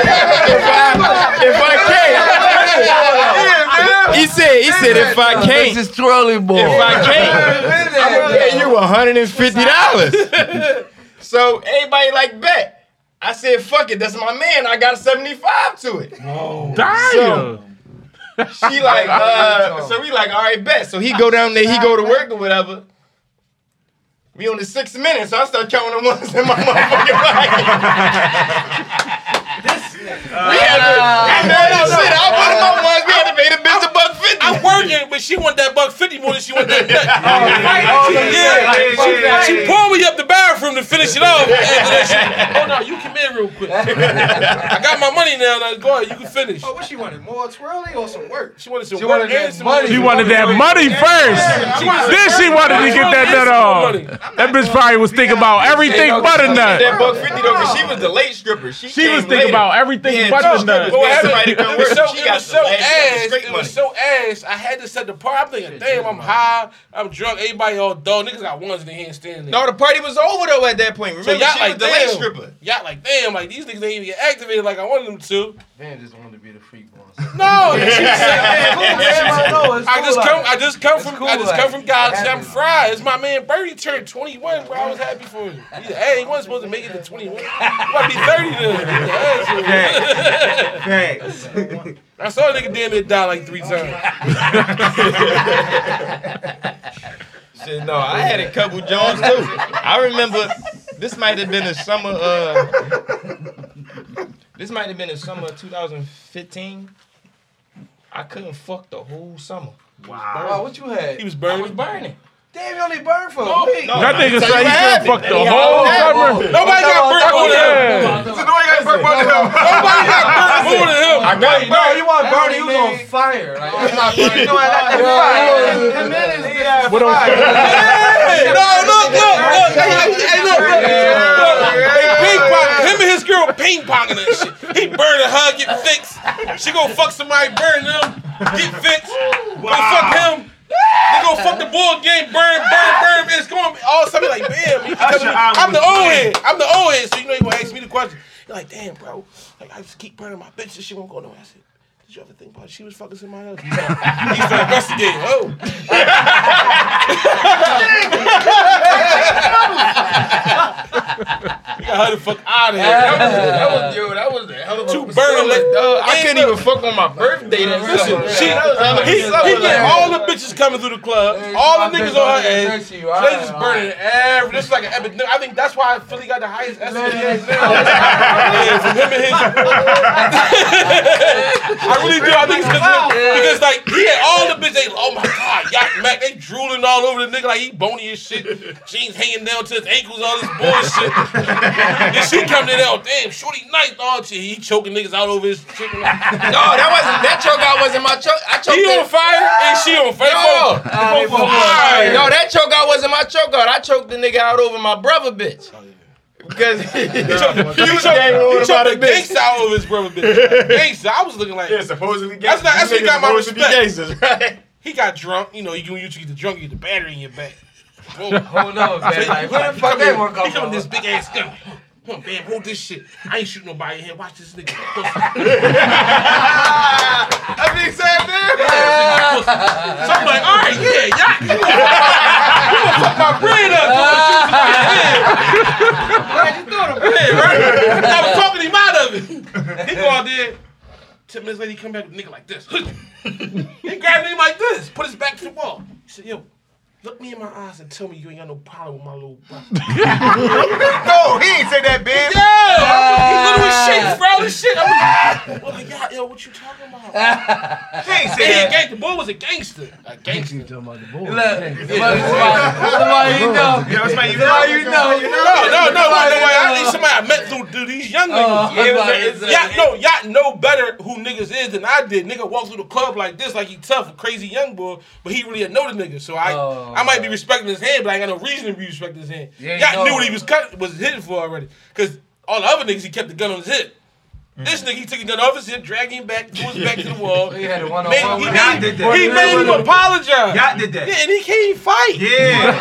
Speaker 1: I, if I can, he said. He said if I
Speaker 4: This
Speaker 1: can't,
Speaker 4: is trolley boy.
Speaker 1: if I can't, I'm gonna pay you hundred and fifty dollars. So everybody like bet. I said fuck it, that's my man. I got a seventy five to it. So-
Speaker 5: Damn.
Speaker 1: *laughs* She like, uh, so we like, all right, bet. So he go down there, he go to work or whatever. We on the sixth minute, so I start counting the ones in my *laughs* motherfucking pocket.
Speaker 3: uh,
Speaker 1: we had to, no, no, no, shit, I wanted my ones. We had to pay the bitch a buck fifty.
Speaker 3: I'm working, but she want that buck fifty more than she want that *laughs* nut.
Speaker 2: yeah, yeah,
Speaker 3: Oh, Yeah, she,
Speaker 2: yeah,
Speaker 3: she
Speaker 2: yeah.
Speaker 3: pulled me up the bathroom to finish it
Speaker 1: *laughs*
Speaker 3: off. After that, she, oh no, you come in real quick. I got my money now. Now go ahead, you can finish.
Speaker 13: Oh, what she wanted? More twirly or some work?
Speaker 3: She wanted some
Speaker 12: She
Speaker 3: work
Speaker 12: wanted that
Speaker 3: and some
Speaker 12: money.
Speaker 5: She wanted that money first.
Speaker 3: She wanted
Speaker 5: Then she wanted to get that nut on. That bitch probably was thinking about everything but a
Speaker 1: That
Speaker 5: nut.
Speaker 1: buck fifty though, 'cause she was the late stripper. She,
Speaker 5: She
Speaker 1: came
Speaker 5: was thinking
Speaker 1: later.
Speaker 5: about
Speaker 1: We
Speaker 5: everything
Speaker 1: had
Speaker 5: but
Speaker 1: two
Speaker 5: a nut.
Speaker 1: strippers, we had
Speaker 3: What
Speaker 1: somebody
Speaker 3: happened?
Speaker 1: come
Speaker 3: It was
Speaker 1: work,
Speaker 3: so,
Speaker 1: she
Speaker 3: it
Speaker 1: got
Speaker 3: was
Speaker 1: the
Speaker 3: so
Speaker 1: last
Speaker 3: ass.
Speaker 1: straight
Speaker 3: It
Speaker 1: money.
Speaker 3: was so ass. I had to set the part. I'm thinking, damn, I'm high. I'm drunk. Everybody all dull. Niggas got ones in their hand standing.
Speaker 1: No, the party was over though at that point.
Speaker 3: So
Speaker 1: Remember,
Speaker 3: y'all
Speaker 1: she
Speaker 3: like
Speaker 1: was the late
Speaker 3: damn.
Speaker 1: stripper.
Speaker 3: Y'all like damn. Like these niggas ain't even get activated like I wanted them to.
Speaker 12: Man just wanted to be the freak boy.
Speaker 3: *laughs* No,
Speaker 12: *laughs*
Speaker 3: she said, *laughs* I
Speaker 12: I
Speaker 3: just come. I just come from.
Speaker 12: cool,
Speaker 3: I just
Speaker 12: like,
Speaker 3: come from Galaxy. I'm
Speaker 12: happens.
Speaker 3: fried. It's my man Birdie turned 21, bro. I was happy for him. He, hey, he wasn't supposed to make it to 21. He might be 30
Speaker 12: *laughs*
Speaker 3: then. Yeah, so-
Speaker 2: Facts.
Speaker 3: *laughs* I saw a nigga damn near die like three times.
Speaker 1: Shit, no, I had a couple Jones too. I remember this might have been the summer. Uh, this might have been the summer of 2015. I couldn't fuck the whole summer.
Speaker 12: Wow, what you had?
Speaker 3: He was
Speaker 12: *laughs*
Speaker 1: I was
Speaker 3: burning.
Speaker 1: burning.
Speaker 12: Damn, you only burned for a week.
Speaker 5: That nigga
Speaker 1: Tell you
Speaker 5: say
Speaker 1: what
Speaker 5: he couldn't
Speaker 1: happened.
Speaker 5: fuck the
Speaker 1: Yeah, I
Speaker 5: whole summer.
Speaker 3: Nobody got burnt more than him.
Speaker 5: Yeah.
Speaker 3: Nobody got burnt more than him.
Speaker 1: I got you.
Speaker 12: Bro, you want
Speaker 13: That
Speaker 12: Bernie? You was on
Speaker 13: nigga-
Speaker 12: fire. Like, I'm not
Speaker 13: You know I like
Speaker 12: Yeah.
Speaker 13: that. man is yeah.
Speaker 5: What on-
Speaker 3: Hey, No, look, look, look. Hey, hey, look, look. look. They ping pong. Him and his girl ping ponging that shit. He burn a hug, get fixed. She gonna fuck somebody, burn them, get fixed. Go fuck him. They gonna fuck the ball game, burn, burn, burn. It's going all something like, man, you tell me- I'm the old head. I'm the old head, so you know you gonna ask me the question. You're like, damn, bro. Like I just keep burning my bitch, and she won't go nowhere. I said, did you ever think about it? She was fucking somebody else. He's gonna investigate. Oh. *laughs* You got her the fuck out of here. That was- that was-
Speaker 1: Yo, that was a hell of a
Speaker 3: Two burning lit-
Speaker 1: Dog, uh, I
Speaker 3: Hey,
Speaker 1: couldn't
Speaker 3: look.
Speaker 1: even fuck on my birthday that
Speaker 3: Listen,
Speaker 1: summer.
Speaker 3: she,
Speaker 1: That was a hell of a
Speaker 3: he, he
Speaker 1: summer.
Speaker 3: get all the bitches coming through the club, all the niggas on her ass.
Speaker 12: They
Speaker 3: So they just burning every. This is like an epic. I think that's why Philly got the highest estimate.
Speaker 12: *laughs*
Speaker 3: yeah, from him and his. I *laughs* really do. I think it's 'cause of him. because like he had all the bitches. They, oh my god, Yacht Mac, they drooling all over the nigga like he bony as shit. Jeans hanging down to his ankles, all this bullshit. and she coming in there, oh, damn, shorty nice, oh shit, he choking niggas out over his chicken.
Speaker 1: *laughs* No, that wasn't that choke out wasn't my choke. I choked
Speaker 3: He
Speaker 1: that-
Speaker 3: on fire and she on fire.
Speaker 1: Yo.
Speaker 3: They both on fire.
Speaker 1: No, that choke out wasn't my choke out. I Oh, choked the nigga out over my brother, bitch. *laughs* Because
Speaker 3: You
Speaker 1: you
Speaker 3: was you
Speaker 1: about
Speaker 3: the
Speaker 1: a bitch.
Speaker 3: gangsta out of his brother
Speaker 2: *laughs*
Speaker 3: bitch. Gangsta. I was looking like
Speaker 2: Yeah, supposedly gay.
Speaker 3: That's not- that's what
Speaker 2: You
Speaker 3: got my
Speaker 2: niggas supposed to be
Speaker 3: respect.
Speaker 2: gangsters, right?
Speaker 3: he got drunk. You know, you when you get the drunk, you get the battery in your back. Whoa.
Speaker 12: Hold on, man. Like, where the fuck
Speaker 3: Come
Speaker 12: that
Speaker 3: here.
Speaker 12: one come
Speaker 3: Here come
Speaker 12: from?
Speaker 3: this big ass gun. Come on, man, hold this shit. I ain't shooting nobody in here. Watch this nigga. *laughs* Pussy.
Speaker 2: That's the exact thing.
Speaker 3: So I'm like, all right, yeah, y'all. You gonna fuck my brain up? Yeah, right. I was talking him out of it. He go out there. Ten minutes later, he come back with a nigga like this. *laughs* he grabbed him like this. Put his back to the wall. He said, yo. Look me in my eyes and tell me you ain't got no problem with my little brother.
Speaker 2: No, he ain't say that, bitch.
Speaker 3: Yeah, he literally shakes, bro. This shit. I'm like, well, like, yeah, yo, what you talking about?
Speaker 2: He ain't say
Speaker 3: He ain't
Speaker 2: that.
Speaker 3: gang- the boy was a gangster. A gangster.
Speaker 12: Look, somebody, somebody you know.
Speaker 2: Yo, it's my- you know,
Speaker 12: Somebody you know. You
Speaker 3: No, no, no, no, no,
Speaker 12: Somebody
Speaker 3: no. I
Speaker 12: you
Speaker 3: need
Speaker 12: know.
Speaker 3: somebody I met through, through these young
Speaker 12: Oh,
Speaker 3: niggas. Yeah, it was
Speaker 12: somebody
Speaker 3: a-
Speaker 12: is a-
Speaker 3: y'all, no, y'all know better who niggas is than I did. Nigga walks through the club like this, like he tough, crazy young boy, but he really a know the nigga. So I,
Speaker 12: Oh,
Speaker 3: I might be respecting his hand, but I ain't got no reason to be respecting his hand.
Speaker 12: Yeah,
Speaker 3: y'all
Speaker 12: you know.
Speaker 3: knew what he was cut, was hitting for already, because all the other niggas he kept the gun on his hip. This nigga, he took the gun off his hip, dragged him back, threw his back to the wall.
Speaker 12: He
Speaker 3: Made,
Speaker 12: had a
Speaker 4: oh
Speaker 12: one
Speaker 3: he
Speaker 12: on
Speaker 3: made,
Speaker 12: one.
Speaker 2: Y'all did that.
Speaker 3: he made him apologize.
Speaker 2: Y'all did
Speaker 3: Yeah,
Speaker 2: that.
Speaker 3: and he can't even fight.
Speaker 2: Yeah.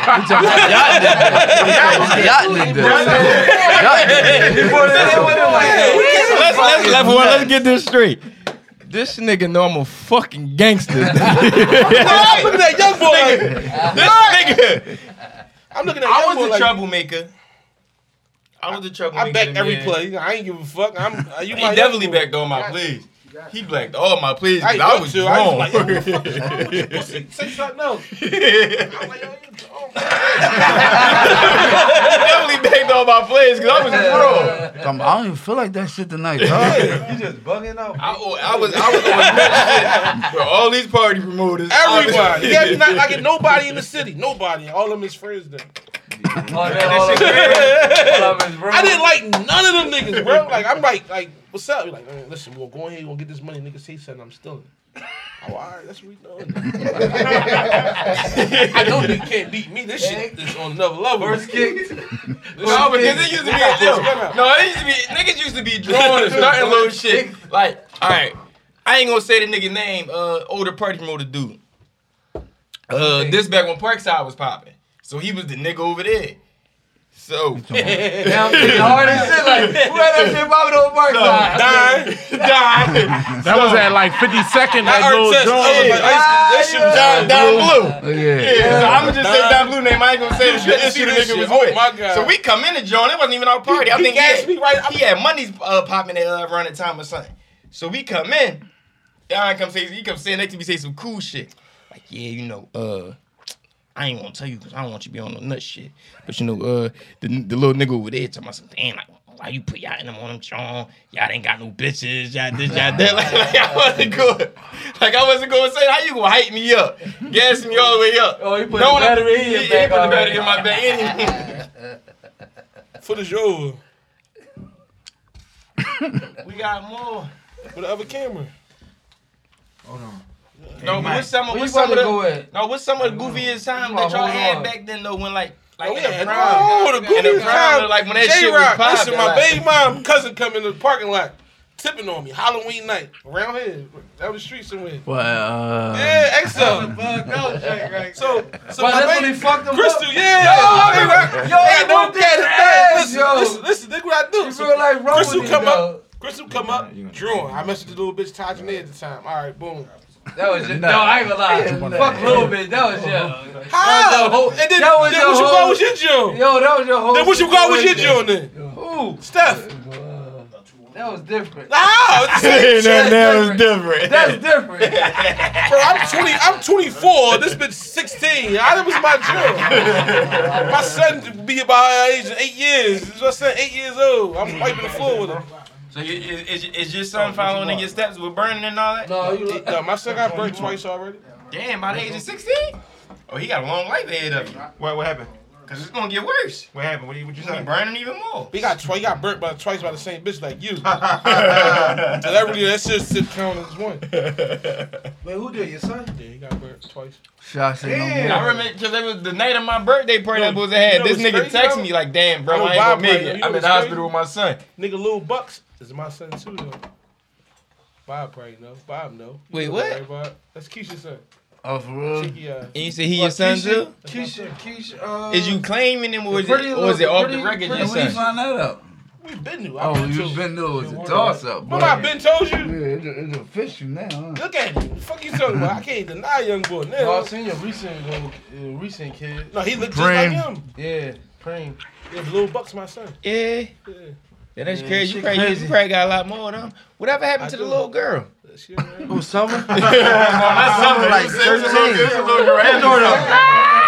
Speaker 2: *laughs*
Speaker 1: Let's, let's level one. Let's get this straight. This nigga know I'm a fucking gangster.
Speaker 3: I'm looking at young boy. like-
Speaker 1: this nigga.
Speaker 3: I'm looking at
Speaker 1: I
Speaker 3: young
Speaker 1: was
Speaker 3: boy
Speaker 1: the
Speaker 3: like,
Speaker 1: troublemaker. I was the troublemaker.
Speaker 3: I back
Speaker 1: in
Speaker 3: every
Speaker 1: there.
Speaker 3: play. I ain't give a fuck. I'm uh, you
Speaker 1: He
Speaker 3: my young
Speaker 1: definitely
Speaker 3: boy.
Speaker 1: backed all my plays. He blacked all my plays
Speaker 3: I,
Speaker 1: 'cause
Speaker 3: ain't
Speaker 1: I
Speaker 3: want
Speaker 1: was
Speaker 3: to.
Speaker 1: wrong.
Speaker 3: I was
Speaker 1: *laughs*
Speaker 3: like, yo, what the fuck is wrong with you, pussy? Say something else. I'm like, yo, you oh,
Speaker 1: definitely backed all my plays because I was wrong.
Speaker 4: I'm- I don't even feel like that shit tonight, dog.
Speaker 16: You just bugging out.
Speaker 1: I, I was I was on that shit for all these party promoters.
Speaker 3: Everybody. Yeah, he's not liking nobody in the city. Nobody. All of his friends then.
Speaker 12: All of it, all of it, all of it, bro.
Speaker 3: I didn't like none of them niggas, bro. Like I'm like, like, what's up? You're like, man, listen, we're going here, we're gonna get this money, niggas say something, I'm stealing. it. Oh, all right, that's what we
Speaker 1: *laughs*
Speaker 3: doing. I know you can't beat me. This shit is on another level.
Speaker 12: First kick.
Speaker 1: No, because it used to be a
Speaker 3: This
Speaker 1: deal.
Speaker 3: gun
Speaker 1: No, it used to be niggas used to be drawing and starting little shit. Like, all right, I ain't gonna say the nigga name. Uh, older party promoter dude. Uh, this back when Parkside was popping, so he was the nigga over there. So *laughs*
Speaker 12: Now, the hardest shit, like, who had that shit bobbing on Parkside?
Speaker 3: Dime, dime.
Speaker 5: That was at like
Speaker 3: I
Speaker 5: 52nd. That
Speaker 3: heard
Speaker 5: little
Speaker 3: Tess.
Speaker 5: joint.
Speaker 3: I was like,
Speaker 12: Ah,
Speaker 3: I used to- that shit was
Speaker 1: Don, Don Blue.
Speaker 4: Yeah.
Speaker 1: Yeah, so I'm gonna just say Don Blue name. I ain't gonna say the shit.
Speaker 3: Let's
Speaker 1: This
Speaker 3: see
Speaker 1: shit the
Speaker 3: this
Speaker 1: nigga
Speaker 3: shit.
Speaker 1: was
Speaker 3: Oh
Speaker 1: with.
Speaker 3: my God.
Speaker 1: So we come in the joint. It wasn't even our party. I
Speaker 3: He- he
Speaker 1: think he
Speaker 3: gassed
Speaker 1: had,
Speaker 3: me right up.
Speaker 1: He had money's uh, popping at uh, around the time or something. So we come in. Don come say he come sitting next to me say some cool shit. Like yeah, you know, uh, I ain't gonna tell you because I don't want you to be on no nut shit. But you know, uh, the the little nigga over there talking about some damn like. Why you put y'all in them on them John? Y'all ain't got no bitches. Y'all this, y'all that. *laughs* Like, like I wasn't good. Like I wasn't going to say how you gonna hype me up, gas me all the way up.
Speaker 12: Oh, he put
Speaker 1: No
Speaker 12: the
Speaker 1: one-
Speaker 12: battery in your
Speaker 1: he- he
Speaker 12: back
Speaker 1: put the
Speaker 12: already.
Speaker 1: battery in my
Speaker 12: *laughs*
Speaker 1: back. Anyway.
Speaker 3: Footage over
Speaker 1: we got more.
Speaker 3: with the other camera.
Speaker 1: No, but what's some of
Speaker 12: Where you
Speaker 1: what's
Speaker 12: about
Speaker 1: some
Speaker 12: to
Speaker 1: of
Speaker 12: go
Speaker 1: the
Speaker 12: at?
Speaker 1: no, what's some of the goofiest time
Speaker 12: Hold
Speaker 1: that
Speaker 12: on,
Speaker 1: y'all
Speaker 12: hold
Speaker 1: had
Speaker 12: on.
Speaker 1: back then though? When like like
Speaker 3: Oh,
Speaker 1: in
Speaker 3: we
Speaker 1: the
Speaker 3: had
Speaker 1: prime.
Speaker 3: oh, the
Speaker 1: In the
Speaker 3: goodiest
Speaker 1: prime,
Speaker 3: time.
Speaker 1: like, when that shit was
Speaker 3: J-Rock, listen,
Speaker 1: popping,
Speaker 3: my
Speaker 1: like-
Speaker 3: baby mom cousin come in the parking lot, tipping on me Halloween night around here, down the street somewhere.
Speaker 4: Well, uh,
Speaker 3: Yeah, XO.
Speaker 16: Bug out, Jake, right?
Speaker 3: So, so
Speaker 12: But that's
Speaker 3: my
Speaker 12: when he
Speaker 3: baby
Speaker 12: fucked them
Speaker 3: Crystal,
Speaker 12: up.
Speaker 3: yeah,
Speaker 12: Yo,
Speaker 3: yo,
Speaker 12: he
Speaker 3: no
Speaker 12: whooped his ass,
Speaker 3: Listen,
Speaker 12: yo.
Speaker 3: listen, listen, look what I do.
Speaker 12: You feel like Rumble
Speaker 3: Crystal
Speaker 12: did,
Speaker 3: come
Speaker 12: though.
Speaker 3: up, Crystal come up, drawing. I messaged the little bitch Tajane at the time. All right, boom.
Speaker 12: That was just, no, I ain't gonna lie. Fuck a little bit. That was your,
Speaker 3: How?
Speaker 12: the whole-
Speaker 3: And then,
Speaker 12: that was
Speaker 3: then
Speaker 12: the
Speaker 3: what you
Speaker 12: whole-
Speaker 3: got was your jewel?
Speaker 12: yo, that was your whole.
Speaker 3: Then what you got was your
Speaker 12: situation.
Speaker 3: jewel then? Who? Steph.
Speaker 12: That was different.
Speaker 3: How? Same Ah, shit.
Speaker 12: was
Speaker 1: different.
Speaker 12: That's different.
Speaker 3: Bro, I'm 20. I'm 24. This bitch 16. I, that was my dream. My son be about her age in eight years. This is my son, eight years old. I'm wiping the floor with him.
Speaker 1: So you- is, is, is your son following in your steps with burning and all that?
Speaker 12: No, you
Speaker 3: No, uh, my son got burnt twice already.
Speaker 1: Damn, by the age of sixteen. Oh, he got a long life ahead of you.
Speaker 2: What, what happened?
Speaker 1: Cause it's gonna get worse.
Speaker 2: What happened? What you, what you
Speaker 1: It's gonna
Speaker 2: say?
Speaker 1: be burning even *laughs* more.
Speaker 3: He got twice. He got burnt by twice by the same bitch like you. and that really, that shit sit count as one.
Speaker 17: Wait, who did your son?
Speaker 3: Yeah, he got burnt twice.
Speaker 4: Should I say no more?
Speaker 1: I remember because it was the night of my birthday party that was I had.
Speaker 3: you know
Speaker 1: this
Speaker 3: what's
Speaker 1: nigga
Speaker 3: crazy,
Speaker 1: texted
Speaker 3: though?
Speaker 1: me like, "Damn, bro,
Speaker 3: I know
Speaker 1: I ain't gonna
Speaker 3: Bob
Speaker 1: make
Speaker 3: Pryor,
Speaker 1: it.
Speaker 3: you know
Speaker 1: I'm in
Speaker 3: what's
Speaker 1: the
Speaker 3: crazy?
Speaker 1: hospital with my son."
Speaker 3: Nigga, Lil Bucks is my son too though. Bob probably know. Bob know. You
Speaker 1: Wait,
Speaker 3: know
Speaker 1: what?
Speaker 3: that, right, Bob? That's Keisha's son.
Speaker 4: Oh, for real?
Speaker 3: Cheeky uh, eyes.
Speaker 1: And you say he your son too?
Speaker 17: Keisha, Keisha. Uh,
Speaker 1: Is you claiming him or is it,
Speaker 17: pretty
Speaker 1: or is it
Speaker 17: little-
Speaker 1: off
Speaker 17: pretty-
Speaker 1: the record?
Speaker 17: pretty
Speaker 1: Your
Speaker 4: When
Speaker 1: son?
Speaker 4: you find that out?
Speaker 3: We've been new. I've
Speaker 4: Oh,
Speaker 3: been
Speaker 4: you
Speaker 3: told
Speaker 4: been knew it was
Speaker 3: You
Speaker 4: a
Speaker 3: weren't
Speaker 4: toss up, boy.
Speaker 3: Remember, I've been told
Speaker 4: Yeah,
Speaker 3: you.
Speaker 4: it's a- it's official now, huh?
Speaker 3: Look at you. Fuck you talking about. I can't deny young boy
Speaker 12: No,
Speaker 3: now.
Speaker 12: I've seen your recent, little- uh, recent kid.
Speaker 3: No, he looked just like
Speaker 5: Dream.
Speaker 3: him.
Speaker 12: Yeah, praying.
Speaker 3: Yeah, Lil Bucks my son.
Speaker 1: Yeah.
Speaker 3: Yeah.
Speaker 1: Yeah, that's
Speaker 12: Yeah,
Speaker 1: crazy. You
Speaker 12: shit
Speaker 1: probably,
Speaker 12: crazy.
Speaker 1: you probably got a lot more of them. Whatever happened
Speaker 3: I
Speaker 1: to the
Speaker 3: do.
Speaker 1: little *laughs* girl?
Speaker 3: That shit,
Speaker 12: *laughs*
Speaker 3: man.
Speaker 12: Oh, summer?
Speaker 1: That's something
Speaker 4: like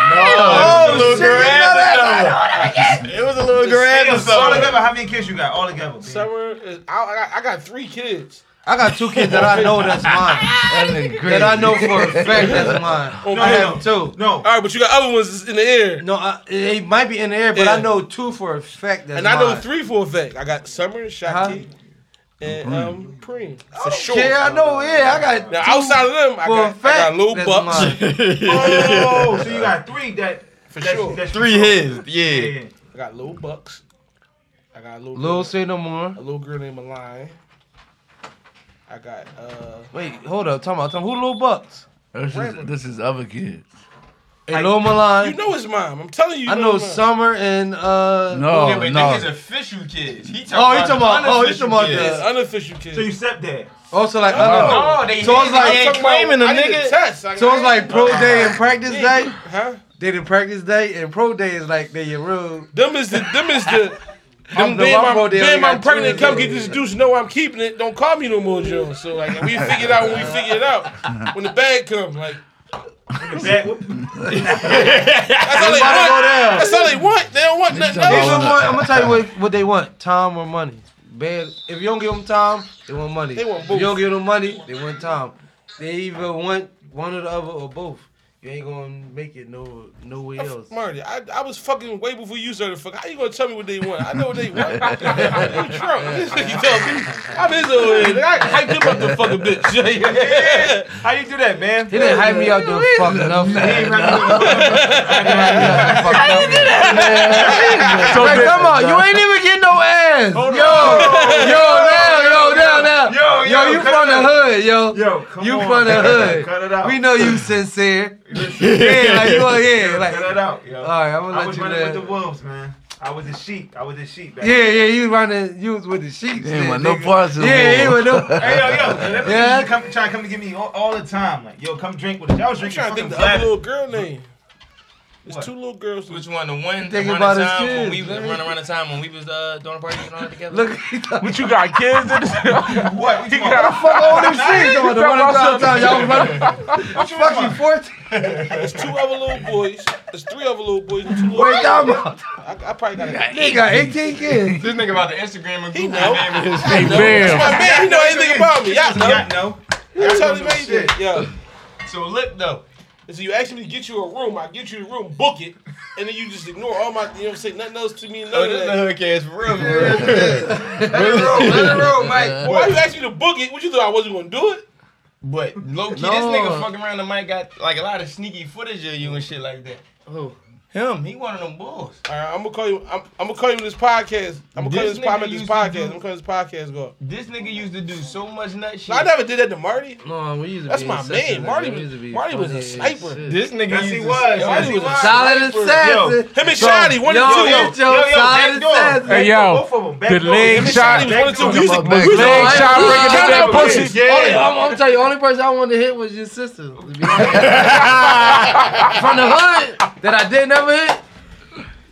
Speaker 1: Oh, little girl. It was a little girl.
Speaker 2: Damn, all together, how many kids you got? All together. man.
Speaker 3: Summer is. I, I, got, I got three kids.
Speaker 12: I got two kids that I know *laughs* that's mine.
Speaker 4: That nigga crazy.
Speaker 12: That I know for a fact that's mine.
Speaker 3: no,
Speaker 12: I
Speaker 3: no,
Speaker 12: have two.
Speaker 2: No.
Speaker 3: All right, but you got other ones that's in the air.
Speaker 12: No, I, they might be in the air, but I
Speaker 3: Yeah.
Speaker 12: know two for a fact that's
Speaker 3: and
Speaker 12: mine.
Speaker 3: I know three for a fact. I got Summer, Shaki, and um, Preem. For sure.
Speaker 12: Oh, Yeah, I
Speaker 2: Oh,
Speaker 12: know. Yeah, I got.
Speaker 3: Now, outside of them, I
Speaker 12: for
Speaker 3: got,
Speaker 12: a
Speaker 3: I
Speaker 12: fact,
Speaker 3: got Lil
Speaker 12: that's
Speaker 3: Bucks.
Speaker 12: mine.
Speaker 2: Oh, so you got three that.
Speaker 3: For
Speaker 2: that's,
Speaker 3: sure.
Speaker 2: That's
Speaker 1: Three his. Yeah.
Speaker 2: Yeah.
Speaker 3: I got Lil Bucks. I got a little
Speaker 12: Lil say no more.
Speaker 3: a little girl named Malign. I got uh
Speaker 12: Wait, hold up. Tell me, tell me who Lil Bucks?
Speaker 4: This is, this is other kids.
Speaker 12: Hey, Lil Milan.
Speaker 3: you know his mom. I'm telling you, you
Speaker 12: I know
Speaker 3: his mom.
Speaker 12: Summer and uh.
Speaker 4: No,
Speaker 1: but
Speaker 4: no.
Speaker 1: niggas official kids. He talking
Speaker 12: Oh, you talking about? Oh, you talking about
Speaker 3: Yeah,
Speaker 12: the?
Speaker 3: unofficial kid.
Speaker 2: So you stepdad.
Speaker 12: Also like other.
Speaker 1: Oh, they
Speaker 12: So I was like-
Speaker 1: they ain't claiming them,
Speaker 3: I need a
Speaker 1: nigga.
Speaker 3: test. I
Speaker 12: So it's
Speaker 3: got-
Speaker 12: like pro day and practice day.
Speaker 3: huh?
Speaker 12: They did practice day and pro day is like they your real.
Speaker 3: Them is the them is the
Speaker 12: *laughs* I'm
Speaker 3: them
Speaker 12: the
Speaker 3: being
Speaker 12: one bro
Speaker 3: I'm,
Speaker 12: that
Speaker 3: being
Speaker 12: only
Speaker 3: I'm
Speaker 12: got
Speaker 3: pregnant.
Speaker 12: twins
Speaker 3: Come
Speaker 12: in
Speaker 3: get
Speaker 12: it.
Speaker 3: this deuce. Know I'm keeping it. Don't call me no more, Joe. So like we figure it out when we figure it out when the bag comes. Like *laughs*
Speaker 2: That,
Speaker 3: that's all they
Speaker 12: Everybody go
Speaker 3: want.
Speaker 12: down.
Speaker 3: That's all they want. They don't want nothing
Speaker 12: They
Speaker 3: else.
Speaker 12: don't want- I'm gonna tell you what, what they want: time or money. Bad. If you don't give them time, they want money.
Speaker 3: They want
Speaker 12: If you don't
Speaker 3: both.
Speaker 12: give them money, they want time. They either want one or the other or both. You ain't gonna make it no no way else.
Speaker 3: Marty, I, I was fucking way before you started fucking. How you gonna tell me what they want? I know what they
Speaker 2: *laughs*
Speaker 3: want. you Trump. *laughs* This nigga tell me. I'm his old head. I hyped him up the fucking *laughs* bitch.
Speaker 2: how you do that, man?
Speaker 12: He didn't hype me out the fuck enough. *laughs*
Speaker 5: So
Speaker 12: Like,
Speaker 5: did-
Speaker 12: come on, you ain't even getting no ass. Yo, yo, now, yo, now, now.
Speaker 2: Yo,
Speaker 12: Yo,
Speaker 2: yo,
Speaker 12: you
Speaker 2: cut
Speaker 12: from
Speaker 2: it
Speaker 12: the hood, yo.
Speaker 2: Yo, come
Speaker 12: You
Speaker 2: on.
Speaker 12: from the hood.
Speaker 2: Cut it out.
Speaker 12: We know
Speaker 4: *laughs*
Speaker 12: you sincere.
Speaker 2: Listen,
Speaker 12: Yeah, like you are, yeah,
Speaker 2: yo,
Speaker 12: like.
Speaker 2: cut it out, yo.
Speaker 12: All right, I'm gonna
Speaker 2: I
Speaker 12: let
Speaker 2: was
Speaker 12: you
Speaker 2: running with the
Speaker 12: know.
Speaker 2: wolves, man. I was a sheep. I was a sheep. Back.
Speaker 12: Yeah, yeah, you running. You was with the sheep.
Speaker 4: They ain't
Speaker 12: shit,
Speaker 4: want no
Speaker 12: nigga.
Speaker 4: parts of the
Speaker 12: Yeah, he
Speaker 4: war. *laughs*
Speaker 12: was no.
Speaker 2: Hey, yo, yo. and them niggas
Speaker 12: Yeah.
Speaker 2: used to Come, try to come to get me all, all the time. Like, yo, come drink with us. Y'all was
Speaker 3: I'm
Speaker 2: drinking
Speaker 3: trying to
Speaker 2: fucking
Speaker 3: think the other
Speaker 2: Black.
Speaker 3: little girl name. There's
Speaker 2: What?
Speaker 3: two little girls.
Speaker 1: Which one? The one
Speaker 12: Think
Speaker 1: the
Speaker 12: about
Speaker 1: run
Speaker 12: his
Speaker 1: time when
Speaker 12: kids,
Speaker 1: we was
Speaker 12: man.
Speaker 1: run around the time when we was uh, doing a party and all that together.
Speaker 12: Look, he talking
Speaker 5: But you got kids *laughs* in this?
Speaker 2: What? What you talking about?
Speaker 12: about all them *laughs* shit. Talking about the running around town, y'all running.
Speaker 2: What you
Speaker 12: Fuck you,
Speaker 2: talking
Speaker 12: fourteen.
Speaker 3: There's two other little boys. There's three other little boys. And two little
Speaker 12: Wait, talking about.
Speaker 3: I, I probably got a.
Speaker 12: He got eighteen kids.
Speaker 1: This nigga about the Instagram and Google
Speaker 3: know.
Speaker 1: name of his
Speaker 5: Hey,
Speaker 3: That's
Speaker 5: man.
Speaker 3: my man. He know anything about me. Y'all
Speaker 2: about? Yeah,
Speaker 3: know.
Speaker 2: no.
Speaker 3: I told him
Speaker 2: know
Speaker 3: anything. Yeah.
Speaker 1: So look though.
Speaker 3: So you ask me to get you a room. I get you a room, book it, and then you just ignore all my. You know, say nothing else to me. None
Speaker 1: Oh,
Speaker 3: of
Speaker 1: this
Speaker 3: that.
Speaker 1: the hood cats for real, for real.
Speaker 2: *laughs*
Speaker 1: Uh,
Speaker 3: Well, Why you asked me to book it? What you thought I wasn't gonna do it?
Speaker 1: But low key, this
Speaker 12: No.
Speaker 1: nigga fucking around the mic got like a lot of sneaky footage of you and shit like that. Who? Him. He one of them bulls.
Speaker 3: All right, I'm gonna call you. I'm, I'm gonna call you this podcast. I'm gonna call you
Speaker 1: This
Speaker 3: this, pod-
Speaker 1: nigga
Speaker 3: I'm at this
Speaker 1: used to
Speaker 3: podcast.
Speaker 1: do-
Speaker 3: I'm gonna call this podcast. Go.
Speaker 1: This nigga used to do so much nut shit.
Speaker 3: No, I never did that to Marty.
Speaker 12: No, we used to
Speaker 3: That's
Speaker 12: be
Speaker 3: my
Speaker 12: assassins,
Speaker 3: man. Marty
Speaker 12: we
Speaker 3: was-
Speaker 12: used to be
Speaker 3: Marty was a
Speaker 12: funny as
Speaker 3: sniper.
Speaker 12: shit.
Speaker 1: This nigga
Speaker 2: Yes,
Speaker 1: used
Speaker 2: he
Speaker 1: to-
Speaker 2: was.
Speaker 1: Yo,
Speaker 2: Yes, he
Speaker 1: this-
Speaker 2: was.
Speaker 12: Solid assassin.
Speaker 3: Him and Shotty, one
Speaker 12: yo,
Speaker 3: and two.
Speaker 12: yo,
Speaker 3: Yo,
Speaker 12: yo, solid assassin.
Speaker 5: Hey, yo,
Speaker 2: Both of them. Back
Speaker 5: the
Speaker 2: door.
Speaker 5: leg
Speaker 3: him and
Speaker 5: shot-
Speaker 3: Shotty was one and two.
Speaker 4: Talking
Speaker 3: We used to, we
Speaker 4: about back
Speaker 3: used to,
Speaker 4: door.
Speaker 5: Leg shot
Speaker 3: we used
Speaker 5: bringing
Speaker 3: to count
Speaker 5: the
Speaker 3: out
Speaker 5: dead
Speaker 3: punches.
Speaker 5: pussy.
Speaker 12: Only, I'm, I'm tell you, only person I wanted to hit was your sister. to be honest.
Speaker 3: *laughs*
Speaker 12: From the hood that I did never hit.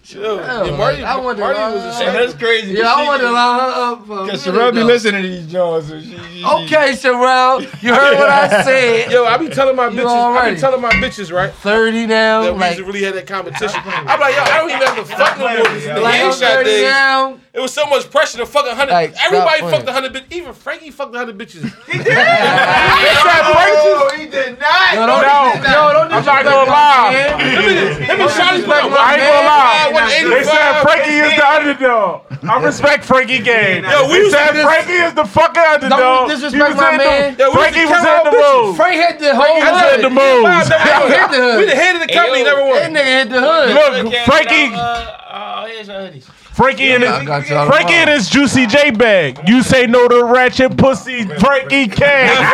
Speaker 3: Yo,
Speaker 12: Hell,
Speaker 3: yeah, Marty,
Speaker 12: I wanted
Speaker 3: Marty
Speaker 12: to-
Speaker 3: was a
Speaker 1: And
Speaker 3: sniper.
Speaker 1: that's crazy.
Speaker 12: Yeah, I wanted to
Speaker 1: to
Speaker 12: line her up. For a
Speaker 1: Cause
Speaker 12: minute,
Speaker 1: Sherelle be
Speaker 12: though.
Speaker 1: listening to these Johns. So she, she, she-
Speaker 12: Okay, Sherelle, you heard what I
Speaker 3: *laughs*
Speaker 12: said.
Speaker 3: Yo, I be telling my bitches. I be
Speaker 12: already.
Speaker 3: telling my bitches right.
Speaker 12: Thirty now,
Speaker 3: That we used
Speaker 12: like,
Speaker 3: to really had that competition. I'm like, yo, I don't even have to fuck no more. with This
Speaker 2: Yeah.
Speaker 3: nigga
Speaker 12: like I'm
Speaker 3: Ain't shot
Speaker 12: thirty
Speaker 3: days.
Speaker 12: now.
Speaker 3: It was so much pressure to fucking hundred.
Speaker 12: Like, stop
Speaker 3: everybody
Speaker 12: playing.
Speaker 3: fucked a hundred bitches. Even Frankie fucked a hundred bitches.
Speaker 18: He did. no, he did not.
Speaker 12: No, don't-
Speaker 5: No,
Speaker 12: no, don't
Speaker 5: I'm not gonna lie.
Speaker 3: Him and him and Shotty put up
Speaker 5: I ain't gonna lie.
Speaker 3: 185,
Speaker 5: They said
Speaker 3: 185.
Speaker 5: Frankie is the underdog. I respect Frankie game.
Speaker 3: Yo, we
Speaker 5: they
Speaker 3: was
Speaker 5: said
Speaker 3: in this-
Speaker 5: Frankie is the fucking underdog.
Speaker 12: Don't
Speaker 5: He
Speaker 12: disrespect
Speaker 5: was
Speaker 12: my
Speaker 5: in the-
Speaker 12: man.
Speaker 3: Yo, we was
Speaker 5: Frankie
Speaker 3: in
Speaker 5: was in the
Speaker 3: Carroll, bitches.
Speaker 5: mood.
Speaker 12: Frank hit the whole
Speaker 5: was in the
Speaker 12: hood.
Speaker 5: mood.
Speaker 12: Frank hit the
Speaker 3: We the
Speaker 12: hood.
Speaker 3: head of the company,
Speaker 1: yo.
Speaker 3: never
Speaker 12: That
Speaker 3: won.
Speaker 12: nigga hit the hood.
Speaker 5: Look,
Speaker 1: Carry
Speaker 5: Frankie,
Speaker 1: it out, Uh, uh, here's your hoodies.
Speaker 5: Frankie and his,
Speaker 4: I got y'all.
Speaker 5: Frankie
Speaker 4: tomorrow.
Speaker 5: and his juicy J bag. You say no to ratchet pussy, Frankie K.
Speaker 3: He fucking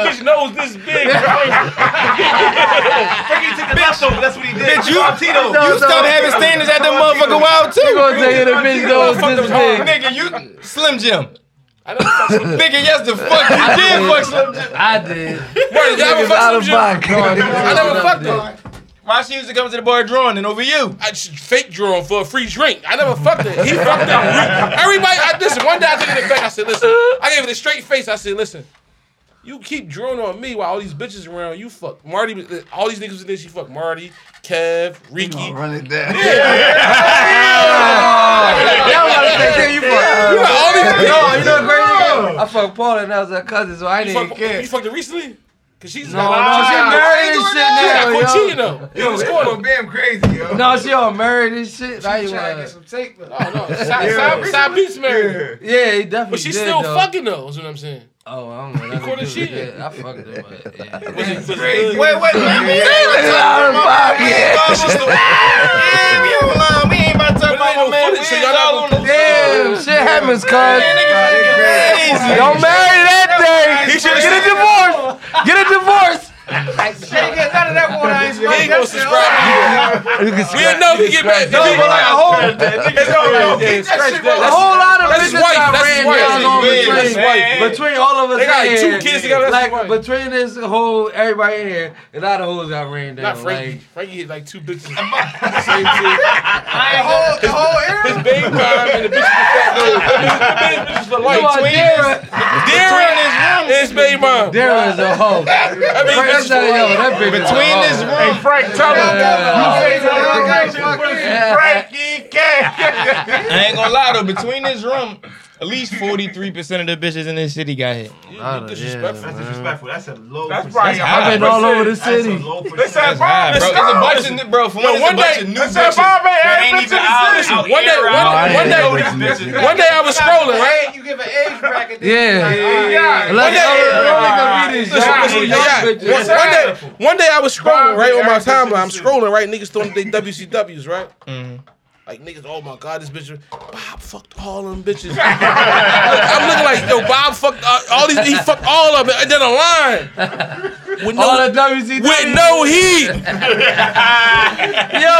Speaker 3: bitch nose this big.
Speaker 2: Frankie took the left over. That's what he did.
Speaker 1: *laughs* Bitch, you-
Speaker 2: Tito.
Speaker 1: You still *laughs* having standards at the motherfucking wild
Speaker 12: You
Speaker 1: too.
Speaker 12: gonna tell you the bitch goes this big.
Speaker 1: Nigga, you Slim Jim. Nigga, yes the fuck you did fuck Slim Jim.
Speaker 12: I did.
Speaker 3: Bro, y'all ever
Speaker 12: Niggas
Speaker 3: fuck
Speaker 12: out
Speaker 3: some
Speaker 12: of
Speaker 3: shit?
Speaker 12: box. I
Speaker 1: never fucked her. Why she used to come to the bar drawing and over you?
Speaker 3: I just fake drawing for a free drink. I never fucked it. He fucked it. Everybody, I, listen, one day I took it back. I said, listen, I gave it a straight face. I said, listen, you keep drawing on me while all these bitches around. You fuck Marty. was- All these niggas was there. She fucked Marty, Kev, Ricky.
Speaker 4: I'll
Speaker 3: You
Speaker 4: Run it down.
Speaker 3: know, all these
Speaker 12: No, you know great. I fucked Paul and I was her cousin, so I
Speaker 3: You
Speaker 12: didn't
Speaker 3: fucked,
Speaker 12: care.
Speaker 3: you fucked her recently? Cause she's
Speaker 12: No, no, she
Speaker 3: got-
Speaker 12: married and shit
Speaker 3: She got
Speaker 12: now.
Speaker 3: Cortina,
Speaker 12: yo.
Speaker 3: though. Yo,
Speaker 18: Yo,
Speaker 3: it's
Speaker 18: this
Speaker 3: going
Speaker 18: going damn crazy, yo.
Speaker 12: No, she all married and shit. I ain't
Speaker 13: trying to
Speaker 12: wanna-
Speaker 13: get some tape. but-
Speaker 3: Oh, No, no, side, side beats married.
Speaker 12: Yeah, he definitely.
Speaker 3: But she's
Speaker 12: did,
Speaker 3: still
Speaker 12: though.
Speaker 3: fucking though, is what I'm saying.
Speaker 12: Oh, I don't know.
Speaker 3: You caught
Speaker 12: That's
Speaker 3: her shit.
Speaker 12: Yeah, I fucked her,
Speaker 3: *laughs* Was
Speaker 12: but yeah.
Speaker 3: it, was it
Speaker 18: Crazy.
Speaker 3: good?
Speaker 18: wait, wait.
Speaker 1: Yeah, we on line. We ain't about to
Speaker 3: But it ain't no
Speaker 1: talk about no man.
Speaker 3: footage,
Speaker 1: We
Speaker 3: so
Speaker 1: ain't
Speaker 3: y'all not
Speaker 1: all on
Speaker 3: gonna-
Speaker 1: the
Speaker 12: Damn, shit happens, cuz.
Speaker 1: crazy.
Speaker 12: Don't marry that thing. Get a divorce. Get a divorce.
Speaker 13: Can't get none of that water. I ain't
Speaker 3: We
Speaker 13: smoking
Speaker 3: ain't gonna
Speaker 13: that shit.
Speaker 3: subscribe to you. We'll know if we get back.
Speaker 12: No, but like a whole, a
Speaker 3: That's
Speaker 12: whole lot of
Speaker 3: That's
Speaker 12: business
Speaker 3: white,
Speaker 12: got
Speaker 3: that's
Speaker 12: ran
Speaker 3: white,
Speaker 12: down on
Speaker 3: that's
Speaker 12: between,
Speaker 3: white.
Speaker 12: between all of us.
Speaker 3: They got
Speaker 12: in
Speaker 3: two
Speaker 12: here.
Speaker 3: kids together, that's
Speaker 12: Like
Speaker 3: white.
Speaker 12: between this whole everybody in here, a lot of hoes got ran down.
Speaker 3: not
Speaker 12: like,
Speaker 3: Frankie. Frankie hit like two bitches.
Speaker 13: The whole, the
Speaker 12: *laughs*
Speaker 13: whole
Speaker 3: His
Speaker 13: area.
Speaker 3: baby mom and the bitch with the fat nose. The bitch for
Speaker 12: you
Speaker 3: life.
Speaker 12: know, Dara,
Speaker 3: Darren is his baby mom.
Speaker 12: Dara is a hoe. Frank,
Speaker 3: *laughs* I mean,
Speaker 12: I'm
Speaker 3: bitch,
Speaker 12: telling you, yo, that bitch is a
Speaker 1: Between
Speaker 12: hoe.
Speaker 1: this room.
Speaker 5: Frank, tell
Speaker 12: Yeah.
Speaker 5: him. You say no to
Speaker 13: Yeah.
Speaker 5: ratchet pussy, Frankie K.
Speaker 1: I ain't gonna lie though, between this room, at least 43% of the bitches in this city got hit.
Speaker 12: Lotta- yeah,
Speaker 3: disrespectful.
Speaker 12: man.
Speaker 2: That's disrespectful. That's a low.
Speaker 5: That's
Speaker 2: percent.
Speaker 5: probably
Speaker 12: I've been all over the
Speaker 2: That's a
Speaker 12: city.
Speaker 2: low
Speaker 5: They said
Speaker 2: percent.
Speaker 1: That's high,
Speaker 5: Bob,
Speaker 1: bro. It's a bunch of, bro, for one,
Speaker 3: Yo,
Speaker 1: it's
Speaker 3: one
Speaker 1: a bunch
Speaker 3: day-
Speaker 1: of new
Speaker 5: They said
Speaker 1: bitches.
Speaker 5: Bob
Speaker 1: that
Speaker 5: ain't added
Speaker 1: ain't
Speaker 5: to
Speaker 1: even
Speaker 5: the
Speaker 1: out,
Speaker 5: city.
Speaker 1: out
Speaker 3: One day,
Speaker 1: here,
Speaker 12: Oh,
Speaker 3: one
Speaker 1: out
Speaker 3: day,
Speaker 1: here.
Speaker 3: one day, one day I was scrolling, right?
Speaker 13: Hey, you give an age bracket. then
Speaker 12: Yeah.
Speaker 13: you like, all right.
Speaker 5: Yeah.
Speaker 12: Let
Speaker 3: Yeah.
Speaker 12: yeah. me
Speaker 3: Listen, listen, yeah. One
Speaker 12: these young bitches.
Speaker 3: day, one day I was scrolling
Speaker 5: Bobby,
Speaker 3: right on my
Speaker 5: Eric,
Speaker 3: timeline. I'm
Speaker 5: listen.
Speaker 3: scrolling right, niggas throwing they WCWs right.
Speaker 12: Mm-hmm.
Speaker 3: Like niggas, oh my god, this bitch, Bob fucked all them bitches. *laughs* Look, I'm looking like yo, Bob fucked uh, all these, he fucked all of them, and then a line with no,
Speaker 12: All the WCW.
Speaker 3: with no heat, *laughs*
Speaker 12: Yo,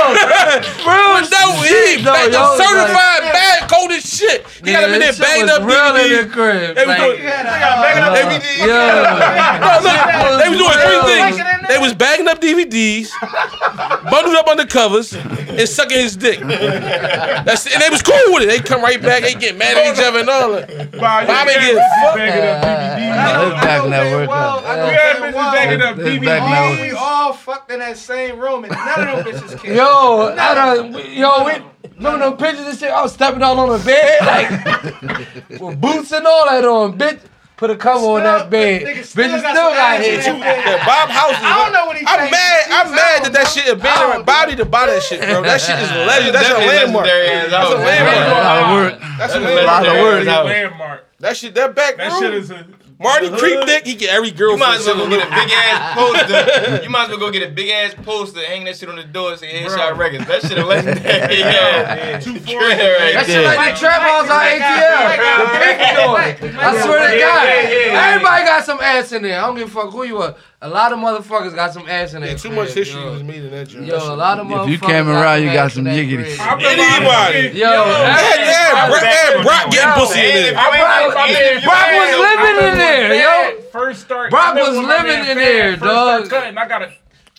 Speaker 12: bro,
Speaker 3: with no heat,
Speaker 12: though,
Speaker 3: Like,
Speaker 12: yo,
Speaker 3: certified
Speaker 12: like-
Speaker 3: bad, cold as shit. You got him in there banged up,
Speaker 12: real in the
Speaker 3: DVD.
Speaker 12: crib.
Speaker 3: They was
Speaker 12: like,
Speaker 3: doing, they was-
Speaker 12: yeah.
Speaker 3: No, look, they was doing three
Speaker 12: Like
Speaker 13: it in
Speaker 3: things. They was bagging up DVDs, bundled up under covers, and sucking his dick. That's it. and they was cool with it. They come right back. They get mad at each other and all that. Bobby get fucked.
Speaker 13: I know-
Speaker 4: This back
Speaker 13: I know
Speaker 4: network,
Speaker 13: damn well,
Speaker 4: though.
Speaker 13: I know
Speaker 4: Yeah,
Speaker 13: damn well
Speaker 4: This back
Speaker 13: We
Speaker 4: network.
Speaker 13: all fucked in that same room and none of
Speaker 12: *laughs*
Speaker 13: them bitches came.
Speaker 12: Yo, I done, yo, we, remember them pictures and shit? I was stepping out on the bed,
Speaker 3: *laughs*
Speaker 12: like, with boots and all that on, bitch. Put a cover on that bed.
Speaker 13: Nigga
Speaker 12: Bitches
Speaker 13: still
Speaker 12: still
Speaker 13: got some
Speaker 12: got
Speaker 13: ass in
Speaker 12: hit.
Speaker 13: that bed.
Speaker 3: Yeah, Bob House is.
Speaker 13: I don't know what he
Speaker 3: I'm
Speaker 13: thinks.
Speaker 3: mad.
Speaker 13: He's
Speaker 3: I'm mad
Speaker 13: out,
Speaker 3: that that shit abandoned. Bobby to buy that shit, bro. That shit is a legend. That's a landmark. That's a landmark.
Speaker 4: Lot of work.
Speaker 3: That's a
Speaker 4: A
Speaker 3: landmark.
Speaker 4: lot of work.
Speaker 5: Landmark.
Speaker 3: That shit. That back
Speaker 2: That shit
Speaker 3: room.
Speaker 2: is a.
Speaker 3: Marty creep dick. He get every
Speaker 1: You might
Speaker 3: girlfriend.
Speaker 1: as well go get a big ass poster. You might *laughs* as well go get a big ass poster, hang that shit on the door, and say Headshot Records. That shit a legendary. *laughs* Yeah, Trey right
Speaker 12: That shit
Speaker 1: there.
Speaker 12: like the trap house on ATL. The pink door. I swear to God. Everybody got some ass in there. I don't give a fuck who you are. A lot of motherfuckers got some ass in there.
Speaker 3: Yeah, Too much
Speaker 12: crib,
Speaker 3: history
Speaker 12: yo.
Speaker 3: was made in that joint. That
Speaker 12: Yo, a
Speaker 3: shit-
Speaker 12: lot of motherfuckers.
Speaker 4: If you came around, you got some
Speaker 12: ass in that
Speaker 4: yiggity.
Speaker 12: crib.
Speaker 3: Anybody.
Speaker 12: Yo,
Speaker 3: Yeah,
Speaker 12: that-
Speaker 3: yeah, Brock, yeah, Brock getting pussy in there.
Speaker 12: Brock was living in there, yo.
Speaker 5: First start. I
Speaker 12: Brock
Speaker 5: remember
Speaker 12: was
Speaker 5: when my man
Speaker 12: living
Speaker 5: Fab
Speaker 12: in there,
Speaker 5: first started
Speaker 12: dog.
Speaker 5: Cutting. I got a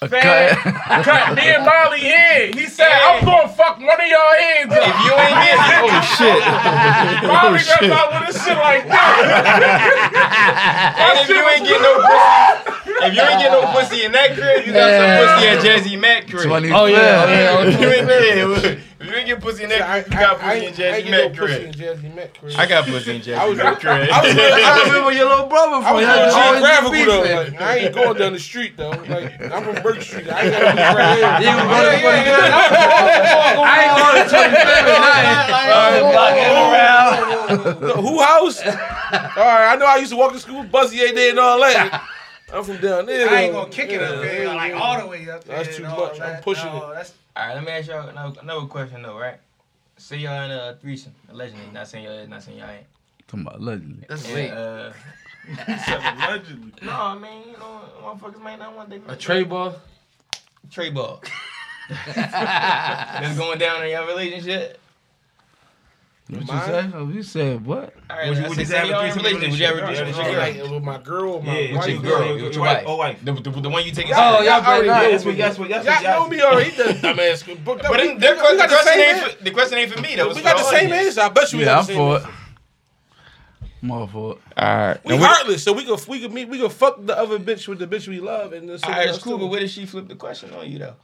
Speaker 4: A
Speaker 5: Fab
Speaker 4: cut.
Speaker 5: cut. Me and Molly in. He said, "I'm gonna fuck one of y'all hands up."
Speaker 1: If you ain't getting *laughs* oh shit,
Speaker 5: Molly got out with a shit like that.
Speaker 1: and if you ain't getting no pussy, If you ain't get no pussy in that crib, you got
Speaker 12: Yeah.
Speaker 1: some pussy at Jazzy Mac crib.
Speaker 4: Twenty.
Speaker 12: Oh yeah, oh, yeah.
Speaker 1: If
Speaker 12: okay.
Speaker 1: you ain't yeah, if you ain't get pussy in that
Speaker 3: I, I,
Speaker 1: crib, you got
Speaker 3: I
Speaker 1: pussy in
Speaker 3: ain't- I ain't
Speaker 1: Jazzy
Speaker 3: get no
Speaker 1: Mac
Speaker 3: pussy in
Speaker 1: crib.
Speaker 3: Jazzy Mac crib.
Speaker 1: I got pussy in
Speaker 3: I
Speaker 1: Jazzy
Speaker 3: was-
Speaker 1: Mac crib.
Speaker 3: I was
Speaker 19: I
Speaker 3: *laughs* I was-
Speaker 19: remember your little brother
Speaker 3: I
Speaker 19: from
Speaker 3: was
Speaker 19: y'all
Speaker 3: real
Speaker 19: always
Speaker 3: geographical
Speaker 19: beefing.
Speaker 3: though. Oh, Like, I ain't going down the street though. Like I'm from Burke Street. I ain't got to
Speaker 19: He
Speaker 3: right
Speaker 19: was going to
Speaker 3: here.
Speaker 19: 25th. I ain't going to 25th night.
Speaker 3: oh, No, who house? all right, I know I used to walk to school, Buzzy ain't there and all that. I'm from down there.
Speaker 13: I ain't
Speaker 3: though.
Speaker 13: gonna kick it up
Speaker 3: Yeah.
Speaker 13: there, like all the way up there.
Speaker 3: That's too
Speaker 13: and all
Speaker 3: much. I'm
Speaker 13: that.
Speaker 3: pushing
Speaker 13: No,
Speaker 3: it.
Speaker 2: *laughs*
Speaker 13: That's
Speaker 1: All right, let me ask y'all another, another question though, right? Say y'all in a threesome, allegedly. Not saying y'all is, not saying y'all ain't.
Speaker 4: Come on, allegedly.
Speaker 19: That's
Speaker 1: And,
Speaker 19: late.
Speaker 1: uh,
Speaker 2: Allegedly.
Speaker 1: no, I mean, you know, motherfuckers might not want
Speaker 12: A
Speaker 1: their
Speaker 12: tray ball.
Speaker 1: Trey *laughs* ball. That's going down in your relationship.
Speaker 4: What you
Speaker 3: Mine?
Speaker 4: say? Oh, you said what?
Speaker 1: All right,
Speaker 2: Would you-
Speaker 1: I
Speaker 2: would
Speaker 1: said,
Speaker 2: you
Speaker 1: say
Speaker 2: have a
Speaker 1: y'all in
Speaker 2: threesome
Speaker 1: relationship? Would you ever do
Speaker 2: relationship?
Speaker 1: with
Speaker 3: Yeah,
Speaker 1: your
Speaker 3: like
Speaker 1: girl?
Speaker 3: with my girl, my
Speaker 2: Yeah,
Speaker 3: wife.
Speaker 2: with your
Speaker 1: girl,
Speaker 2: girl,
Speaker 1: with
Speaker 2: with
Speaker 1: your
Speaker 2: your
Speaker 1: wife.
Speaker 2: wife, oh wife.
Speaker 1: The, the, the one you take
Speaker 12: Oh, y'all
Speaker 3: already
Speaker 12: play nice.
Speaker 3: know
Speaker 2: That's what, that's what, that's
Speaker 3: Y'all
Speaker 2: what
Speaker 3: know me already. That dumbass. But,
Speaker 1: But
Speaker 3: we,
Speaker 1: then, that,
Speaker 3: we
Speaker 1: the,
Speaker 3: got the
Speaker 1: question
Speaker 3: same.
Speaker 1: ain't
Speaker 3: an-
Speaker 1: for, the question ain't for me. That was
Speaker 3: We
Speaker 1: for
Speaker 3: got the same
Speaker 1: audience.
Speaker 3: answer. I bet you we
Speaker 4: Yeah,
Speaker 3: got the
Speaker 4: I'm
Speaker 3: same
Speaker 4: for it.
Speaker 3: answer.
Speaker 4: I'm all for it.
Speaker 3: We heartless, so we could we could meet we could fuck the other bitch with the bitch we love and the
Speaker 1: All right, it's cool, but where did she flip the question on you though?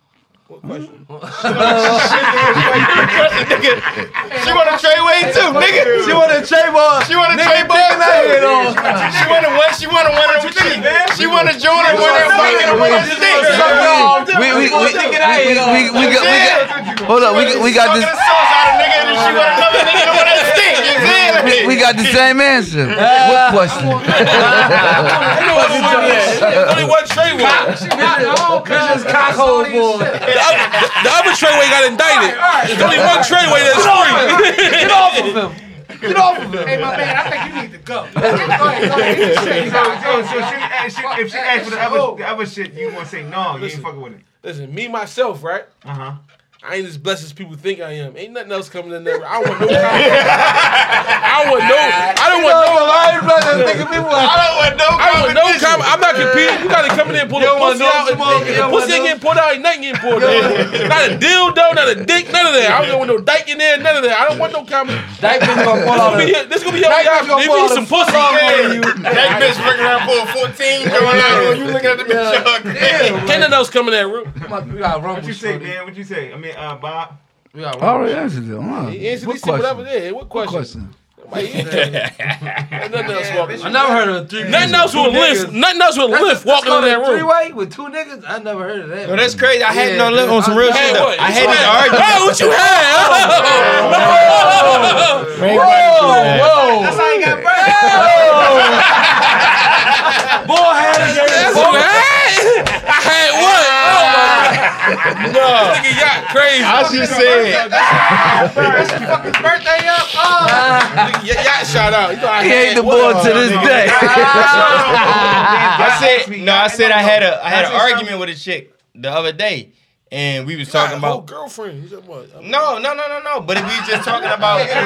Speaker 3: question?
Speaker 1: She want a Trey Wayne too, nigga. She want a Trey ball. She want a Trey ball too. She want a one. She want a one on three. She want a Jordan one on white and one on six.
Speaker 4: We we we we we we- we got we got hold up. We got- we got
Speaker 1: Fucking
Speaker 4: this.
Speaker 1: sauce out of nigga, and then she want another nigga that want a stick. You feel me?
Speaker 4: We, we got the same answer. What
Speaker 12: *laughs*
Speaker 4: question?
Speaker 3: I know it's
Speaker 12: Mm-hmm.
Speaker 4: *laughs*
Speaker 3: only one Trey Way.
Speaker 12: This is cockhole boy.
Speaker 3: The other, the other Trey Way got indicted. There's only one Trey Way that's free.
Speaker 12: Get off of him. Get off of him.
Speaker 13: Hey, my man, I think you need to go. go ahead, go ahead. You say,
Speaker 2: So,
Speaker 13: nah,
Speaker 2: *laughs* so, so she asked you, if she asked for the other, the other shit, you want to say no, you ain't fucking with it.
Speaker 3: Listen, me myself, right?
Speaker 2: Uh huh.
Speaker 3: Uh-huh. I ain't as blessed as people think I am. Ain't nothing else coming in there. I don't want no. I don't want no. I don't want no. I don't want no comment. I'm not competing. You gotta come in there and pull the pussy out. and- the pussy ain't getting pulled out. Ain't nothing getting pulled out. Not a dildo, not a dick, none of that. I don't want no dyke in there, none of that. I don't want no comment.
Speaker 12: That bitch gonna pull out
Speaker 3: This
Speaker 12: a
Speaker 3: gonna be- This gonna be your
Speaker 12: bitch
Speaker 3: job.
Speaker 12: gonna
Speaker 3: Give
Speaker 12: pull
Speaker 3: me
Speaker 12: out
Speaker 3: some
Speaker 12: a
Speaker 3: pussy.
Speaker 12: on you.
Speaker 1: That bitch looking around for a fourteen going out on you, looking at the bitch.
Speaker 3: Ain't nothing else coming in that room.
Speaker 12: Come on, We got rumble,
Speaker 2: What you say,
Speaker 12: shorty.
Speaker 2: man? What you say? I mean, uh, Bob.
Speaker 12: We got
Speaker 4: I
Speaker 12: rumble.
Speaker 4: already answered that. Huh?
Speaker 3: Answer
Speaker 4: What
Speaker 3: these whatever.
Speaker 4: question?
Speaker 3: Yeah, what
Speaker 4: What
Speaker 3: question?
Speaker 4: question?
Speaker 3: Like, yeah. Ain't Nothing else
Speaker 19: I
Speaker 3: walking.
Speaker 19: never heard of a three.
Speaker 3: Nothing else will lift. Nothing else will lift walking in that
Speaker 19: Three
Speaker 3: room.
Speaker 19: way with two niggas. I never heard of that.
Speaker 1: No, that's crazy. I had
Speaker 19: Yeah,
Speaker 1: no lip on some real shit.
Speaker 3: Hey,
Speaker 1: though.
Speaker 3: what?
Speaker 1: I had
Speaker 3: What you
Speaker 1: to
Speaker 3: had?
Speaker 1: argue.
Speaker 3: Oh, what you had? Oh.
Speaker 13: That's how you got burned.
Speaker 4: Oh,
Speaker 3: That's what I had. I had one. Oh my god. No. This nigga yacht crazy.
Speaker 1: I just said.
Speaker 13: Birthday up. Oh,
Speaker 1: Uh,
Speaker 3: Nigga y- yacht shout out. You know I
Speaker 4: He
Speaker 3: had
Speaker 4: ain't the
Speaker 3: one.
Speaker 4: boy to this day. *laughs*
Speaker 1: I said no. I said I had a I had an argument with a chick the other day, and we was
Speaker 3: You got
Speaker 1: talking
Speaker 3: a whole
Speaker 1: about
Speaker 3: girlfriend. You said what?
Speaker 1: no, no, no, no, no. But if we was just talking about it was
Speaker 13: It's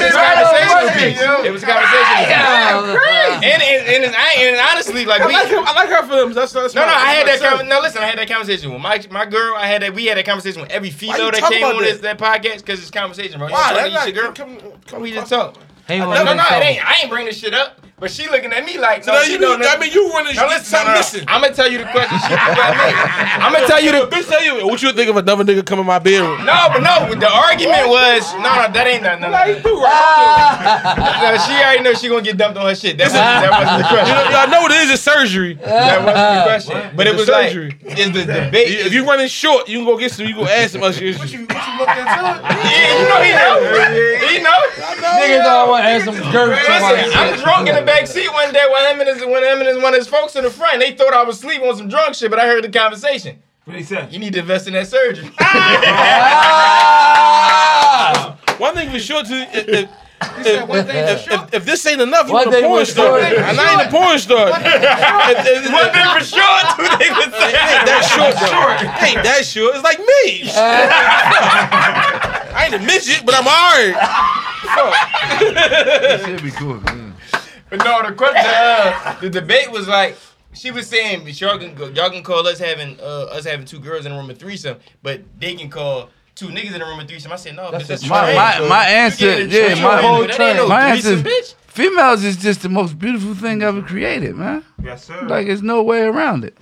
Speaker 1: just conversation piece. It was a conversation
Speaker 12: Yeah.
Speaker 1: piece. And and, and, I, and honestly, like
Speaker 3: I
Speaker 1: we.
Speaker 3: like her. I like her films. That's that's
Speaker 1: No, no,
Speaker 3: my-
Speaker 1: I had
Speaker 3: that's
Speaker 1: that.
Speaker 3: my
Speaker 1: Con- no, listen, I had that conversation with my my girl. I had that. We had that conversation with every female that
Speaker 3: talk
Speaker 1: came
Speaker 3: about
Speaker 1: on this
Speaker 3: that?
Speaker 1: that podcast because it's conversation, bro. You
Speaker 3: Wow,
Speaker 1: know,
Speaker 3: that
Speaker 1: you see
Speaker 3: like
Speaker 1: girl.
Speaker 3: girl. Come, come,
Speaker 1: We just
Speaker 3: come.
Speaker 1: talk.
Speaker 19: Hey,
Speaker 1: No, no, no, it ain't. I ain't bring this shit up. But she looking at me like,
Speaker 3: So
Speaker 1: no,
Speaker 3: now
Speaker 1: she
Speaker 3: you,
Speaker 1: don't
Speaker 3: do,
Speaker 1: know.
Speaker 3: I mean, you running
Speaker 1: No,
Speaker 3: listen, something missing.
Speaker 1: I'm gonna tell you the question. She I'm gonna tell you the
Speaker 3: bitch tell you what you would think of another nigga coming in my bedroom.
Speaker 1: *laughs* no, but no. The argument was no, no, that ain't nothing. No, no,
Speaker 3: Like,
Speaker 1: no.
Speaker 3: dude,
Speaker 1: Ah.
Speaker 3: right?
Speaker 1: No, she already know she gonna get dumped on her shit. That wasn't, that wasn't *laughs* the
Speaker 3: You
Speaker 1: question.
Speaker 3: know, I know it is a surgery.
Speaker 1: That wasn't the question. But it
Speaker 3: It's
Speaker 1: was
Speaker 3: a
Speaker 1: like
Speaker 3: surgery.
Speaker 1: is the debate.
Speaker 3: If you running short, you can go get some. You go ask some other shit.
Speaker 13: you, what you looked into?
Speaker 1: yeah, you know he know. He know.
Speaker 12: Oh, Niggas don't want to have some girth.
Speaker 1: Listen, I'm drunk in the back seat one day when him and his when him and his, one of his folks in the front. They thought I was asleep on some drunk shit, but I heard the conversation.
Speaker 2: What he said?
Speaker 1: You need to invest in that *laughs* surgery.
Speaker 3: One thing for sure, too. If, if,
Speaker 13: said one thing for
Speaker 1: *laughs*
Speaker 3: if,
Speaker 13: sure.
Speaker 3: if, if this ain't enough, you
Speaker 12: One
Speaker 3: want a
Speaker 12: thing
Speaker 3: porn
Speaker 12: for
Speaker 3: star.
Speaker 12: sure.
Speaker 3: And I ain't a porn star. If- if- if-
Speaker 1: One thing for
Speaker 3: *laughs*
Speaker 1: sure, two things for
Speaker 3: ain't
Speaker 1: certain.
Speaker 3: that short, though. ain't that short. It's like me. I ain't a midget, but I'm alright.
Speaker 4: Should be cool. yeah.
Speaker 1: But no, the question, uh, the debate was like she was saying "Bitch, y'all can go, y'all can call us having uh, us having two girls in a room a threesome, but they can call two niggas in a room a threesome. I said no, bitch, that's
Speaker 4: My
Speaker 1: trash.
Speaker 4: my my
Speaker 1: You
Speaker 4: answer.
Speaker 1: get a
Speaker 4: Yeah,
Speaker 1: trash,
Speaker 4: my
Speaker 1: nigga. That ain't no
Speaker 4: my answer.
Speaker 1: threesome, bitch.
Speaker 4: Females is just the most beautiful thing ever created, man.
Speaker 2: Yes, sir.
Speaker 4: Like, there's no way around it.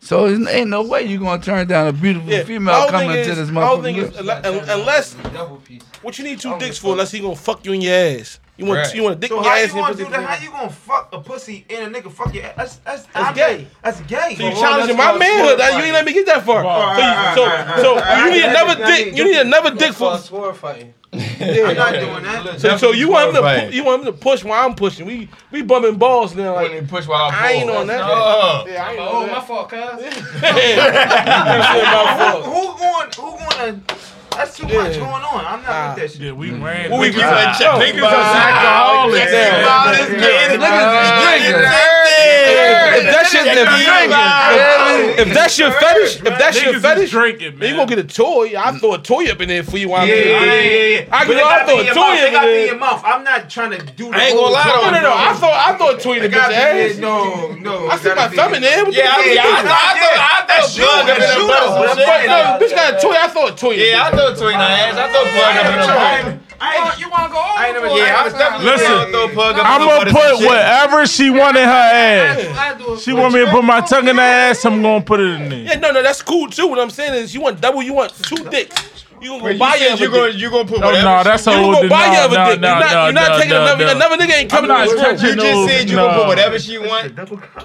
Speaker 4: So it's- ain't no way you gonna turn down a beautiful
Speaker 3: Yeah, my
Speaker 4: female
Speaker 3: whole
Speaker 4: coming
Speaker 3: thing
Speaker 4: to
Speaker 3: is-
Speaker 4: this
Speaker 3: my whole thing is,
Speaker 4: motherfucker.
Speaker 3: unle- un- unless
Speaker 19: Double piece.
Speaker 3: what you need two dicks for, unless he gonna fuck you in your ass. You want you want a dick
Speaker 2: So
Speaker 3: in your
Speaker 2: how
Speaker 3: ass
Speaker 2: you
Speaker 3: and your
Speaker 2: gonna
Speaker 3: pussy.
Speaker 2: do that? How you gonna fuck a pussy and a nigga fuck your ass? That's that's, I'm
Speaker 3: gay.
Speaker 2: gay. That's gay.
Speaker 3: So you challenging my manhood? that- You ain't let me get that far. So you- So, so, you need another dick. You need another dick for.
Speaker 19: swore fighting.
Speaker 2: I'm not doing that.
Speaker 3: So, so you want him to
Speaker 1: Right.
Speaker 3: pu- you want him to push while I'm pushing. We we bumping balls now. Like
Speaker 1: When they push while
Speaker 3: I ain't on
Speaker 1: Oh,
Speaker 3: that.
Speaker 13: Yeah, I ain't know that. Oh, my fault, cuz.
Speaker 2: Who going? Who going to? That's too much going on. I'm not with that shit.
Speaker 5: Yeah, we ran.
Speaker 3: We
Speaker 5: niggas,
Speaker 3: we like yo,
Speaker 5: niggas are alcoholics.
Speaker 3: Yeah.
Speaker 1: Oh,
Speaker 3: If that shit, if, if that's your fetish, if that's your
Speaker 5: Niggas is
Speaker 3: fetish,
Speaker 5: drinking,
Speaker 3: then
Speaker 5: man.
Speaker 3: you gonna get a toy. I throw a toy up in there for you. While
Speaker 2: Yeah,
Speaker 3: I'm
Speaker 2: yeah, yeah,
Speaker 3: there.
Speaker 2: yeah. yeah.
Speaker 3: I
Speaker 2: But
Speaker 3: can
Speaker 2: it
Speaker 3: I
Speaker 2: gotta
Speaker 3: throw
Speaker 2: be
Speaker 3: a
Speaker 2: in your
Speaker 3: toy
Speaker 2: mouth. It
Speaker 3: in
Speaker 2: gotta be in
Speaker 3: there.
Speaker 2: your mouth. I'm not trying to do the
Speaker 1: I ain't
Speaker 2: whole
Speaker 1: gonna lie
Speaker 2: joint.
Speaker 1: though.
Speaker 3: No, no, no. I throw I throw a toy in the
Speaker 2: It gotta
Speaker 3: bitch
Speaker 2: be
Speaker 3: ass.
Speaker 2: in- No, no.
Speaker 3: I
Speaker 2: it
Speaker 3: see my
Speaker 2: gotta be-
Speaker 3: thumb in there. What the
Speaker 1: Yeah, I,
Speaker 3: fuck?
Speaker 1: yeah, I, I, I, I thought blood up in
Speaker 2: Shoot
Speaker 1: the
Speaker 2: up,
Speaker 1: butt.
Speaker 2: that's
Speaker 1: and
Speaker 3: Fuck,
Speaker 1: shit.
Speaker 3: no, bitch got a toy. I throw a toy. in
Speaker 1: Yeah, I
Speaker 3: there.
Speaker 1: thought toy in the ass. I thought plug up in the butt.
Speaker 2: I ain't- I ain't-
Speaker 13: You wanna go over?
Speaker 2: I ain't never. Yeah, I was definitely.
Speaker 5: Listen,
Speaker 1: I'll throw plug up in
Speaker 5: I'm
Speaker 1: the butt
Speaker 5: gonna
Speaker 1: or some
Speaker 5: put
Speaker 1: shit.
Speaker 5: whatever she want in her ass.
Speaker 13: I do it.
Speaker 5: She want me to put my tongue in her ass. I'm gonna put it in
Speaker 3: Yeah,
Speaker 5: there.
Speaker 3: no, no, that's cool too. What I'm saying is, you want double, you want two dicks. You gonna go
Speaker 1: You
Speaker 3: buy
Speaker 1: said
Speaker 3: your other
Speaker 1: you gonna
Speaker 3: dick.
Speaker 1: you gonna put
Speaker 5: Oh
Speaker 1: whatever.
Speaker 5: no, that's
Speaker 3: You
Speaker 5: old.
Speaker 3: gonna go buy your
Speaker 5: no,
Speaker 3: other
Speaker 5: no,
Speaker 3: dick.
Speaker 5: no,
Speaker 3: you're not,
Speaker 5: no,
Speaker 3: you're not
Speaker 5: no,
Speaker 3: taking
Speaker 5: no,
Speaker 3: another.
Speaker 5: no.
Speaker 3: Another nigga ain't coming.
Speaker 5: not
Speaker 3: to this
Speaker 5: touching
Speaker 3: room.
Speaker 1: you just
Speaker 5: No,
Speaker 1: said you gonna put
Speaker 5: no.
Speaker 1: whatever she want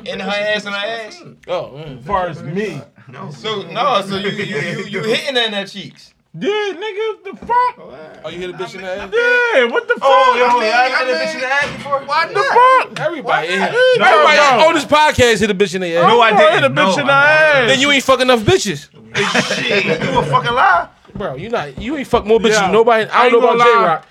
Speaker 1: in her ass and her ass.
Speaker 3: Oh, man.
Speaker 5: As far as me,
Speaker 1: So no, so you you you, you hitting her in her cheeks.
Speaker 5: yeah, nigga, the fuck.
Speaker 3: oh, you hit a bitch in the ass.
Speaker 5: Yeah, what the fuck?
Speaker 2: Oh, yo, I
Speaker 13: I
Speaker 2: hit a bitch in the ass before. Why not?
Speaker 5: fuck?
Speaker 3: Everybody, hit-
Speaker 5: No,
Speaker 3: everybody
Speaker 5: no.
Speaker 3: on this podcast hit a bitch in the ass.
Speaker 5: I did a bitch in the ass.
Speaker 3: Then you ain't fuck enough bitches,
Speaker 2: Shit, you a fucking lie.
Speaker 3: bro. You not. You ain't fuck more bitches. than
Speaker 5: Yeah.
Speaker 3: Nobody. I
Speaker 5: ain't
Speaker 3: don't know about
Speaker 5: gonna
Speaker 3: J
Speaker 5: lie.
Speaker 3: Rock.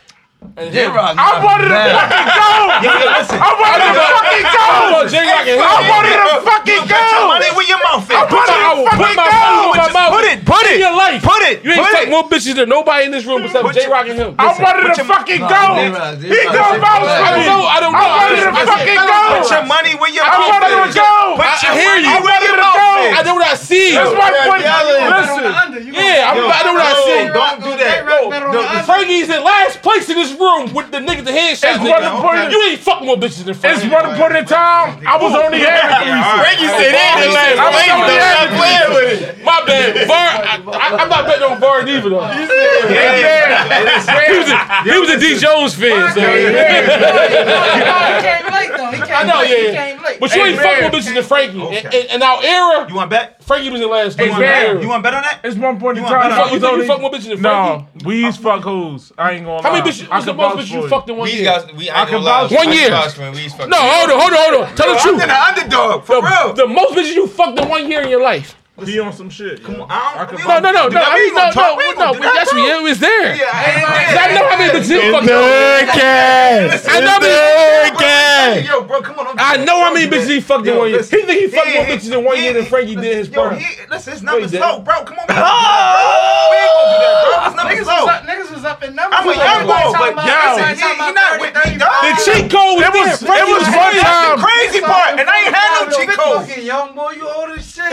Speaker 5: I wanted to fucking go. I wanted to fucking go.
Speaker 3: I don't know J Rock.
Speaker 5: I wanted to fucking go.
Speaker 2: Money with your mouth
Speaker 5: I
Speaker 2: at.
Speaker 5: wanted to
Speaker 3: I will put
Speaker 5: fucking
Speaker 3: my
Speaker 5: go.
Speaker 3: mouth in my mouth. Put it. Put it. In your life.
Speaker 2: Put it.
Speaker 3: You ain't
Speaker 2: put
Speaker 3: fuck
Speaker 2: it.
Speaker 3: more bitches than nobody in this room except J Rock and him.
Speaker 5: I wanted to fucking go. He gonna bounce
Speaker 3: I don't know.
Speaker 5: me.
Speaker 3: I don't know.
Speaker 5: I wanted to fucking
Speaker 2: Put your
Speaker 5: go.
Speaker 2: money with your
Speaker 5: I
Speaker 2: mouth at.
Speaker 5: wanted to go.
Speaker 2: Put your
Speaker 3: I hear
Speaker 2: money
Speaker 3: you.
Speaker 2: where your
Speaker 5: I
Speaker 2: mouth
Speaker 5: wanted
Speaker 2: is.
Speaker 5: to
Speaker 3: I know what I see.
Speaker 5: That's my point. Listen,
Speaker 3: Yeah, I'm, I know what I
Speaker 2: Yo,
Speaker 3: see.
Speaker 2: don't do that.
Speaker 3: No, Frankie's in last place in this room with the nigga the headshot.
Speaker 5: It's one
Speaker 3: nigga.
Speaker 5: point-
Speaker 3: You ain't fuck more bitches than
Speaker 5: it's
Speaker 3: Frankie.
Speaker 5: one point in time. I was only having three.
Speaker 1: Frankie said
Speaker 3: in the last
Speaker 5: I'm
Speaker 3: place,
Speaker 5: only
Speaker 3: though.
Speaker 5: having three.
Speaker 3: My bad. Var, I, I, am not betting on Var either though. He was a, he was a D Jones fan. So.
Speaker 13: He came late though. He came
Speaker 3: I know,
Speaker 13: late. He
Speaker 3: yeah.
Speaker 13: came late.
Speaker 3: But you ain't fuck more bitches than Frankie. In, in, in our era,
Speaker 2: You want bet?
Speaker 3: Frankie was in last place.
Speaker 2: You
Speaker 3: in
Speaker 2: want
Speaker 3: our
Speaker 5: man.
Speaker 2: bet?
Speaker 3: era.
Speaker 2: You want bet on that?
Speaker 5: It's one point in
Speaker 2: You want-
Speaker 5: time. I
Speaker 3: You
Speaker 5: was
Speaker 3: think you
Speaker 5: only.
Speaker 3: fuck more bitches than Frankie?
Speaker 5: No, we used fuck hoes. I ain't gonna lie.
Speaker 3: How many bitches?
Speaker 5: I
Speaker 3: What's the
Speaker 5: could
Speaker 3: most
Speaker 5: vouch
Speaker 3: bitches
Speaker 5: for
Speaker 3: you
Speaker 5: it.
Speaker 3: fucked in one
Speaker 1: We
Speaker 3: year?
Speaker 1: got we I ain't gonna lie.
Speaker 5: vouch for it.
Speaker 3: One year. No, hold on, hold on, hold on. Tell the
Speaker 2: I'm in
Speaker 3: truth.
Speaker 2: the underdog for real.
Speaker 3: The, the most bitches you fucked in one year in your life.
Speaker 5: He on some shit. Come on.
Speaker 2: I
Speaker 5: I
Speaker 2: don't-
Speaker 5: could
Speaker 2: we
Speaker 3: No,
Speaker 2: don't
Speaker 3: no, no,
Speaker 2: do
Speaker 3: no. I
Speaker 2: that. We
Speaker 3: mean,
Speaker 2: ain't
Speaker 3: no,
Speaker 2: gonna
Speaker 3: no,
Speaker 2: talk- we ain't
Speaker 3: no.
Speaker 2: gonna
Speaker 3: we-
Speaker 2: do
Speaker 3: That's
Speaker 2: that, bro.
Speaker 3: real. It was there.
Speaker 2: Yeah, I ain't mad.
Speaker 3: I know how many bitches you fucked. I know how many-
Speaker 2: Hey, Yo, bro, come on. I'm-
Speaker 3: I know how many bitches he fucked in
Speaker 2: Yo,
Speaker 3: one year. He
Speaker 2: listen.
Speaker 3: think he fucked more
Speaker 2: Yeah,
Speaker 3: bitches in one year than
Speaker 2: yeah,
Speaker 3: Frankie did in his
Speaker 2: Yo,
Speaker 3: prime.
Speaker 2: he, listen, his numbers
Speaker 3: he didn't.
Speaker 2: low, bro. Come on. We ain't gonna do that, bro. His numbers
Speaker 13: Niggas was
Speaker 2: low.
Speaker 13: up- Niggas was up in numbers.
Speaker 2: I'm a young boy, but
Speaker 5: Yo.
Speaker 2: listen, he, he not with me, dog.
Speaker 3: The cheat code was
Speaker 5: It
Speaker 3: there.
Speaker 5: was. It
Speaker 3: Frankie
Speaker 5: was
Speaker 3: was
Speaker 5: one
Speaker 3: there.
Speaker 5: time.
Speaker 2: Crazy part, and I ain't had no cheat code.
Speaker 19: Fucking young boy, you old as shit.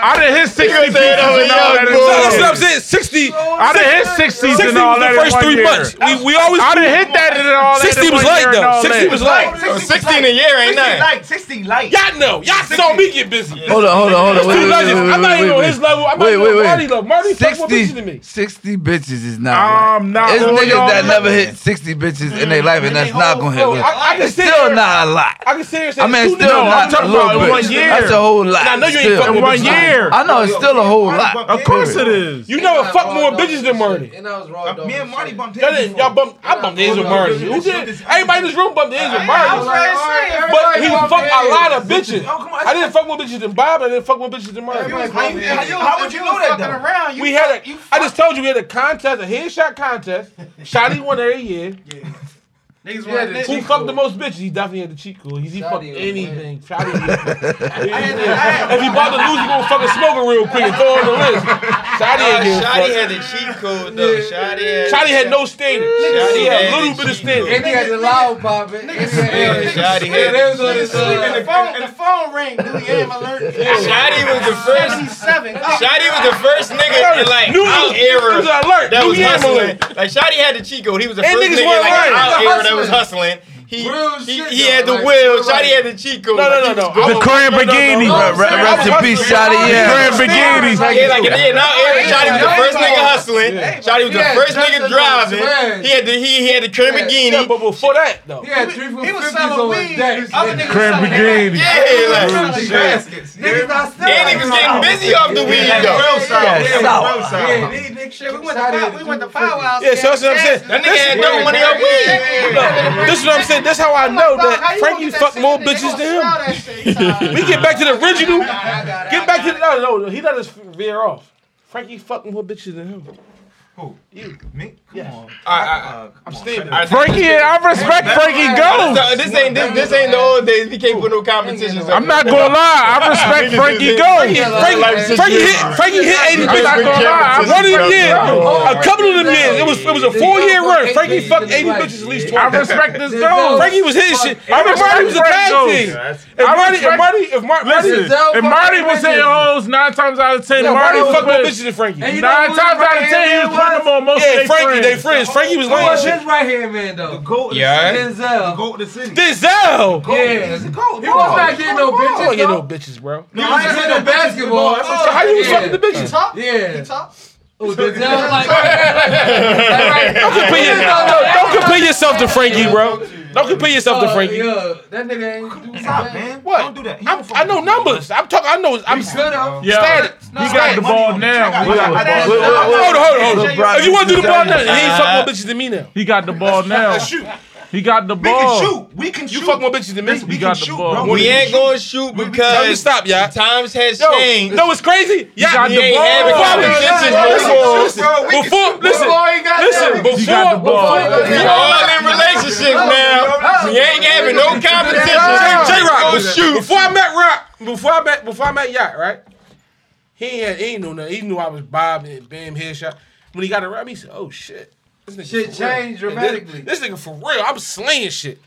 Speaker 5: Out of his sixty pieces and all that. in
Speaker 3: So That's
Speaker 5: one
Speaker 3: what I'm
Speaker 5: year.
Speaker 3: saying. 60. 60
Speaker 5: Out of his sixties
Speaker 3: was
Speaker 5: and all
Speaker 3: the
Speaker 5: that. in
Speaker 3: first
Speaker 5: one
Speaker 3: three
Speaker 5: year.
Speaker 3: months. We, we always.
Speaker 5: I done hit that and all that. in
Speaker 3: 60 was
Speaker 5: one
Speaker 3: late
Speaker 5: year and
Speaker 3: though.
Speaker 5: all
Speaker 3: 60
Speaker 5: that.
Speaker 3: was late.
Speaker 2: Like, 60
Speaker 1: 16 a year ain't
Speaker 2: 60
Speaker 1: nothing.
Speaker 2: light, 60 light.
Speaker 3: Y'all know. Y'all saw me get busy.
Speaker 4: Hold on, hold on, hold on. Wait,
Speaker 3: Two
Speaker 4: wait,
Speaker 3: legends. I'm not
Speaker 4: wait,
Speaker 3: even on
Speaker 4: wait,
Speaker 3: his
Speaker 4: wait.
Speaker 3: level. I'm not
Speaker 4: Wait,
Speaker 3: even
Speaker 4: wait,
Speaker 3: on
Speaker 4: wait.
Speaker 3: Marty level. Marty fucked more bitches than
Speaker 4: 60,
Speaker 3: me.
Speaker 4: 60 bitches is not. right.
Speaker 5: I'm not.
Speaker 4: It's
Speaker 5: on
Speaker 4: niggas
Speaker 5: y'all
Speaker 4: that
Speaker 5: level.
Speaker 4: never hit 60 bitches in their life, and that's not gonna hit
Speaker 3: Yo,
Speaker 4: one.
Speaker 3: I, I can sit
Speaker 4: Still
Speaker 3: here-
Speaker 4: not a lot.
Speaker 3: I can sit here and say
Speaker 4: I mean,
Speaker 3: two
Speaker 4: it's still
Speaker 3: niggas-
Speaker 4: not
Speaker 5: I'm talking
Speaker 4: a little
Speaker 5: about in
Speaker 4: bit.
Speaker 5: one year.
Speaker 4: That's a whole lot.
Speaker 3: Nah, I know you ain't
Speaker 4: still.
Speaker 3: fucking
Speaker 5: In one
Speaker 3: bitches.
Speaker 5: year.
Speaker 4: I know it's still a whole lot.
Speaker 5: Of course it is.
Speaker 3: You never fuck more bitches than Marty.
Speaker 19: And I was raw dog.
Speaker 2: Me and Marty bumped
Speaker 3: Y'all,
Speaker 2: heads.
Speaker 3: didn't, y'all bumped. I bumped heads with Marty. Who did? Everybody in this room bumped heads with
Speaker 13: I was
Speaker 3: Marty. But he
Speaker 13: fucked
Speaker 3: fucked a lot of bitches.
Speaker 2: Oh, come on.
Speaker 3: I didn't fuck more bitches than Bob. I didn't fuck more bitches than Marty.
Speaker 2: How would you know that, though?
Speaker 13: Around, you
Speaker 3: We had
Speaker 13: fuck-
Speaker 3: a.
Speaker 13: you
Speaker 3: I just told you we had a contest, a headshot contest. Shotty won every
Speaker 13: *laughs*
Speaker 3: year.
Speaker 13: Niggas
Speaker 19: Yeah,
Speaker 13: wanted
Speaker 19: the
Speaker 13: this.
Speaker 3: Who
Speaker 19: cheat
Speaker 3: fucked the most bitches? He definitely had the cheat code. He, he
Speaker 19: Shotty
Speaker 3: fucked
Speaker 19: was
Speaker 3: anything. Shotty
Speaker 13: *laughs*
Speaker 3: was- If you about to lose, you gonna fucking smoke it real quick and throw it on the list. Shotty ain't
Speaker 1: Uh, Shotty
Speaker 3: giving a fuck.
Speaker 1: had the cheat code though. Shotty had.
Speaker 3: Shotty had no standing.
Speaker 1: Shotty
Speaker 3: Shotty had a
Speaker 1: had
Speaker 3: little
Speaker 1: the
Speaker 3: bit of
Speaker 1: cheat code.
Speaker 19: And
Speaker 3: standing.
Speaker 19: he had the loud pop. And he had
Speaker 1: Yeah, Shotty
Speaker 19: Yeah,
Speaker 1: had.
Speaker 19: they was on his, uh,
Speaker 13: The phone, the phone ring. New Yam alert.
Speaker 1: Shotty was the first.
Speaker 13: Seven.
Speaker 1: Shotty was the first nigga in like
Speaker 3: New It was
Speaker 1: our era
Speaker 3: an alert.
Speaker 1: that
Speaker 3: New
Speaker 1: was
Speaker 3: Year's
Speaker 1: hustling.
Speaker 3: alert.
Speaker 1: Like Shotty had the cheat code. He was the
Speaker 3: And
Speaker 1: first
Speaker 3: niggas
Speaker 1: nigga
Speaker 3: weren't
Speaker 1: like
Speaker 3: lying.
Speaker 1: out
Speaker 3: Niggas
Speaker 1: here that was hustling. He
Speaker 12: Real
Speaker 1: he,
Speaker 12: shit,
Speaker 1: he
Speaker 12: though,
Speaker 1: had the
Speaker 12: like,
Speaker 1: will.
Speaker 12: real life.
Speaker 1: Shotty had the cheat code.
Speaker 3: No, no,
Speaker 1: Like, he
Speaker 3: no, no.
Speaker 1: was cool.
Speaker 3: I
Speaker 5: The
Speaker 3: was-
Speaker 5: Korean
Speaker 3: no, no, no,
Speaker 5: bikini.
Speaker 3: no, no, no,
Speaker 5: Re- re-
Speaker 4: rest in
Speaker 3: I was
Speaker 4: peace,
Speaker 3: hustling.
Speaker 4: Shotty, yeah.
Speaker 5: Grand bikinis.
Speaker 1: Yeah, like yeah, now Aaron Shotty was the first nigga hustling. Shotty was the
Speaker 20: Yeah,
Speaker 1: first
Speaker 20: just
Speaker 1: nigga
Speaker 20: enough, man.
Speaker 1: driving. He had the he, he had the Lamborghini.
Speaker 3: Yeah, but before that, though.
Speaker 20: He had three for
Speaker 21: He was
Speaker 20: fifties on
Speaker 21: selling
Speaker 20: his
Speaker 21: weed.
Speaker 20: deck.
Speaker 21: Other niggas
Speaker 5: Grand
Speaker 21: selling
Speaker 5: Brigade.
Speaker 21: baskets.
Speaker 1: Yeah, like-
Speaker 21: Niggas selling baskets.
Speaker 12: Niggas not still.
Speaker 1: And he was getting busy off the weed
Speaker 2: Yeah,
Speaker 1: though.
Speaker 2: real sour. Yeah,
Speaker 4: Yeah,
Speaker 2: real
Speaker 4: sour.
Speaker 2: sour.
Speaker 21: Nigga, nigga, shit, we went to pow- we went to powwows.
Speaker 3: Yeah, so that's what I'm saying.
Speaker 1: That nigga had no money on weed.
Speaker 3: This is what I'm saying. That's how I know that Frankie fucked more bitches than him.
Speaker 21: than
Speaker 3: We get back to the original.
Speaker 21: I got it.
Speaker 3: Get back to the no, no, no. He let us veer off. Frankie fucking more bitches than him.
Speaker 2: Who? You. Me? Come on.
Speaker 1: I'm Steven.
Speaker 5: Frankie, I respect Frankie Goes.
Speaker 1: This ain't this, this ain't the old days. We can't put no competitions.
Speaker 5: I'm not gonna lie, I respect Frankie Goes.
Speaker 3: Frankie, Frankie hit, Frankie hit 80
Speaker 5: I'm not
Speaker 3: bitches.
Speaker 5: gonna lie. I
Speaker 3: One of them,
Speaker 5: respect-
Speaker 3: yeah. A couple of them, yeah. It was, it was a four year run. Frankie fucked 80 bitches at least
Speaker 5: I
Speaker 3: twice.
Speaker 5: respect this goes.
Speaker 3: Frankie was hitting shit.
Speaker 5: I
Speaker 3: I remember
Speaker 5: respect
Speaker 3: Marty was a
Speaker 5: Frank
Speaker 3: tag
Speaker 5: Goes.
Speaker 3: team.
Speaker 5: Yeah,
Speaker 3: If Marty, if Marty, if Mar- Marty,
Speaker 5: Listen, if Marty was hitting hoes nine times out of ten,
Speaker 3: yeah, Marty
Speaker 5: Marty
Speaker 3: fucked more
Speaker 5: was
Speaker 3: bitches than Frankie.
Speaker 5: Nine times out of ten, he was putting them on most
Speaker 3: Yeah,
Speaker 5: of their
Speaker 3: Frankie, they
Speaker 5: friends.
Speaker 3: friends. Frankie was
Speaker 12: Who was
Speaker 3: laying
Speaker 12: his right hand man though?
Speaker 2: Go.
Speaker 1: Yeah.
Speaker 12: Denzel.
Speaker 2: Go to the
Speaker 3: shit.
Speaker 2: city.
Speaker 3: Denzel.
Speaker 12: Yeah. He was
Speaker 20: was
Speaker 12: not
Speaker 20: not getting no
Speaker 3: I don't
Speaker 20: bitches.
Speaker 3: get no
Speaker 20: though.
Speaker 3: bitches, bro.
Speaker 12: He was just hitting basketball.
Speaker 3: So how you was
Speaker 12: Yeah.
Speaker 3: fucking the bitches?
Speaker 21: Top?
Speaker 12: Yeah.
Speaker 21: Top?
Speaker 12: Oh, Denzel like. That right-
Speaker 3: Don't compare, your, no, don't compare yourself to Frankie, bro. Don't compare yourself to
Speaker 12: Uh,
Speaker 3: Frankie.
Speaker 12: yeah, that nigga ain't do
Speaker 2: Stop,
Speaker 12: nothing.
Speaker 2: man.
Speaker 3: What?
Speaker 2: Don't do that. He
Speaker 3: I'm,
Speaker 2: don't
Speaker 3: I know
Speaker 2: fucking-
Speaker 3: numbers. I'm talking. I know. I'm.
Speaker 12: Good up.
Speaker 5: Yeah,
Speaker 3: Static.
Speaker 5: he got the ball now.
Speaker 3: Hold on, hold on, hold
Speaker 4: Bro,
Speaker 3: on. If you want to do the ball now, he ain't
Speaker 5: Uh-huh.
Speaker 3: fuck more bitches than me now.
Speaker 5: He got the ball now.
Speaker 3: Shoot,
Speaker 5: He got the
Speaker 2: We can
Speaker 5: ball.
Speaker 2: shoot. We can shoot.
Speaker 3: you fuck more bitches than
Speaker 2: Listen,
Speaker 3: me.
Speaker 2: We
Speaker 5: You
Speaker 2: can
Speaker 5: got the
Speaker 2: shoot,
Speaker 5: ball.
Speaker 2: bro.
Speaker 5: We
Speaker 1: We ain't gonna shoot
Speaker 3: Tell me to
Speaker 1: because
Speaker 3: stop, y'all.
Speaker 1: times has
Speaker 3: Yo,
Speaker 1: changed.
Speaker 3: no, it's crazy. Yeah,
Speaker 5: got
Speaker 1: We
Speaker 5: the
Speaker 1: ain't
Speaker 5: ball.
Speaker 1: having
Speaker 5: Before I was-
Speaker 1: competitions
Speaker 3: listen,
Speaker 1: no more.
Speaker 3: listen, before, listen,
Speaker 12: Oh,
Speaker 3: listen,
Speaker 5: He got the
Speaker 3: before,
Speaker 5: ball.
Speaker 1: We all in relationships now. We ain't having no competitions.
Speaker 3: J Rock,
Speaker 1: Go shoot.
Speaker 3: before I met Rock, before I met before I met Yacht, right? He ain't had, he ain't know nothing. He knew I was Bob and Bam headshot. When he got around me, he said, "Oh shit, this nigga
Speaker 12: Shit
Speaker 3: for
Speaker 12: changed
Speaker 3: real.
Speaker 12: dramatically.
Speaker 3: This, this nigga for real. I'm slaying shit.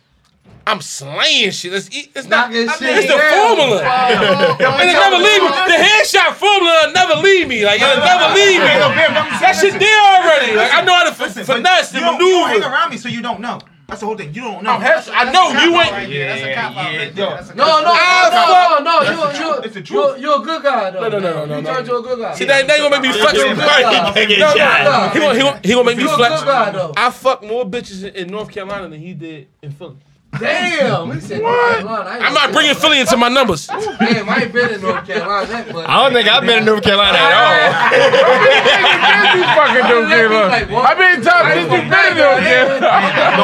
Speaker 3: I'm slaying shit. Let's eat. It's not.
Speaker 12: Knocking
Speaker 3: I mean,
Speaker 12: shit
Speaker 3: it's the
Speaker 12: down.
Speaker 3: formula. And it never leave me. The headshot formula will never leave me. Like it'll never leave me. That shit there already. Like I know how to f-
Speaker 2: but
Speaker 3: finesse
Speaker 2: you
Speaker 3: and
Speaker 2: don't, you don't hang
Speaker 3: maneuver.
Speaker 2: around me, so you don't know. That's the whole thing. You don't know.
Speaker 3: I'm headshot. I know you ain't.
Speaker 21: Yeah, that's a cop out. right there. That's a
Speaker 12: No, no,
Speaker 3: Ah,
Speaker 12: no, no, no, no. You're,
Speaker 2: It's the truth.
Speaker 12: you're, you're, you're a good guy, though.
Speaker 3: No, no, no, no, no,
Speaker 12: You
Speaker 3: no.
Speaker 12: turned to a good guy.
Speaker 3: See, now, now you gonna make me flex.
Speaker 12: You're a good guy.
Speaker 3: No,
Speaker 12: You're
Speaker 3: no, no. He gonna, he gonna, he gonna make me
Speaker 12: a
Speaker 3: flex.
Speaker 12: good guy,
Speaker 3: *laughs*
Speaker 12: though.
Speaker 3: I fuck more bitches in, in North Carolina than he did in Philly.
Speaker 12: Damn. He said North Carolina. I ain't
Speaker 3: I'm
Speaker 12: gonna
Speaker 3: not
Speaker 12: say
Speaker 3: bringing
Speaker 12: North
Speaker 3: Philly into my numbers.
Speaker 12: Carolina. Damn, I ain't been in North Carolina that much. *laughs*
Speaker 1: I don't think I've been in North Carolina at all.
Speaker 5: He fucking don't give up. How many times did you been there?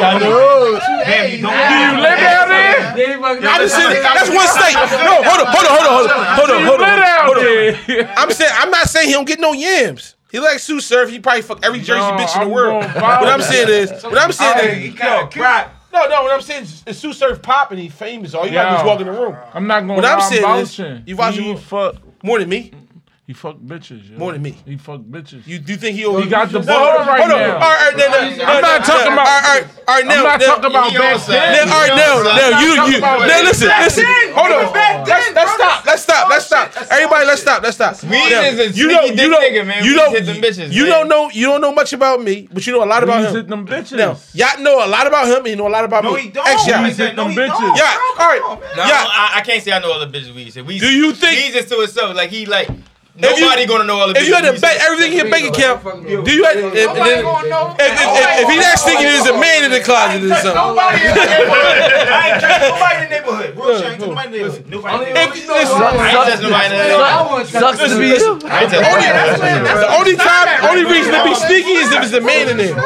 Speaker 2: Damn, you don't
Speaker 5: You live out there?
Speaker 3: I just said *laughs* that's one state. No, hold on, hold on, hold on, hold on,
Speaker 5: You
Speaker 3: hold on, hold
Speaker 5: live
Speaker 3: on.
Speaker 5: out
Speaker 3: Hold on.
Speaker 5: there?
Speaker 3: I'm saying I'm not saying he don't get no yams. He likes Sue Surf. He probably fuck every Jersey
Speaker 5: No,
Speaker 3: bitch in
Speaker 5: I'm
Speaker 3: the world.
Speaker 5: going wild.
Speaker 3: What I'm saying is, what I'm saying
Speaker 2: He
Speaker 3: is,
Speaker 2: got a
Speaker 3: yo, Rock. No, no. What I'm saying is, is Sue Surf popping. He famous. All you gotta do is
Speaker 5: Yo.
Speaker 3: walk in the room.
Speaker 5: I'm not gonna.
Speaker 3: What I'm
Speaker 5: lie,
Speaker 3: saying is,
Speaker 5: vouching.
Speaker 3: you watching
Speaker 5: He
Speaker 3: what-
Speaker 5: fuck.
Speaker 3: More than me.
Speaker 5: He fuck bitches. Yo.
Speaker 3: More than me.
Speaker 5: He fuck bitches.
Speaker 3: You do you think he? Over-
Speaker 5: He got the
Speaker 3: No, hold
Speaker 5: ball
Speaker 3: on,
Speaker 5: right
Speaker 3: hold on.
Speaker 5: now.
Speaker 3: All right, all right, now, now,
Speaker 5: I'm not talking about-
Speaker 3: All right, all right, now,
Speaker 5: I'm not
Speaker 3: now,
Speaker 5: talking about
Speaker 1: he
Speaker 5: back
Speaker 1: also-
Speaker 5: then.
Speaker 3: Now, all right, now, now, you, you, now, listen, listen. Hold on. Let's, let's stop. Let's stop. Let's stop. Everybody, let's stop. Let's stop.
Speaker 1: We
Speaker 3: Now,
Speaker 1: is a
Speaker 3: you don't,
Speaker 1: sneaky
Speaker 3: you
Speaker 1: dick
Speaker 3: don't,
Speaker 1: nigga, man.
Speaker 3: you
Speaker 1: We
Speaker 3: don't,
Speaker 1: hit them bitches,
Speaker 3: you
Speaker 1: man.
Speaker 3: don't know, you don't know much about me, but you know a lot
Speaker 5: He
Speaker 3: about
Speaker 5: was hitting
Speaker 3: him.
Speaker 5: them bitches.
Speaker 3: Now, y'all know a lot about him, and you know a lot about
Speaker 2: No,
Speaker 3: me.
Speaker 2: he don't.
Speaker 3: Ex- y'all.
Speaker 2: He said, no, he
Speaker 5: Them bitches.
Speaker 2: don't.
Speaker 3: Yeah,
Speaker 2: Bro,
Speaker 3: all
Speaker 2: come on,
Speaker 3: right.
Speaker 2: man.
Speaker 1: No,
Speaker 3: Yeah.
Speaker 1: I, I can't say I know all the bitches we said. We
Speaker 3: Do you think-
Speaker 1: he's just to himself? Like he like
Speaker 3: If you-
Speaker 1: nobody gonna know all the bitches.
Speaker 3: If you had
Speaker 1: we
Speaker 3: to bet
Speaker 1: said.
Speaker 3: everything in your bank account, do you? Had, and, and
Speaker 21: Nobody
Speaker 3: then,
Speaker 21: gonna know.
Speaker 3: if, if, if, if he that stinking, there's a man in the closet or something.
Speaker 21: Nobody in the neighborhood.
Speaker 2: I ain't touching nobody in the neighborhood. Real shit, I ain't touching nobody in the neighborhood. Nobody in
Speaker 3: If,
Speaker 2: the neighborhood.
Speaker 3: listen,
Speaker 1: I ain't touching nobody. in the neighborhood.
Speaker 4: Sucks to be
Speaker 1: I ain't touching nobody in the neighborhood.
Speaker 3: The only time, only reason to be sneaky is if it's a man in there.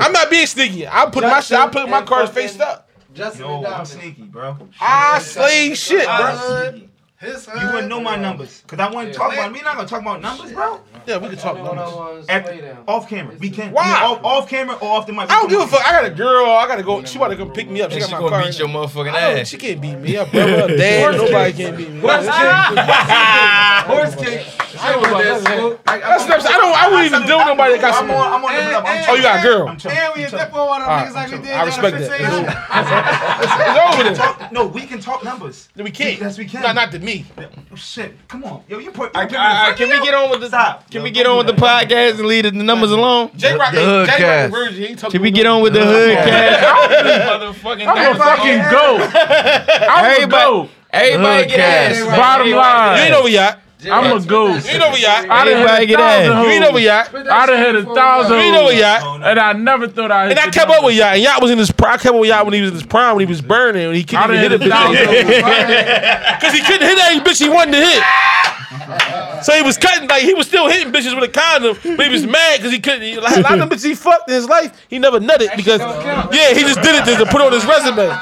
Speaker 3: I'm not being sneaky. I put my shit. I put my cards face up.
Speaker 12: Justin
Speaker 2: No, I'm
Speaker 12: Diamond.
Speaker 2: sneaky, bro.
Speaker 3: I slay shit, bro.
Speaker 2: I'm sneaky.
Speaker 21: His
Speaker 2: You wouldn't know my numbers, cause I wouldn't talk about. We not gonna talk about numbers, bro.
Speaker 3: Yeah, we can talk
Speaker 12: One
Speaker 3: numbers.
Speaker 12: on one,
Speaker 2: At-
Speaker 12: way down.
Speaker 2: off camera, we can't.
Speaker 3: Why?
Speaker 2: I mean, off, off camera or off the mic.
Speaker 3: I don't give a fuck. I got a girl. I gotta go. She about to come pick me up. She
Speaker 1: And
Speaker 3: got
Speaker 1: she
Speaker 3: my
Speaker 1: gonna
Speaker 3: car.
Speaker 1: beat your motherfucking
Speaker 3: I don't-
Speaker 1: ass.
Speaker 3: She can't beat me. Her brother, her dad, nobody can *laughs* beat me. That's
Speaker 12: Horse kick. Horse kick. I was
Speaker 3: what I'm saying. I don't. I wouldn't don't even deal with nobody that got
Speaker 2: I'm
Speaker 3: some.
Speaker 2: on, I'm on the club. I'm
Speaker 3: Oh, you got a girl.
Speaker 2: I'm chilling.
Speaker 13: And we a dip on one of them
Speaker 3: Alright,
Speaker 13: niggas like we
Speaker 3: I'm
Speaker 13: did.
Speaker 3: I
Speaker 13: down in
Speaker 3: respect that.
Speaker 13: 15.
Speaker 3: *laughs* It's over there.
Speaker 2: Talk- No, we can talk numbers.
Speaker 3: No, We can't.
Speaker 2: Yes, we can.
Speaker 3: Not, not to me.
Speaker 2: Oh, shit, come on. Yo, you put.
Speaker 1: All right, all right, all right, can we get on with the
Speaker 2: Stop.
Speaker 1: Can we get on with the podcast and leave the numbers alone?
Speaker 3: J Rock,
Speaker 4: The hood
Speaker 3: J Rock,
Speaker 4: cast.
Speaker 3: virgin. He ain't talking
Speaker 1: Can we get on with the hood cast?
Speaker 5: I'm a
Speaker 3: *laughs*
Speaker 5: fucking goat. I'm a
Speaker 1: Everybody-
Speaker 5: goat.
Speaker 1: Everybody get
Speaker 4: Hood
Speaker 1: ass.
Speaker 5: Bottom
Speaker 3: You ain't
Speaker 5: line,
Speaker 3: over yacht.
Speaker 5: I'm a goat.
Speaker 3: You ain't over yacht.
Speaker 5: I done
Speaker 1: Everybody
Speaker 5: hit a
Speaker 1: get ass.
Speaker 5: thousand
Speaker 3: You ain't over
Speaker 5: hoes.
Speaker 3: yacht.
Speaker 5: I done hit a thousand
Speaker 3: You ain't over
Speaker 5: hoes.
Speaker 3: yacht.
Speaker 5: And I never thought I hit
Speaker 3: And I
Speaker 5: the
Speaker 3: kept
Speaker 5: number.
Speaker 3: up with yacht. And yacht was in his prime. I kept up with yacht when he was in his prime, when he was burning, when he
Speaker 5: I
Speaker 3: couldn't
Speaker 5: done
Speaker 3: even hit a
Speaker 5: hit a
Speaker 3: *laughs*
Speaker 5: thousand
Speaker 3: bitch.
Speaker 5: hoes.
Speaker 3: Because he couldn't hit any bitch he wanted to hit. So he was cutting, like, he was still hitting bitches with a condom, but he was mad because he couldn't. He, like, a lot of bitches he fucked in his life, he never nutted because, yeah, he just did it just to put on his resume.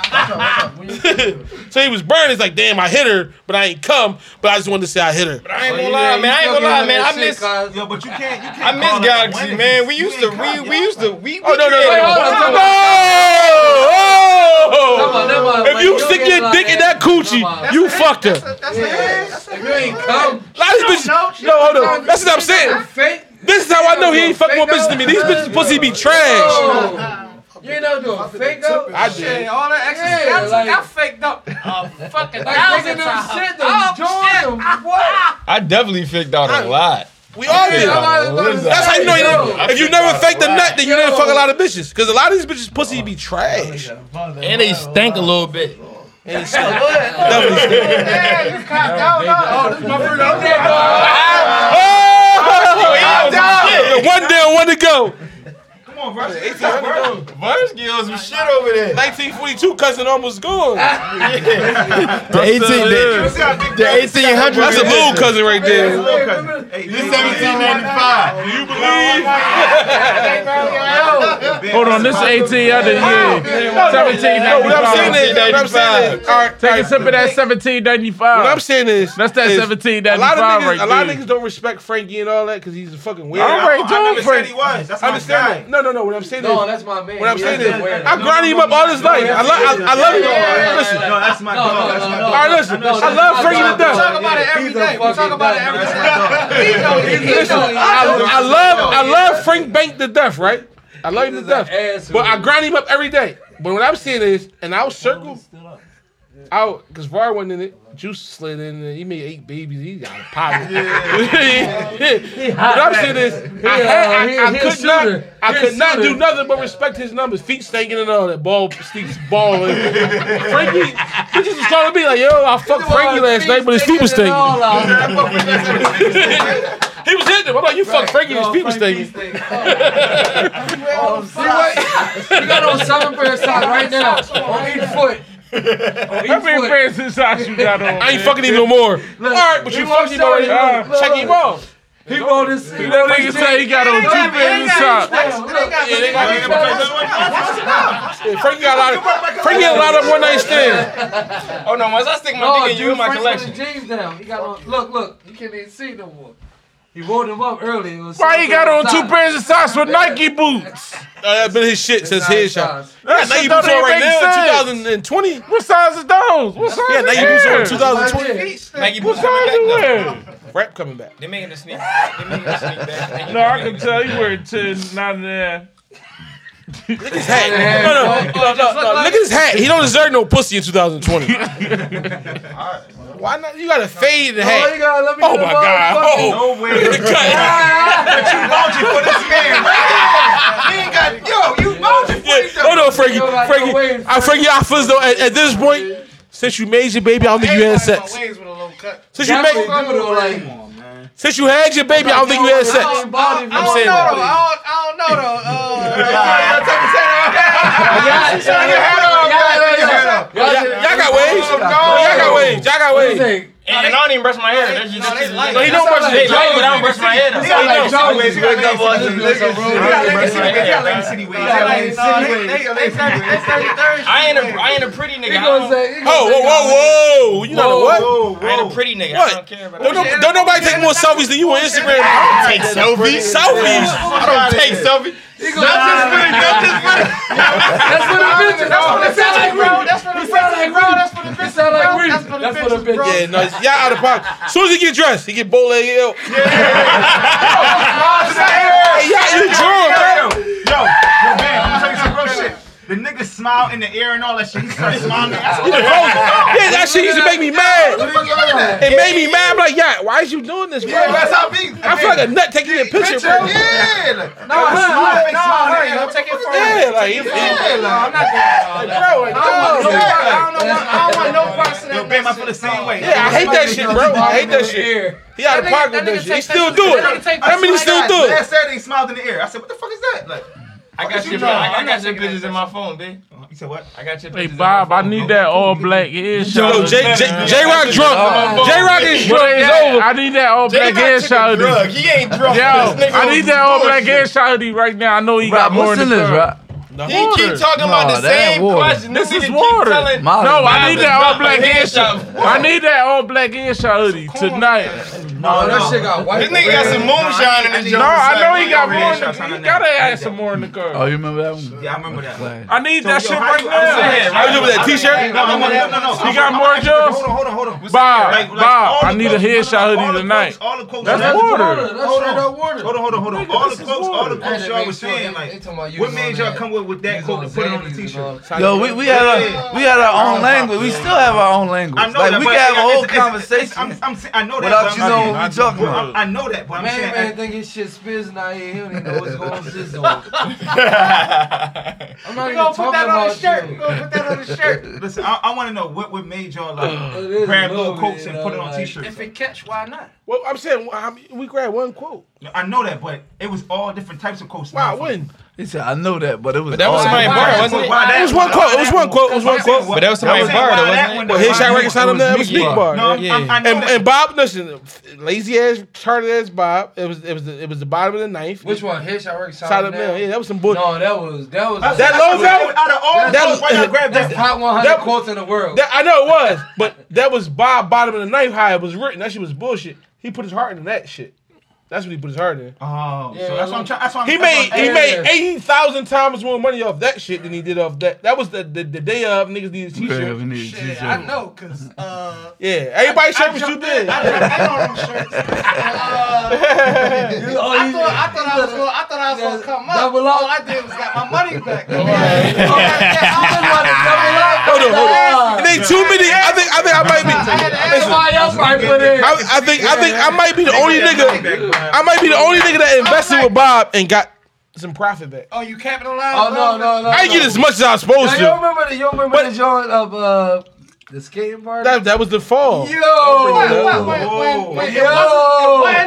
Speaker 3: *laughs* so he was burning. It's like, damn, I hit her, but I ain't come, but I just wanted to say I hit her.
Speaker 1: I ain't gonna lie, man. I ain't gonna lie, man. I miss
Speaker 2: Yo, but you can't. You can't.
Speaker 1: I
Speaker 2: call
Speaker 1: miss
Speaker 2: it a
Speaker 1: Galaxy,
Speaker 2: winning.
Speaker 1: man. We used to
Speaker 2: You ain't
Speaker 1: we
Speaker 2: call-
Speaker 1: we used to we.
Speaker 3: Oh, no, no, no.
Speaker 12: on,
Speaker 3: no.
Speaker 12: Come on, come on,
Speaker 3: oh! If
Speaker 12: man.
Speaker 3: you
Speaker 12: You
Speaker 3: stick
Speaker 12: don't
Speaker 3: your
Speaker 12: get
Speaker 3: dick in that coochie,
Speaker 12: Come on.
Speaker 3: you fucked her.
Speaker 13: That's a- that's a hit. That's a
Speaker 12: If you ain't come,
Speaker 3: A lot of these bitches. No, hold on. That's what I'm saying.
Speaker 12: fake.
Speaker 3: This is how I know he ain't fucking more bitches than me. These bitches pussy be trash.
Speaker 12: Oh. You ain't never doing fake though.
Speaker 3: I did.
Speaker 13: Shit, all that extra
Speaker 12: Yeah,
Speaker 13: stuff.
Speaker 12: like-
Speaker 13: I faked up. Oh, fucking
Speaker 12: Like taking
Speaker 13: thousand
Speaker 12: them
Speaker 13: times.
Speaker 12: shit,
Speaker 13: Oh,
Speaker 12: them joint, them what?
Speaker 1: I definitely faked out a lot.
Speaker 3: We all did. That's how you know. You
Speaker 1: I
Speaker 3: if you never fake the nut, then you never fuck a lot of bitches. Because a lot of these bitches pussy be trash.
Speaker 1: And they stank a little bit.
Speaker 13: Yeah, you copped out. huh? Oh, this motherfucker.
Speaker 3: Oh! One down, one to go.
Speaker 2: Come on, bro. It's a bro.
Speaker 1: Butters giving some shit over there.
Speaker 3: 1942 cousin almost gone.
Speaker 1: The eighteen, the, the eighteen hundred.
Speaker 3: That's a little cousin right there.
Speaker 2: You believe?
Speaker 5: Hold on, this is 18 other year. 17
Speaker 3: No, what I'm saying is, what I'm
Speaker 1: 1995.
Speaker 3: saying is, all right, all
Speaker 5: Take a
Speaker 3: right.
Speaker 5: sip of that 1795.
Speaker 3: What I'm saying is,
Speaker 5: That's that
Speaker 3: is
Speaker 5: 1795
Speaker 3: A lot of niggas, a
Speaker 5: right
Speaker 3: lot of
Speaker 5: there.
Speaker 3: niggas don't respect Frankie and all that because he's a fucking weirdo.
Speaker 5: All right,
Speaker 2: I
Speaker 5: dude.
Speaker 2: never said he
Speaker 5: Frank.
Speaker 2: was. That's
Speaker 3: I
Speaker 2: my
Speaker 3: understand
Speaker 2: guy.
Speaker 3: that. No, no, no. What I'm saying
Speaker 12: No,
Speaker 3: is,
Speaker 12: that's my man.
Speaker 3: what I'm saying
Speaker 12: Yeah,
Speaker 3: is,
Speaker 12: that's weird.
Speaker 3: I grinded him up all his life. I, lo- I, I love him. Listen,
Speaker 2: No, that's my
Speaker 12: No, no,
Speaker 2: dog. That's
Speaker 12: no,
Speaker 2: my
Speaker 12: no.
Speaker 3: all right, listen. I love Frankie to
Speaker 13: We talk
Speaker 3: death.
Speaker 13: about it every
Speaker 12: He's a
Speaker 13: day. We talk
Speaker 12: fucking
Speaker 13: about it
Speaker 12: dog.
Speaker 13: every
Speaker 12: That's
Speaker 13: day. He know it. He
Speaker 12: Listen,
Speaker 13: know it.
Speaker 3: I, I love, I love Frank Bank to death, right? I love him to death. But I grind him up every day. But what I'm seeing is, and I'll circle. Out because Var wasn't in it. Juice slid in there. He made eight babies. He got a power. *laughs* What I'm saying is, I, had, I, I
Speaker 12: He a
Speaker 3: could not,
Speaker 12: shooter.
Speaker 3: I
Speaker 12: He a
Speaker 3: could not do
Speaker 12: shooter.
Speaker 3: nothing but respect his numbers. Feet stinking and all that. Ball stinks balling. Frankie, bitches was calling me like, yo, I fucked Frankie last night, but his feet was stinking. He was hitting him. I'm like, you fucked Frankie, his feet was stinking.
Speaker 12: See what? You got on seven pair of socks right now. On each foot. On
Speaker 5: How many
Speaker 12: each foot.
Speaker 5: pairs of socks you got on?
Speaker 3: I ain't fucking him no more. All right, but you
Speaker 12: he won't
Speaker 3: fucked him
Speaker 12: show
Speaker 3: already.
Speaker 12: you. Look,
Speaker 3: Check
Speaker 12: look.
Speaker 3: him off.
Speaker 12: He rolled his. He
Speaker 5: That nigga say he got on two pairs of socks.
Speaker 3: Yeah, Frankie got a lot of uh, Frankie had a lot of one night stands.
Speaker 1: Oh no, once I stick my
Speaker 12: No,
Speaker 1: dick in you,
Speaker 12: dude,
Speaker 1: my
Speaker 12: Frank with the
Speaker 1: collection.
Speaker 12: jeans down. He got on. Look, look. You can't even see no more. He rolled them up early. It was
Speaker 5: Why he got on two
Speaker 12: socks.
Speaker 5: pairs of socks with Nike boots?
Speaker 3: Oh, that's been his shit since his shot.
Speaker 12: Socks.
Speaker 3: Yeah, Nike boots
Speaker 5: shit don't
Speaker 3: on
Speaker 5: even
Speaker 3: right
Speaker 5: make
Speaker 3: now,
Speaker 5: sense.
Speaker 3: 2020. Yeah,
Speaker 5: What size is those? What size?
Speaker 3: Nike
Speaker 5: is
Speaker 3: boots on
Speaker 5: theirs?
Speaker 3: 2020.
Speaker 1: Nike
Speaker 5: What
Speaker 1: boots
Speaker 5: size
Speaker 1: coming
Speaker 5: you
Speaker 1: back though.
Speaker 5: wearing?
Speaker 3: Rap coming back.
Speaker 1: They making the sneak. They making the sneak back. They
Speaker 5: No, I
Speaker 1: making
Speaker 5: can
Speaker 1: the
Speaker 5: tell you wearing ten, not there.
Speaker 3: Look at his hat. No, no, no, no, no. Look at his hat. He don't deserve no pussy in 2020. Why not? You got a fade in the
Speaker 12: Oh, he
Speaker 3: hat.
Speaker 12: got. Let me.
Speaker 3: Oh my god. Oh,
Speaker 2: No way.
Speaker 3: look at the cut.
Speaker 2: Vouching for this man. He ain't got. Yo, you vouching for
Speaker 3: Yeah. Hold on, Frankie.
Speaker 12: Yo, like,
Speaker 3: Frankie,
Speaker 12: no way.
Speaker 3: I Frankie, I feel as though at, at this point, since you made your baby, I don't think you had sex. Since you
Speaker 12: That's
Speaker 3: made,
Speaker 12: what we do, like.
Speaker 3: since you had your baby, I don't think you had
Speaker 12: I
Speaker 3: sex.
Speaker 12: ain't bothered
Speaker 13: I
Speaker 12: with
Speaker 13: don't
Speaker 3: saying
Speaker 12: it.
Speaker 13: know
Speaker 3: that.
Speaker 13: though. I don't, I don't know though. Uh,
Speaker 5: *laughs*
Speaker 12: Y'all
Speaker 3: Y'all
Speaker 12: just-
Speaker 3: y'all got waves. Y'all got waves. Y'all got
Speaker 12: What you
Speaker 3: waves.
Speaker 12: think?
Speaker 1: sneak- And, and I don't even brush my hair. That's just, that's just,
Speaker 3: No, he don't
Speaker 12: That's
Speaker 3: brush
Speaker 12: not
Speaker 1: they
Speaker 3: his
Speaker 1: like,
Speaker 3: hair.
Speaker 1: but I don't brush my hair though.
Speaker 12: He like Jones.
Speaker 2: this. You got legacy ways. You got legacy ways.
Speaker 1: I ain't a, I ain't a pretty nigga.
Speaker 12: He
Speaker 1: I
Speaker 12: gonna
Speaker 1: don't-
Speaker 12: say. he
Speaker 3: Oh,
Speaker 12: gonna say-
Speaker 3: whoa, whoa, whoa! You know the what?
Speaker 1: I ain't a pretty nigga.
Speaker 3: What?
Speaker 1: I don't care about
Speaker 3: Don't,
Speaker 1: that.
Speaker 3: no- don't nobody take more selfies than you on Instagram. I
Speaker 1: Take selfies.
Speaker 3: Selfies.
Speaker 1: I don't take selfies.
Speaker 12: He gonna say- That's for the bitches. That's for the bitches, bro. That's for the bitches, bro. That's for the bitches, bro. That's for the bitches, bro. That's for the bitches.
Speaker 3: Yeah, no, y'all *laughs* out of pocket. As soon as he get dressed, he get bow leg out.
Speaker 12: That's for the bitches.
Speaker 2: out in the air and all that shit. He started smiling. That's what
Speaker 3: Yeah, that shit used to make me mad.
Speaker 13: Look at that.
Speaker 3: It made me mad. I'm like, yeah, why is you doing this, bro?
Speaker 13: Yeah, that's how me.
Speaker 3: I feel like a nut taking a picture,
Speaker 13: picture.
Speaker 3: bro.
Speaker 13: Yeah, like, no, no, no, no, no, take it from
Speaker 3: Yeah, like,
Speaker 13: Yeah,
Speaker 3: it's-
Speaker 13: like, no, I'm not doing that.
Speaker 3: Bro, like,
Speaker 13: I don't want no
Speaker 3: yeah.
Speaker 13: part- I don't want- I don't want no parts of that.
Speaker 2: Yo, Bam, I feel the same way.
Speaker 3: Yeah, I hate that shit, bro. I hate that shit. He out of
Speaker 13: That nigga-
Speaker 3: pocket
Speaker 13: that
Speaker 3: with that shit.
Speaker 13: nigga
Speaker 3: He
Speaker 13: take
Speaker 3: still
Speaker 13: pictures.
Speaker 3: do it.
Speaker 13: That nigga take
Speaker 3: How many
Speaker 13: pictures.
Speaker 3: still do it?
Speaker 2: Last Saturday, he smiled in the air. I said, "What the fuck is that?" Like,
Speaker 1: I
Speaker 2: What
Speaker 1: got
Speaker 2: you
Speaker 1: your,
Speaker 2: doing?
Speaker 1: I,
Speaker 2: I'm
Speaker 1: got
Speaker 2: not
Speaker 1: your
Speaker 2: taking that
Speaker 1: pictures in my phone, bitch.
Speaker 2: you said what?
Speaker 1: I got your
Speaker 5: Hey
Speaker 1: pictures. in my
Speaker 5: Bob, I
Speaker 1: phone,
Speaker 5: need
Speaker 1: bro.
Speaker 5: that all black headshot.
Speaker 3: Yo, J J J Rock drunk. J Rock is
Speaker 5: What
Speaker 3: drunk.
Speaker 5: is
Speaker 3: It's
Speaker 5: that?
Speaker 3: over.
Speaker 5: I need that all black headshot.
Speaker 1: Drug. He ain't drunk.
Speaker 5: Yo,
Speaker 1: This nigga
Speaker 5: I
Speaker 1: was
Speaker 5: need that all black
Speaker 1: bullshit.
Speaker 5: headshot right now. I know he got
Speaker 4: Rob,
Speaker 5: more
Speaker 4: what's
Speaker 5: in
Speaker 4: in
Speaker 5: the
Speaker 4: this,
Speaker 5: car.
Speaker 4: Rob?
Speaker 3: The
Speaker 1: He keep
Speaker 3: water.
Speaker 1: talking
Speaker 4: Nah,
Speaker 1: about the
Speaker 4: that ain't
Speaker 1: same
Speaker 4: water.
Speaker 1: question.
Speaker 5: This
Speaker 1: nigga
Speaker 5: is
Speaker 1: keep
Speaker 5: water.
Speaker 1: telling-
Speaker 4: Molly,
Speaker 5: No, I
Speaker 4: Molly.
Speaker 5: need that all black headshot.
Speaker 1: headshot.
Speaker 5: I need that all black headshot hoodie tonight.
Speaker 12: No, Oh, that shit got white.
Speaker 1: This nigga got some moonshine in his
Speaker 5: No,
Speaker 1: joint.
Speaker 5: I know he got
Speaker 2: Red
Speaker 5: more. In
Speaker 2: shots
Speaker 5: the,
Speaker 2: on
Speaker 5: he
Speaker 2: that.
Speaker 5: gotta have some more in the
Speaker 4: Oh,
Speaker 5: car.
Speaker 4: you remember that one?
Speaker 2: Yeah, I remember that.
Speaker 4: Like,
Speaker 5: I need that
Speaker 2: Yo,
Speaker 5: shit
Speaker 2: how
Speaker 5: right
Speaker 2: you- I'm saying,
Speaker 5: now.
Speaker 2: how you
Speaker 3: with that t-shirt?
Speaker 2: No, no, no, no, no, no.
Speaker 5: You got
Speaker 2: I'm-
Speaker 5: more,
Speaker 2: I'm-
Speaker 5: Jones?
Speaker 2: Hold on, hold on, hold on. What's
Speaker 5: Bob,
Speaker 2: that?
Speaker 5: Bob,
Speaker 2: all the
Speaker 5: I need a
Speaker 2: quotes-
Speaker 5: headshot
Speaker 2: no, no,
Speaker 5: hoodie
Speaker 2: all the
Speaker 5: tonight.
Speaker 2: quotes- All the quotes.
Speaker 5: That's
Speaker 2: y'all-
Speaker 5: water.
Speaker 12: That's
Speaker 2: Hold
Speaker 12: straight
Speaker 2: on,
Speaker 12: up water.
Speaker 2: hold on, hold on, hold on. All the
Speaker 5: this is
Speaker 2: quotes, all the
Speaker 5: water.
Speaker 2: quotes
Speaker 12: They
Speaker 2: y'all
Speaker 12: make
Speaker 2: was
Speaker 12: sure
Speaker 2: saying,
Speaker 12: they- they
Speaker 2: like,
Speaker 12: talking about you
Speaker 2: what
Speaker 12: was
Speaker 2: made
Speaker 12: on
Speaker 2: y'all
Speaker 12: that.
Speaker 2: come up with
Speaker 12: You
Speaker 2: that
Speaker 12: was
Speaker 2: quote
Speaker 12: on
Speaker 2: and put it on the
Speaker 12: Xanax, you was
Speaker 2: t-shirt?
Speaker 12: on-
Speaker 4: yo, we, we had our we had our own language. We still have our own language.
Speaker 2: I know
Speaker 4: like
Speaker 2: that,
Speaker 4: we
Speaker 2: but
Speaker 4: can have a
Speaker 2: it's- it's-
Speaker 4: whole
Speaker 2: it's-
Speaker 4: conversation
Speaker 2: it's- I'm, I'm, sa- I know that.
Speaker 4: without
Speaker 2: but
Speaker 4: you
Speaker 2: I'm
Speaker 4: knowing
Speaker 2: saying-
Speaker 4: what we talking
Speaker 2: well,
Speaker 4: about.
Speaker 2: I I know that, but I'm
Speaker 12: Man,
Speaker 2: saying.
Speaker 12: man, think his shit spits now. He don't even know what's going on. Shit's going.
Speaker 3: *laughs*
Speaker 12: I'm not
Speaker 13: We
Speaker 12: even
Speaker 13: gonna
Speaker 12: talking
Speaker 13: put that on
Speaker 12: about
Speaker 13: the shirt. We
Speaker 12: you.
Speaker 13: gonna put that on the shirt.
Speaker 2: Listen, I, I want to know what would made y'all like
Speaker 12: It is
Speaker 2: grab
Speaker 12: a
Speaker 2: little
Speaker 12: little
Speaker 2: quotes
Speaker 12: bit,
Speaker 2: and put it
Speaker 12: though,
Speaker 2: on
Speaker 12: like-
Speaker 2: t-shirts.
Speaker 13: If it catch, why not?
Speaker 3: Well, I'm saying well, I mean, we grabbed one quote.
Speaker 2: I know that, but it was all different types of quotes.
Speaker 3: Wow, when?
Speaker 4: He said, "I know that, but it was."
Speaker 1: But that was Oh,
Speaker 4: all-
Speaker 1: somebody's bar, wasn't it?
Speaker 3: It was one quote. It was one quote. It was one quote.
Speaker 1: But that was somebody's bar, though, wasn't it?
Speaker 3: But headshot right inside of that was big bar.
Speaker 2: No, I'm, I'm, I know
Speaker 3: And,
Speaker 2: that.
Speaker 3: and Bob, listen, lazy ass, charted ass Bob. It was it was the, it was the bottom of the knife.
Speaker 12: Which one? Headshot Rick
Speaker 3: Side of the mill. Yeah, that was some bull.
Speaker 12: No, that was that was
Speaker 2: That's-
Speaker 3: That
Speaker 2: that's
Speaker 3: logo?
Speaker 2: what- Out of all
Speaker 3: That-
Speaker 2: those, why y'all grab
Speaker 12: that's
Speaker 2: that?
Speaker 12: top 100
Speaker 3: that-
Speaker 12: quotes in the world.
Speaker 3: That, I know it was, but that was Bob bottom of the knife. How it was written. That shit was bullshit. He put his heart in that shit. That's what he put his heart in.
Speaker 2: Oh, so that's what I'm trying. That's what I'm.
Speaker 3: He
Speaker 2: that's
Speaker 3: made
Speaker 2: what I'm-
Speaker 3: he
Speaker 12: Yeah.
Speaker 3: made eighty thousand times more money off that shit than he did off that. That was the the, the day of niggas needed t
Speaker 4: Yeah, we
Speaker 3: shirt.
Speaker 4: need a
Speaker 13: Shit,
Speaker 4: t-shirt.
Speaker 13: I know, cause uh,
Speaker 3: Yeah, everybody's shirt
Speaker 13: I
Speaker 3: was too
Speaker 13: jumped
Speaker 3: big.
Speaker 13: in. I jumped in on them shirts. And, uh,
Speaker 12: You- oh,
Speaker 13: I
Speaker 12: you-
Speaker 13: thought I thought I was gonna I thought I was gonna come up.
Speaker 12: Double up.
Speaker 3: Oh,
Speaker 13: All I did was got my money back.
Speaker 3: *laughs* Hold on, hold on. It ain't too many. I think I think I might be. Listen,
Speaker 12: Somebody else might put in.
Speaker 3: I, I think I think I might be the only Oh, nigga. I might be the only nigga that invested with Bob and got some *laughs* profit back.
Speaker 13: Oh, you capitalized?
Speaker 12: Oh no, no, no.
Speaker 3: I didn't get as much as I was supposed
Speaker 12: Now, you
Speaker 3: to.
Speaker 12: remember the you remember
Speaker 3: But-
Speaker 12: the joint of uh the skating party?
Speaker 3: That that was the fall.
Speaker 12: Yo,
Speaker 3: Oh,
Speaker 13: Why ain't
Speaker 12: yo.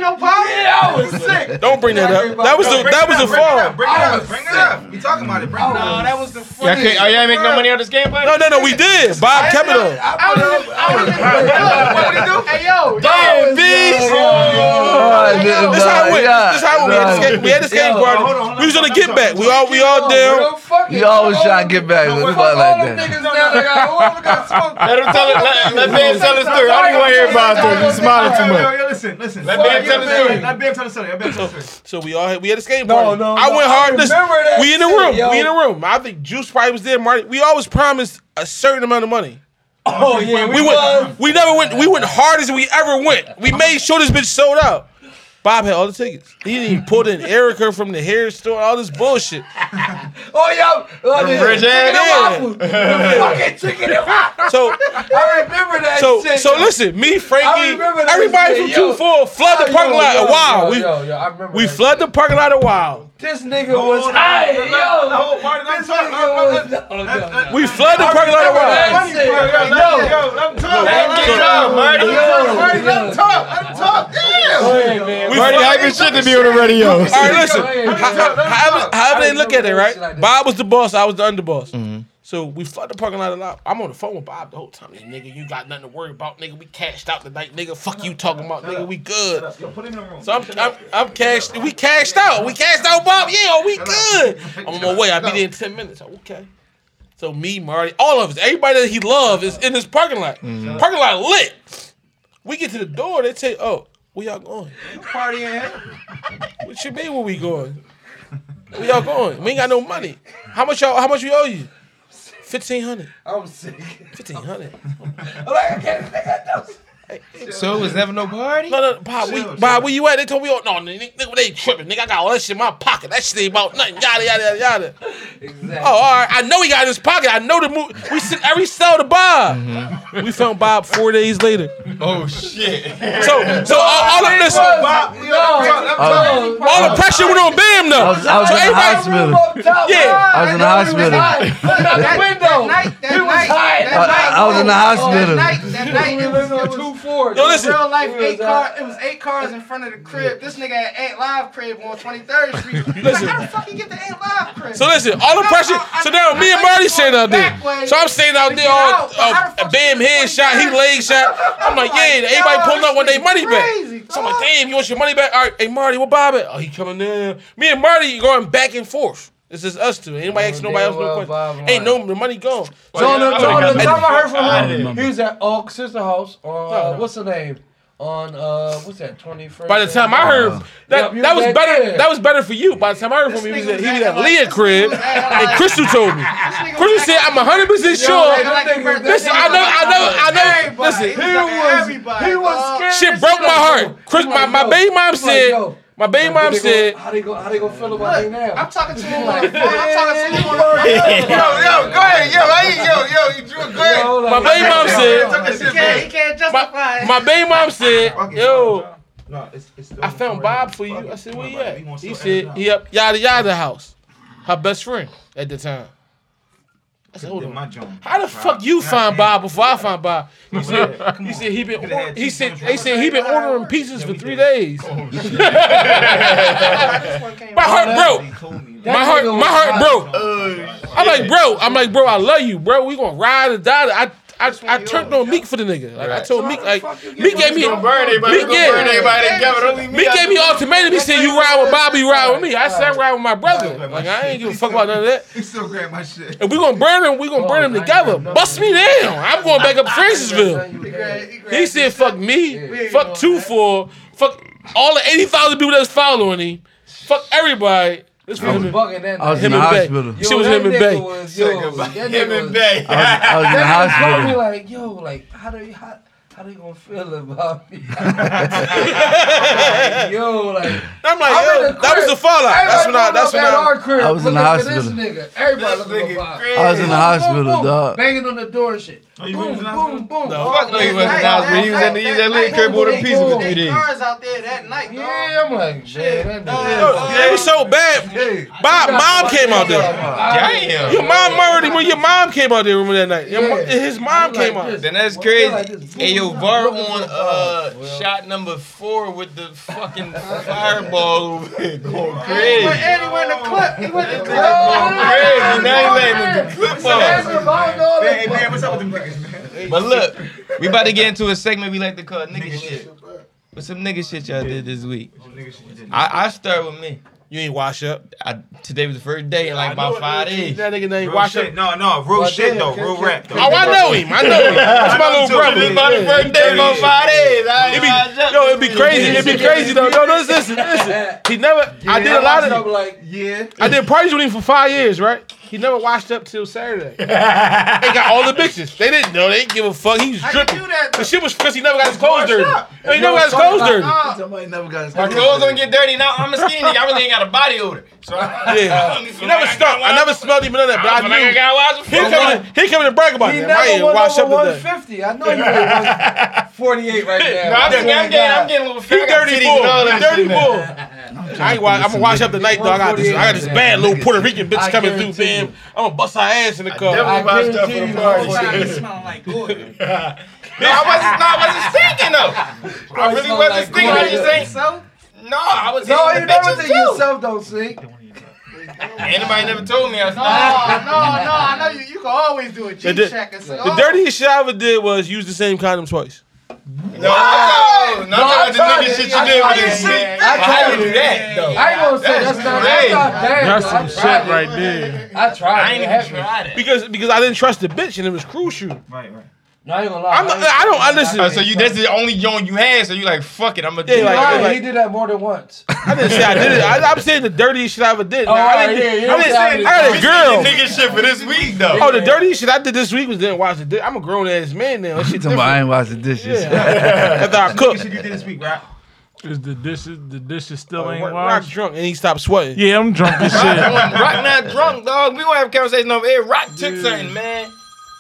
Speaker 13: no problem?
Speaker 12: Yeah, I was sick.
Speaker 3: Don't bring that up. That was the that was the fall.
Speaker 2: Bring it up. Bring it
Speaker 12: I
Speaker 2: up. We talking about it. Bring
Speaker 12: Oh,
Speaker 2: it
Speaker 13: No,
Speaker 2: up.
Speaker 13: that was the
Speaker 1: Y'all
Speaker 13: funny.
Speaker 1: can't, oh, y'all ain't make no money out of this game, buddy?
Speaker 3: No, no, no. We did. Bob kept it up.
Speaker 13: I was in- I was in- Look, What did we do? Hey yo,
Speaker 3: Damn,
Speaker 12: Yeah,
Speaker 3: bitch.
Speaker 4: Oh, yeah,
Speaker 3: This how it went.
Speaker 4: yeah,
Speaker 3: This how it went. we had the skate. We had the skate
Speaker 12: Yo,
Speaker 3: party.
Speaker 2: hold on, hold
Speaker 3: we was
Speaker 2: on,
Speaker 3: on the
Speaker 2: hold on,
Speaker 3: get back.
Speaker 2: hold
Speaker 3: We all we all down.
Speaker 4: You always try to get back, but it's not like that.
Speaker 1: Let him tell it. Let, let Bam tell his story. I don't want to hear about it. You smiling too
Speaker 2: Yo,
Speaker 1: much.
Speaker 2: yo, yo, listen, listen.
Speaker 1: Let Bam tell the story.
Speaker 2: Let Bam tell the story. Let Bam tell the story.
Speaker 3: So we all had, we had a skate
Speaker 12: No,
Speaker 3: party.
Speaker 12: no,
Speaker 3: I
Speaker 12: no,
Speaker 3: went
Speaker 12: I
Speaker 3: hard. Listen,
Speaker 12: remember that
Speaker 3: we in the
Speaker 12: shit,
Speaker 3: room.
Speaker 12: yo.
Speaker 3: We in the room. I think Juice probably was there. Marty. We always promised a certain amount of money.
Speaker 12: Oh yeah,
Speaker 3: We went. We never went. We went hard as we ever went. We made sure this bitch sold out. Bob had all the tickets. He didn't even pull in Erica from the hair store. All this bullshit.
Speaker 12: Oh yeah, oh, the
Speaker 1: Rich
Speaker 12: chicken and
Speaker 3: ass.
Speaker 12: waffles. The fucking chicken and waffles. *laughs*
Speaker 3: So
Speaker 12: I remember that
Speaker 3: so
Speaker 12: shit.
Speaker 3: so
Speaker 12: yo.
Speaker 3: listen. Me,
Speaker 12: I
Speaker 3: Frankie,
Speaker 12: remember that
Speaker 3: everybody
Speaker 12: shit,
Speaker 3: from
Speaker 12: yo.
Speaker 3: two four flood the
Speaker 12: Yo,
Speaker 3: parking
Speaker 12: yo,
Speaker 3: lot.
Speaker 12: yo,
Speaker 3: Wow.
Speaker 12: yo,
Speaker 3: We
Speaker 12: yo, yo, I remember
Speaker 3: we
Speaker 12: that
Speaker 3: flood the parking lot a while.
Speaker 12: shit. This nigga was high, yo.
Speaker 2: The whole party. Let me
Speaker 12: This
Speaker 2: talk.
Speaker 12: nigga
Speaker 2: Let-
Speaker 12: was.
Speaker 2: let-
Speaker 12: No, no, no.
Speaker 3: We flood the parking lot a
Speaker 12: remember
Speaker 3: while.
Speaker 12: that shit. Yo,
Speaker 2: Yo, let me talk.
Speaker 1: Let him get up, Marty.
Speaker 12: yo, yo.
Speaker 2: Talk.
Speaker 12: Go
Speaker 2: Damn.
Speaker 12: ahead, man.
Speaker 3: We
Speaker 1: Marty,
Speaker 3: flood-
Speaker 1: hype as shit to be on the radio.
Speaker 3: All right, listen.
Speaker 12: Go ahead.
Speaker 3: How- how- However, however they look at it, right? Bob was the boss. I was the underboss. So we flood the parking lot a lot. I'm on the phone with Bob the whole time. Nigga, you got nothing to worry about. Nigga, we cashed out tonight. Nigga, fuck you talking about. Nigga, we good.
Speaker 2: Yo, put him in the room.
Speaker 3: So I'm, I'm, I'm cashed. We cashed out. We cashed out, Bob. Yeah, we good. I'm on my way. I'll be there in 10 minutes. Okay. So me, Marty, all of us, everybody that he loved is in this parking lot. Parking lot lit. We get to the door. They say, oh, where y'all going?
Speaker 13: Party in here.
Speaker 3: What you mean where we going? Where y'all going? We ain't got no money. How much y'all? How much we owe you? Fifteen hundred.
Speaker 12: I'm sick.
Speaker 3: Fifteen hundred.
Speaker 12: I'm like, I can't think of those.
Speaker 1: So it was never no party.
Speaker 3: No, no, Bob, we, Bob, where you at? They told me, oh, no, nigga, nigga, they tripping. Nigga, I got all that shit in my pocket. That shit ain't about nothing. Yada, yada, yada, yada.
Speaker 22: Exactly.
Speaker 3: Oh, all right. I know he got in his pocket. I know the move. We sent every cell to Bob. We found Bob four days later.
Speaker 1: Mm-hmm. Oh shit!
Speaker 3: So, so uh, all, all of this,
Speaker 2: Bob, yo, Uh,
Speaker 4: Oh.
Speaker 3: all the pressure went on Bam
Speaker 4: I
Speaker 3: though.
Speaker 4: was, I was
Speaker 3: so
Speaker 4: in the
Speaker 3: everybody-
Speaker 4: hospital.
Speaker 3: yeah,
Speaker 4: I was in the hospital.
Speaker 2: that window. That night, that night, that
Speaker 4: I, I was in the
Speaker 2: That
Speaker 4: hospital.
Speaker 2: night, that night, it was, it was
Speaker 3: yo, listen.
Speaker 2: real life eight car. It was eight cars in front of the crib. This nigga had Ant Live crib on 23rd *laughs* Street. Like, how the fuck you get the Ant Live crib?
Speaker 3: So listen, all the
Speaker 2: No,
Speaker 3: pressure.
Speaker 2: I- I-
Speaker 3: So now me and
Speaker 2: I know you
Speaker 3: Marty
Speaker 2: going
Speaker 3: sitting out there.
Speaker 2: back way
Speaker 3: So I'm standing out
Speaker 2: to
Speaker 3: there
Speaker 2: get
Speaker 3: all
Speaker 2: out, but how the
Speaker 3: uh,
Speaker 2: fuck
Speaker 3: Bam
Speaker 2: you
Speaker 3: head
Speaker 2: get
Speaker 3: shot, he
Speaker 2: twenty
Speaker 3: leg shot. I'm like,
Speaker 2: Oh my
Speaker 3: yeah, everybody
Speaker 2: God,
Speaker 3: pulling up want
Speaker 2: this
Speaker 3: their money
Speaker 2: is crazy,
Speaker 3: back. So I'm like,
Speaker 2: dog.
Speaker 3: damn, you want your money back? All right, hey Marty, what Bob at? Oh, he coming in. Me and Marty going back and forth. This is us two. Anybody asking nobody
Speaker 22: damn
Speaker 3: else no
Speaker 22: well
Speaker 3: question?
Speaker 22: Bob and
Speaker 3: Ain't no the money gone.
Speaker 12: John,
Speaker 5: I
Speaker 12: John,
Speaker 5: got
Speaker 12: the
Speaker 5: that.
Speaker 12: time I heard
Speaker 5: I
Speaker 12: from him,
Speaker 5: remember.
Speaker 12: he was at Oak Oh, Sister House on uh,
Speaker 3: No, no.
Speaker 12: what's the name on uh what's that twenty first.
Speaker 3: By the time I heard that,
Speaker 12: Yeah,
Speaker 3: that was
Speaker 12: you
Speaker 3: better.
Speaker 12: back there.
Speaker 3: That was better for you. By the time I heard from him, he was at, he was at Leah crib, and Crystal told me. Crystal said, "I'm 100 percent sure." Listen, I know, I know, I know. Listen,
Speaker 2: He was, he was scared.
Speaker 3: shit broke my heart. Chris, my, my baby mom said, my baby mom said,
Speaker 12: How they go? How they gonna feel about me
Speaker 2: Look,
Speaker 12: now?
Speaker 2: I'm talking to him on the phone. I'm talking to him on the phone.
Speaker 13: yo, go ahead, yo, I ain't, yo, yo, you drew, go ahead.
Speaker 12: Yo,
Speaker 3: my
Speaker 12: like-
Speaker 3: baby mom
Speaker 13: Took
Speaker 3: said,
Speaker 13: this
Speaker 2: He
Speaker 13: shit
Speaker 2: can't, he
Speaker 13: back.
Speaker 2: can't justify
Speaker 3: my,
Speaker 2: it.
Speaker 3: my baby mom said, yo,
Speaker 23: No, it's, it's still
Speaker 3: I found
Speaker 23: recording.
Speaker 3: Bob for you.
Speaker 23: Fuck
Speaker 3: I
Speaker 23: it.
Speaker 3: said,
Speaker 23: Come
Speaker 3: where
Speaker 23: on,
Speaker 3: you
Speaker 23: Bob.
Speaker 3: at?
Speaker 23: We gonna
Speaker 3: He
Speaker 23: sort everything
Speaker 3: said,
Speaker 23: out.
Speaker 3: he up yada yada house, her best friend at the time. I said, hold
Speaker 23: Did
Speaker 3: on.
Speaker 23: my job.
Speaker 3: How the fuck you
Speaker 23: Nah,
Speaker 3: find
Speaker 23: man.
Speaker 3: Bob before I find Bob? He said,
Speaker 23: Come
Speaker 3: he
Speaker 23: on.
Speaker 3: said he been
Speaker 23: Could've had
Speaker 3: or-
Speaker 23: two
Speaker 3: he said
Speaker 23: sandwiches.
Speaker 3: they said he been ordering pizzas for three days. *laughs*
Speaker 2: This one came
Speaker 3: My
Speaker 2: out.
Speaker 3: heart broke.
Speaker 23: He told me.
Speaker 3: My heart, my heart broke. I'm like, bro, I'm like, bro, I love you, bro. We gonna ride or die. I I, I turned on Meek for the nigga. Like, I told Meek, like, Meek gave me,
Speaker 13: Gonna burn everybody.
Speaker 3: Meek,
Speaker 13: Gonna burn
Speaker 3: yeah,
Speaker 13: everybody together. Don't leave me
Speaker 3: Meek
Speaker 13: out
Speaker 3: gave
Speaker 13: the
Speaker 3: me ultimatum. He said, you ride with Bobby, you ride with me. I said, I ride with my brother. Like, I ain't give a fuck about none of that.
Speaker 13: You still grab my shit.
Speaker 3: And we gonna burn him. We gonna burn him together. Bust me down. I'm going back up to Francisville.
Speaker 2: He grabbed- he grabbed
Speaker 3: He said,
Speaker 2: his-
Speaker 3: "Fuck me, fuck two four, fuck all the eighty thousand people that's following him, fuck everybody." This
Speaker 12: I was
Speaker 3: him,
Speaker 12: bugging that.
Speaker 4: I was in
Speaker 3: him
Speaker 4: the
Speaker 3: and Bay.
Speaker 4: hospital.
Speaker 3: Shit was him and Bay.
Speaker 13: Him and Bay.
Speaker 4: I was, I was in the
Speaker 12: I was
Speaker 4: hospital.
Speaker 12: like, yo, like, how do you, how, how they gonna feel about me? *laughs* yo, like,
Speaker 3: I'm like,
Speaker 12: I'm
Speaker 3: yo,
Speaker 12: in the
Speaker 3: that was
Speaker 12: crib.
Speaker 3: the fallout. That's when I. That's
Speaker 12: Everybody
Speaker 3: when I.
Speaker 4: I
Speaker 12: looking at our crib,
Speaker 4: was in the
Speaker 12: looking for
Speaker 4: hospital.
Speaker 12: This nigga. Everybody
Speaker 13: This
Speaker 12: looking for
Speaker 13: nigga
Speaker 12: Bob.
Speaker 13: crazy.
Speaker 4: I was in the hospital,
Speaker 12: boom,
Speaker 4: dog.
Speaker 12: Banging on the door and shit.
Speaker 23: you
Speaker 12: boom,
Speaker 23: was in the
Speaker 12: boom, boom.
Speaker 3: No,
Speaker 12: Oh,
Speaker 1: Fuck no, he wasn't
Speaker 12: like,
Speaker 1: out, but he was in the, he was at Lee crib ordering pizza for three
Speaker 2: They
Speaker 1: days.
Speaker 2: cars out there that night, dog.
Speaker 12: Yeah, I'm like, shit. that
Speaker 3: Yo,
Speaker 12: nigga-
Speaker 3: It was so bad. Bob, mom came out there.
Speaker 1: Damn.
Speaker 3: Your mom already when your mom came out there remember that night. Your mo- his mom came out.
Speaker 1: Then that's crazy. Hey, yo, VAR on
Speaker 3: Oh,
Speaker 1: uh, shot number four with the
Speaker 3: *laughs*
Speaker 1: fucking fireball over here going
Speaker 2: He
Speaker 1: crazy.
Speaker 2: went and he went in the clip. He went in the clip.
Speaker 1: Crazy. Now you letting the clip off.
Speaker 23: Hey, man, what's up with them niggas, man?
Speaker 1: But look, we about to get into a segment we like to call nigga shit.
Speaker 2: Oh,
Speaker 1: What's some nigga shit y'all did this week? I, I start with me.
Speaker 3: You ain't wash up.
Speaker 1: I, today was the first day in like
Speaker 3: I know
Speaker 1: about
Speaker 3: it.
Speaker 1: five days.
Speaker 3: That nigga name
Speaker 23: Real
Speaker 3: wash up.
Speaker 23: shit. No, no, real
Speaker 12: Well,
Speaker 23: shit
Speaker 12: damn,
Speaker 23: though,
Speaker 12: okay,
Speaker 23: real
Speaker 12: okay.
Speaker 23: rap though.
Speaker 3: Oh, I know him. I know him. *laughs* That's my little brother.
Speaker 23: It's my
Speaker 3: Yeah.
Speaker 1: Birthday about five days. I
Speaker 3: It
Speaker 1: ain't
Speaker 3: be,
Speaker 1: washed up.
Speaker 3: *laughs* yo, it'd be crazy. It'd be crazy though. No, no, listen, listen. He
Speaker 2: *laughs*
Speaker 3: never. I did a lot of.
Speaker 12: I'm like,
Speaker 13: Yeah.
Speaker 3: I did parties with him for five years, right? He never washed up till
Speaker 2: *laughs*
Speaker 3: Saturday. they got all the bitches. They didn't know. They didn't give a fuck. He was
Speaker 2: How you
Speaker 3: dripping.
Speaker 2: do that,
Speaker 3: The
Speaker 2: though?
Speaker 3: shit was because he never got his clothes dirty.
Speaker 2: up.
Speaker 3: No, he never got his clothes dirty.
Speaker 2: Dog,
Speaker 13: Somebody never got his
Speaker 1: My clothes don't get dirty now. I'm a skinny nigga. I really ain't got a body odor. So I,
Speaker 3: Yeah. He never stunk. I never smelled even none of that, but I
Speaker 1: I
Speaker 3: knew.
Speaker 1: got washed
Speaker 3: He coming, he coming to brag about
Speaker 12: he
Speaker 3: it. I
Speaker 12: never
Speaker 3: ain't
Speaker 12: won
Speaker 3: washed
Speaker 12: over
Speaker 3: up today.
Speaker 12: 150. I know you ain't won 48 right now.
Speaker 1: No, I'm, just, I'm, getting, I'm getting a little
Speaker 3: He
Speaker 1: fat.
Speaker 3: dirty bull. He dirty bull. I ain't wa- I'm gonna wash up tonight though. I got this. I got this bad little Puerto Rican bitch
Speaker 12: I
Speaker 3: coming through.
Speaker 12: guarantee
Speaker 3: Damn, I'm gonna bust her ass in the car.
Speaker 13: definitely-
Speaker 12: I
Speaker 13: washed up for
Speaker 12: guarantee
Speaker 13: the
Speaker 12: you
Speaker 13: party.
Speaker 12: wasn't.
Speaker 2: He smelling like Gordon.
Speaker 1: No, I wasn't, no, I wasn't stinking though. I really
Speaker 12: smell
Speaker 1: wasn't
Speaker 12: like
Speaker 1: stinking. I just
Speaker 12: Gordon.
Speaker 1: ain't so. No, I was
Speaker 12: No, you
Speaker 1: hitting the
Speaker 12: never
Speaker 1: bitches
Speaker 12: think
Speaker 1: too.
Speaker 12: yourself don't see.
Speaker 1: Anybody never told me I was
Speaker 2: No, no, no. I know you. You can always do a G
Speaker 3: di-
Speaker 2: check or
Speaker 3: The
Speaker 2: something.
Speaker 3: dirtiest shit I ever did was use the same condom twice.
Speaker 1: No, no, no,
Speaker 12: I
Speaker 1: no, the
Speaker 12: tried
Speaker 1: nigga
Speaker 12: it.
Speaker 1: shit you
Speaker 12: I
Speaker 1: did
Speaker 12: tried
Speaker 1: with this
Speaker 12: it.
Speaker 1: man.
Speaker 12: I
Speaker 1: But How
Speaker 12: tried
Speaker 1: you do
Speaker 12: it.
Speaker 1: that though?
Speaker 12: I ain't gonna say that's,
Speaker 1: That's
Speaker 12: not
Speaker 1: crazy.
Speaker 12: that's not bad.
Speaker 5: That's
Speaker 12: though.
Speaker 5: some
Speaker 12: I
Speaker 5: shit
Speaker 12: tried it.
Speaker 5: right there.
Speaker 12: I tried.
Speaker 1: I ain't
Speaker 12: it.
Speaker 1: even
Speaker 12: It happened.
Speaker 1: tried it.
Speaker 3: Because because I didn't trust the bitch and it was crucial.
Speaker 23: Right, right.
Speaker 12: No, I ain't gonna lie.
Speaker 3: I'm not, I don't. I listen.
Speaker 1: Uh, so you that's the only joint you had. So you like fuck it. I'm gonna do
Speaker 3: Yeah,
Speaker 1: it.
Speaker 3: like-
Speaker 12: Right,
Speaker 3: like-
Speaker 12: he did that more than once.
Speaker 3: I didn't say I did it. I, I'm saying the dirtiest shit I ever did.
Speaker 12: Oh,
Speaker 3: Now, I
Speaker 12: alright,
Speaker 3: didn't.
Speaker 12: yeah, yeah,
Speaker 3: I, didn't
Speaker 12: yeah.
Speaker 3: say, I got a girl.
Speaker 1: nigga shit for this week though.
Speaker 3: Oh, the dirtiest shit I did this week was didn't watch the. Di- I'm a grown ass man now. That
Speaker 4: She
Speaker 3: shit
Speaker 4: talking about
Speaker 3: different.
Speaker 4: I ain't washing dishes.
Speaker 3: After I
Speaker 2: What
Speaker 3: cooked,
Speaker 2: shit you did this week, right?
Speaker 5: Is the dishes the dishes still ain't
Speaker 3: rock, rock
Speaker 5: washed?
Speaker 3: drunk, and he stopped sweating.
Speaker 5: Yeah, I'm drunk as shit.
Speaker 1: Rock not drunk, dog. We gonna have a conversation over here. Rock took something, man.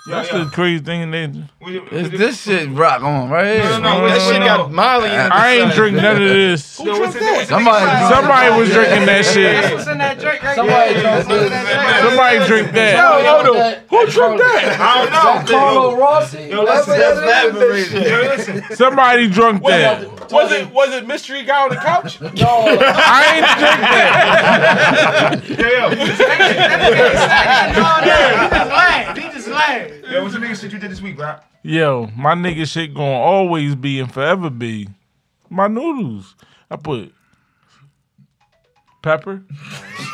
Speaker 5: That's the crazy thing. They,
Speaker 2: What you-
Speaker 4: *laughs* It's this shit rock on right here.
Speaker 2: No, no, no,
Speaker 1: that
Speaker 2: no,
Speaker 1: shit
Speaker 2: no.
Speaker 1: got Molly. in it.
Speaker 5: I ain't drink none of this.
Speaker 2: Yo, what's that?
Speaker 4: Somebody,
Speaker 5: Somebody was drinking that
Speaker 13: That's
Speaker 5: shit.
Speaker 13: what's in that drink right
Speaker 12: Somebody
Speaker 13: there.
Speaker 12: drunk
Speaker 13: What's in
Speaker 12: that.
Speaker 13: that drink?
Speaker 5: Somebody drink that.
Speaker 12: Who drunk that?
Speaker 2: I don't know.
Speaker 12: Carlo Rossi.
Speaker 2: Yo, listen,
Speaker 12: Whatever that is.
Speaker 2: Yo, listen.
Speaker 5: Somebody drunk that.
Speaker 3: Was it was it mystery guy on the couch?
Speaker 12: No,
Speaker 5: I ain't drink that.
Speaker 2: Yo, yo.
Speaker 13: That nigga just lying. He just lying.
Speaker 2: Yo, what's the nigga shit you did this week, right?
Speaker 5: Yo, my nigga shit gonna always be and forever be my noodles. I put pepper.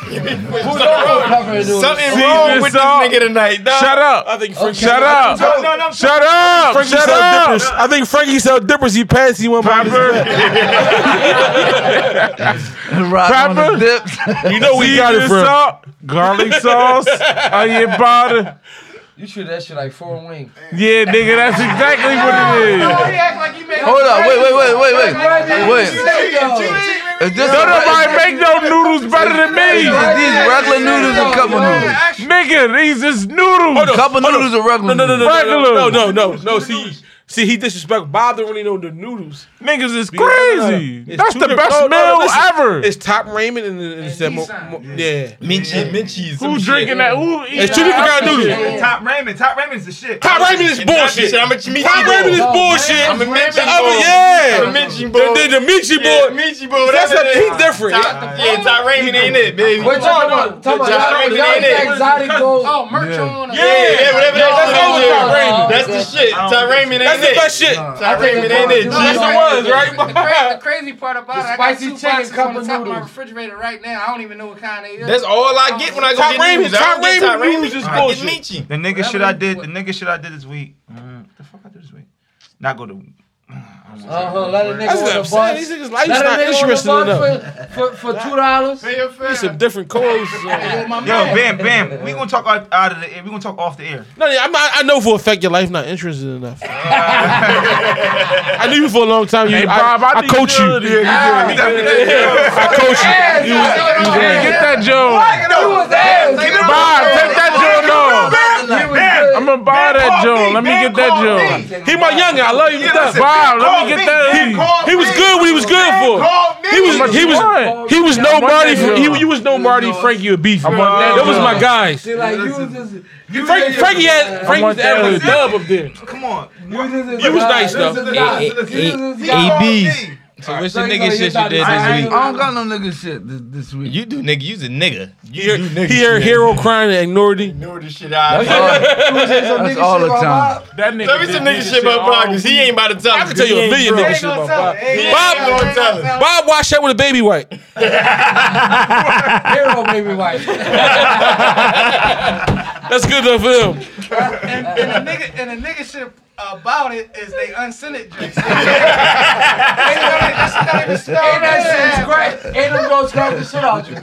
Speaker 1: Something
Speaker 5: Season
Speaker 1: wrong with this
Speaker 5: salt.
Speaker 1: nigga tonight, dog.
Speaker 5: Shut up.
Speaker 3: I think Frankie.
Speaker 5: Shut up.
Speaker 2: No, no, no.
Speaker 5: Shut up.
Speaker 3: Frankie
Speaker 5: Shut
Speaker 3: sell
Speaker 5: up.
Speaker 3: dippers. I think Frankie sell dippers. He passed. He went by.
Speaker 5: Pepper.
Speaker 4: *laughs* rock on the
Speaker 5: Pepper?
Speaker 4: dips. *laughs*
Speaker 3: You know we got it
Speaker 5: Season
Speaker 3: from.
Speaker 5: salt,
Speaker 3: *laughs*
Speaker 5: garlic sauce, onion powder.
Speaker 12: you shoot that shit like four wings.
Speaker 5: Yeah, nigga, that's exactly
Speaker 13: No,
Speaker 5: what
Speaker 13: he
Speaker 5: it is.
Speaker 13: act like he made
Speaker 4: Hold up, wait, wait, wait, wait, wait, wait. Is this
Speaker 5: Don't nobody make no noodles better than
Speaker 4: Is
Speaker 5: me.
Speaker 4: this these regular noodles or cup of noodles?
Speaker 5: Nigga, these is noodles.
Speaker 4: Cup of noodles or regular
Speaker 3: No, no,
Speaker 4: noodles?
Speaker 3: no, no, no,
Speaker 5: Regular.
Speaker 3: no, no, no. See, see, he disrespect Bob. Don't really know the noodles.
Speaker 5: Niggas is
Speaker 3: No, no, no.
Speaker 5: crazy.
Speaker 3: It's
Speaker 5: That's
Speaker 3: two
Speaker 5: the
Speaker 3: different-
Speaker 5: best
Speaker 3: no, no, no,
Speaker 5: meal
Speaker 3: listen.
Speaker 5: ever.
Speaker 3: It's top ramen and, and it's that mo- mo- yeah.
Speaker 1: Minchie, Minchie.
Speaker 5: Who drinking that? Who
Speaker 3: It's two different kind of noodles.
Speaker 2: Top Raymond. Top Raymond's the shit.
Speaker 3: Top ramen is bullshit.
Speaker 1: I'm a Minchie.
Speaker 3: Top ramen is
Speaker 12: No,
Speaker 3: bullshit.
Speaker 1: I'm a
Speaker 3: The
Speaker 1: Minchie.
Speaker 3: other-
Speaker 1: boy. I'm a
Speaker 3: yeah.
Speaker 1: Minchie
Speaker 3: The,
Speaker 1: boy.
Speaker 3: the, the Michi
Speaker 1: Yeah,
Speaker 3: boy.
Speaker 1: Minchie boy.
Speaker 3: That's
Speaker 1: That's
Speaker 3: a, he's different.
Speaker 1: Top, yeah, Top Raymond ain't it, baby.
Speaker 12: We're talking about, talking about y'all, y'all
Speaker 1: Yeah.
Speaker 12: exotic gold.
Speaker 13: Oh, merch on
Speaker 1: Yeah, yeah, whatever that
Speaker 12: No,
Speaker 1: shit
Speaker 12: no,
Speaker 1: is.
Speaker 12: no, no,
Speaker 1: That's
Speaker 12: no.
Speaker 1: the shit. Top Raymond
Speaker 3: That's
Speaker 1: ain't
Speaker 3: the
Speaker 1: it.
Speaker 3: best shit.
Speaker 1: Top Raymond ain't it.
Speaker 3: That's the ones, right?
Speaker 13: The crazy part about it, I got
Speaker 12: spicy
Speaker 13: two
Speaker 12: chicken
Speaker 13: boxes
Speaker 12: cup
Speaker 13: on the
Speaker 12: of
Speaker 13: top of my
Speaker 12: noodles.
Speaker 13: refrigerator right now. I don't even know what kind they is.
Speaker 1: That's all I get when I go
Speaker 3: Top
Speaker 1: get
Speaker 3: Raymond-
Speaker 1: noodles. I don't
Speaker 3: Top
Speaker 1: get
Speaker 3: Raymond noodles is
Speaker 1: I get
Speaker 3: bullshit.
Speaker 1: Minchie.
Speaker 2: The nigga shit I did. The nigga shit I did this week. Mm, what the fuck I did this week? Not go to.
Speaker 12: Uh huh. Let a nigga
Speaker 3: That's what
Speaker 12: on
Speaker 3: I'm
Speaker 12: the
Speaker 3: saying. These
Speaker 12: bus.
Speaker 3: niggas' life is
Speaker 12: Let
Speaker 3: not
Speaker 12: a nigga
Speaker 3: interesting
Speaker 12: on the
Speaker 3: enough.
Speaker 12: bus for, for, for two dollars.
Speaker 3: These some different clothes. *laughs* uh,
Speaker 13: my
Speaker 2: Yo,
Speaker 13: man.
Speaker 2: bam, bam. We gonna talk out, out of the air. We gonna talk off the air.
Speaker 3: No, I'm not, I know for a fact your life not interesting *laughs* enough. I knew you for a long time. You,
Speaker 5: Hey,
Speaker 3: I,
Speaker 5: Bob, I,
Speaker 3: I
Speaker 5: need
Speaker 3: coach you.
Speaker 5: you. to-
Speaker 3: I coach you.
Speaker 5: Hey, get that joint.
Speaker 12: You was ass.
Speaker 5: Bob, take that joint off.
Speaker 12: You was good.
Speaker 5: I'm gonna buy that joint. Let me get that joint.
Speaker 3: He my young guy. I love you to death.
Speaker 5: Bob, let me get that.
Speaker 3: He was good when he was good for. He was he was he was no
Speaker 5: I'm on
Speaker 3: Marty.
Speaker 5: that
Speaker 3: Fr-
Speaker 5: job.
Speaker 3: He you was no Marty Frankie or beef.
Speaker 5: I'm on that
Speaker 3: That was
Speaker 5: job.
Speaker 3: my guys.
Speaker 12: See, like, you was just. You
Speaker 3: Frankie Frankie had Frankie was
Speaker 5: want that
Speaker 3: having a
Speaker 5: hoodie.
Speaker 3: dub up there.
Speaker 2: Come on.
Speaker 12: You
Speaker 3: You was nice, though.
Speaker 1: ABs. So what's the
Speaker 12: So you
Speaker 1: nigga
Speaker 12: know
Speaker 1: shit
Speaker 12: you're
Speaker 1: you did
Speaker 12: not-
Speaker 1: this
Speaker 4: I
Speaker 1: week?
Speaker 4: don't got no nigga shit this, this week.
Speaker 1: You do nigga, you's a nigga.
Speaker 3: He
Speaker 1: You
Speaker 3: heard,
Speaker 1: do nigga.
Speaker 3: he heard
Speaker 1: shit.
Speaker 3: hero crying and ignored him.
Speaker 1: Know this shit out.
Speaker 4: All- that's all the time.
Speaker 5: That nigga.
Speaker 1: Tell me some nigga shit about Bob, cause he ain't about to tell
Speaker 3: I can tell you a million niggas shit about Bob.
Speaker 1: Bob gonna tell us.
Speaker 3: Bob washed that with a baby wipe.
Speaker 12: Hero baby wife.
Speaker 3: That's good enough for him.
Speaker 13: And, and a nigga, and a nigga shit about it is they unscented drinks. Ain't that even smell
Speaker 12: Ain't that shit
Speaker 13: good.
Speaker 12: great? Ain't them gonna scratch the shit out you.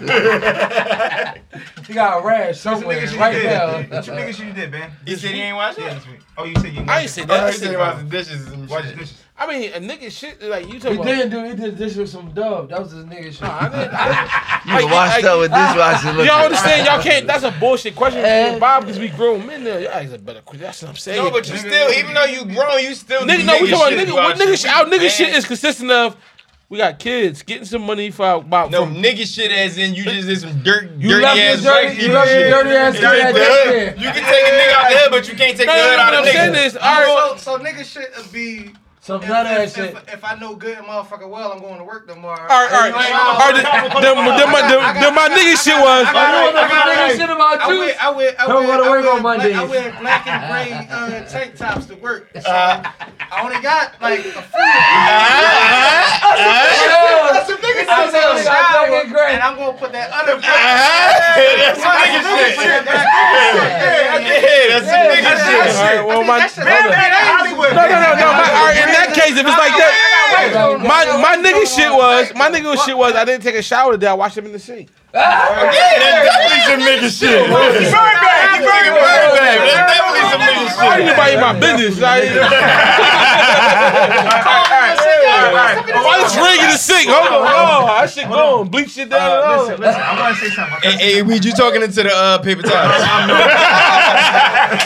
Speaker 12: You got a rash
Speaker 2: What's the
Speaker 12: somewhere
Speaker 2: nigga shit
Speaker 12: right
Speaker 2: you
Speaker 12: now.
Speaker 2: did? What you nigga shit you did, man?
Speaker 1: He said he ain't watching.
Speaker 2: Yeah, this week. Oh, you said you.
Speaker 3: I ain't say that. I,
Speaker 1: He said
Speaker 3: said,
Speaker 1: he washing dishes and
Speaker 2: Watch
Speaker 1: shit.
Speaker 2: this.
Speaker 3: I mean, a nigga shit like you
Speaker 12: He
Speaker 3: talking about.
Speaker 12: didn't do. He did this with some dub. That was his nigga shit.
Speaker 3: I didn't- I
Speaker 4: You can wash that with this washing.
Speaker 3: didn't-
Speaker 4: Look,
Speaker 3: Y'all
Speaker 4: *laughs*
Speaker 3: understand? Y'all can't. That's a bullshit question
Speaker 12: Eh.
Speaker 3: for Bob because we grown men now. Y'all ask a better question. That's what I'm saying.
Speaker 1: No, but you still, even though you grown, you still. do
Speaker 3: Nigga, no, we talking about
Speaker 1: shit
Speaker 3: nigga. What
Speaker 1: about
Speaker 3: nigga shit? Our nigga
Speaker 1: Man.
Speaker 3: shit is consistent of we got kids getting some money for our Bob.
Speaker 1: No
Speaker 3: from,
Speaker 1: nigga shit as in you just did some dirt,
Speaker 12: You
Speaker 1: dirty
Speaker 12: left your
Speaker 1: ass
Speaker 12: dirty-
Speaker 1: white
Speaker 12: you
Speaker 1: people
Speaker 12: left your
Speaker 1: shit.
Speaker 12: dirty ass
Speaker 1: You
Speaker 12: kid
Speaker 1: take
Speaker 12: at
Speaker 1: the
Speaker 12: that
Speaker 1: hood.
Speaker 12: shit.
Speaker 1: You can take a nigga out the hood, but you can't take
Speaker 3: no,
Speaker 1: the
Speaker 3: no, no,
Speaker 1: hood
Speaker 3: what
Speaker 1: out
Speaker 3: I'm
Speaker 1: of
Speaker 3: saying
Speaker 1: nigga.
Speaker 3: is, all right,
Speaker 13: So, so nigga shit would be.
Speaker 12: Some
Speaker 13: If,
Speaker 12: nut ass
Speaker 13: if,
Speaker 12: shit.
Speaker 13: if, if I know good and motherfucker well, I'm going to work
Speaker 3: all
Speaker 13: tomorrow.
Speaker 3: right, all right. All right then, then, my- then, my- then, then my nigga shit was.
Speaker 12: I don't know
Speaker 13: I
Speaker 12: what
Speaker 13: got
Speaker 12: the nigga
Speaker 13: it.
Speaker 12: shit about
Speaker 13: I
Speaker 12: you.
Speaker 13: wear, I wear, I
Speaker 12: Don't go
Speaker 13: wear,
Speaker 12: to
Speaker 13: I
Speaker 12: work
Speaker 13: wear
Speaker 12: on Mondays.
Speaker 13: Black, I wear black and gray uh, tank tops to work. So I only got like a few.
Speaker 12: Yeah.
Speaker 13: That's a nigga
Speaker 12: I
Speaker 13: says in the
Speaker 12: said, I'm black
Speaker 13: shower.
Speaker 12: and gray.
Speaker 13: and I'm gonna put that other.
Speaker 1: That's some nigga shit. Yeah, that's some nigga shit.
Speaker 3: All right, well, my,
Speaker 13: Man, man, that's Hollywood.
Speaker 3: no, no, no, no. My, all right, in that case, if it's like that, my my nigga shit was my nigga shit was I didn't take a shower today. I washed him in the sink.
Speaker 1: That's definitely some nigga shit.
Speaker 13: Bird bag, you bring
Speaker 1: Bird bag, That's definitely some nigga shit.
Speaker 3: I didn't nobody in my business. I didn't- Why this ring in the sink? Hold on, hold on. I shit going. Bleach shit down.
Speaker 18: Uh,
Speaker 3: and all.
Speaker 2: Listen, listen, I want to say something.
Speaker 1: Hey, hey, Reed, you talking into the uh, paper towels?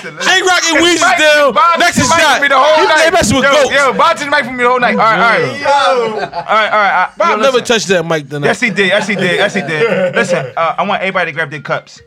Speaker 3: J Rock and Weezy still. Next is shot.
Speaker 18: me the whole
Speaker 3: You- They
Speaker 18: night.
Speaker 3: messing with
Speaker 18: Yo,
Speaker 3: goats.
Speaker 18: yo, Bob the mic for me the whole night. All right, all right. All right, all right. I-
Speaker 3: Bob
Speaker 18: yo,
Speaker 3: never
Speaker 18: listen.
Speaker 3: touched that mic tonight.
Speaker 2: Yes, he did. Yes, he did. Yes, he did. Listen, uh, I want everybody to grab their cups.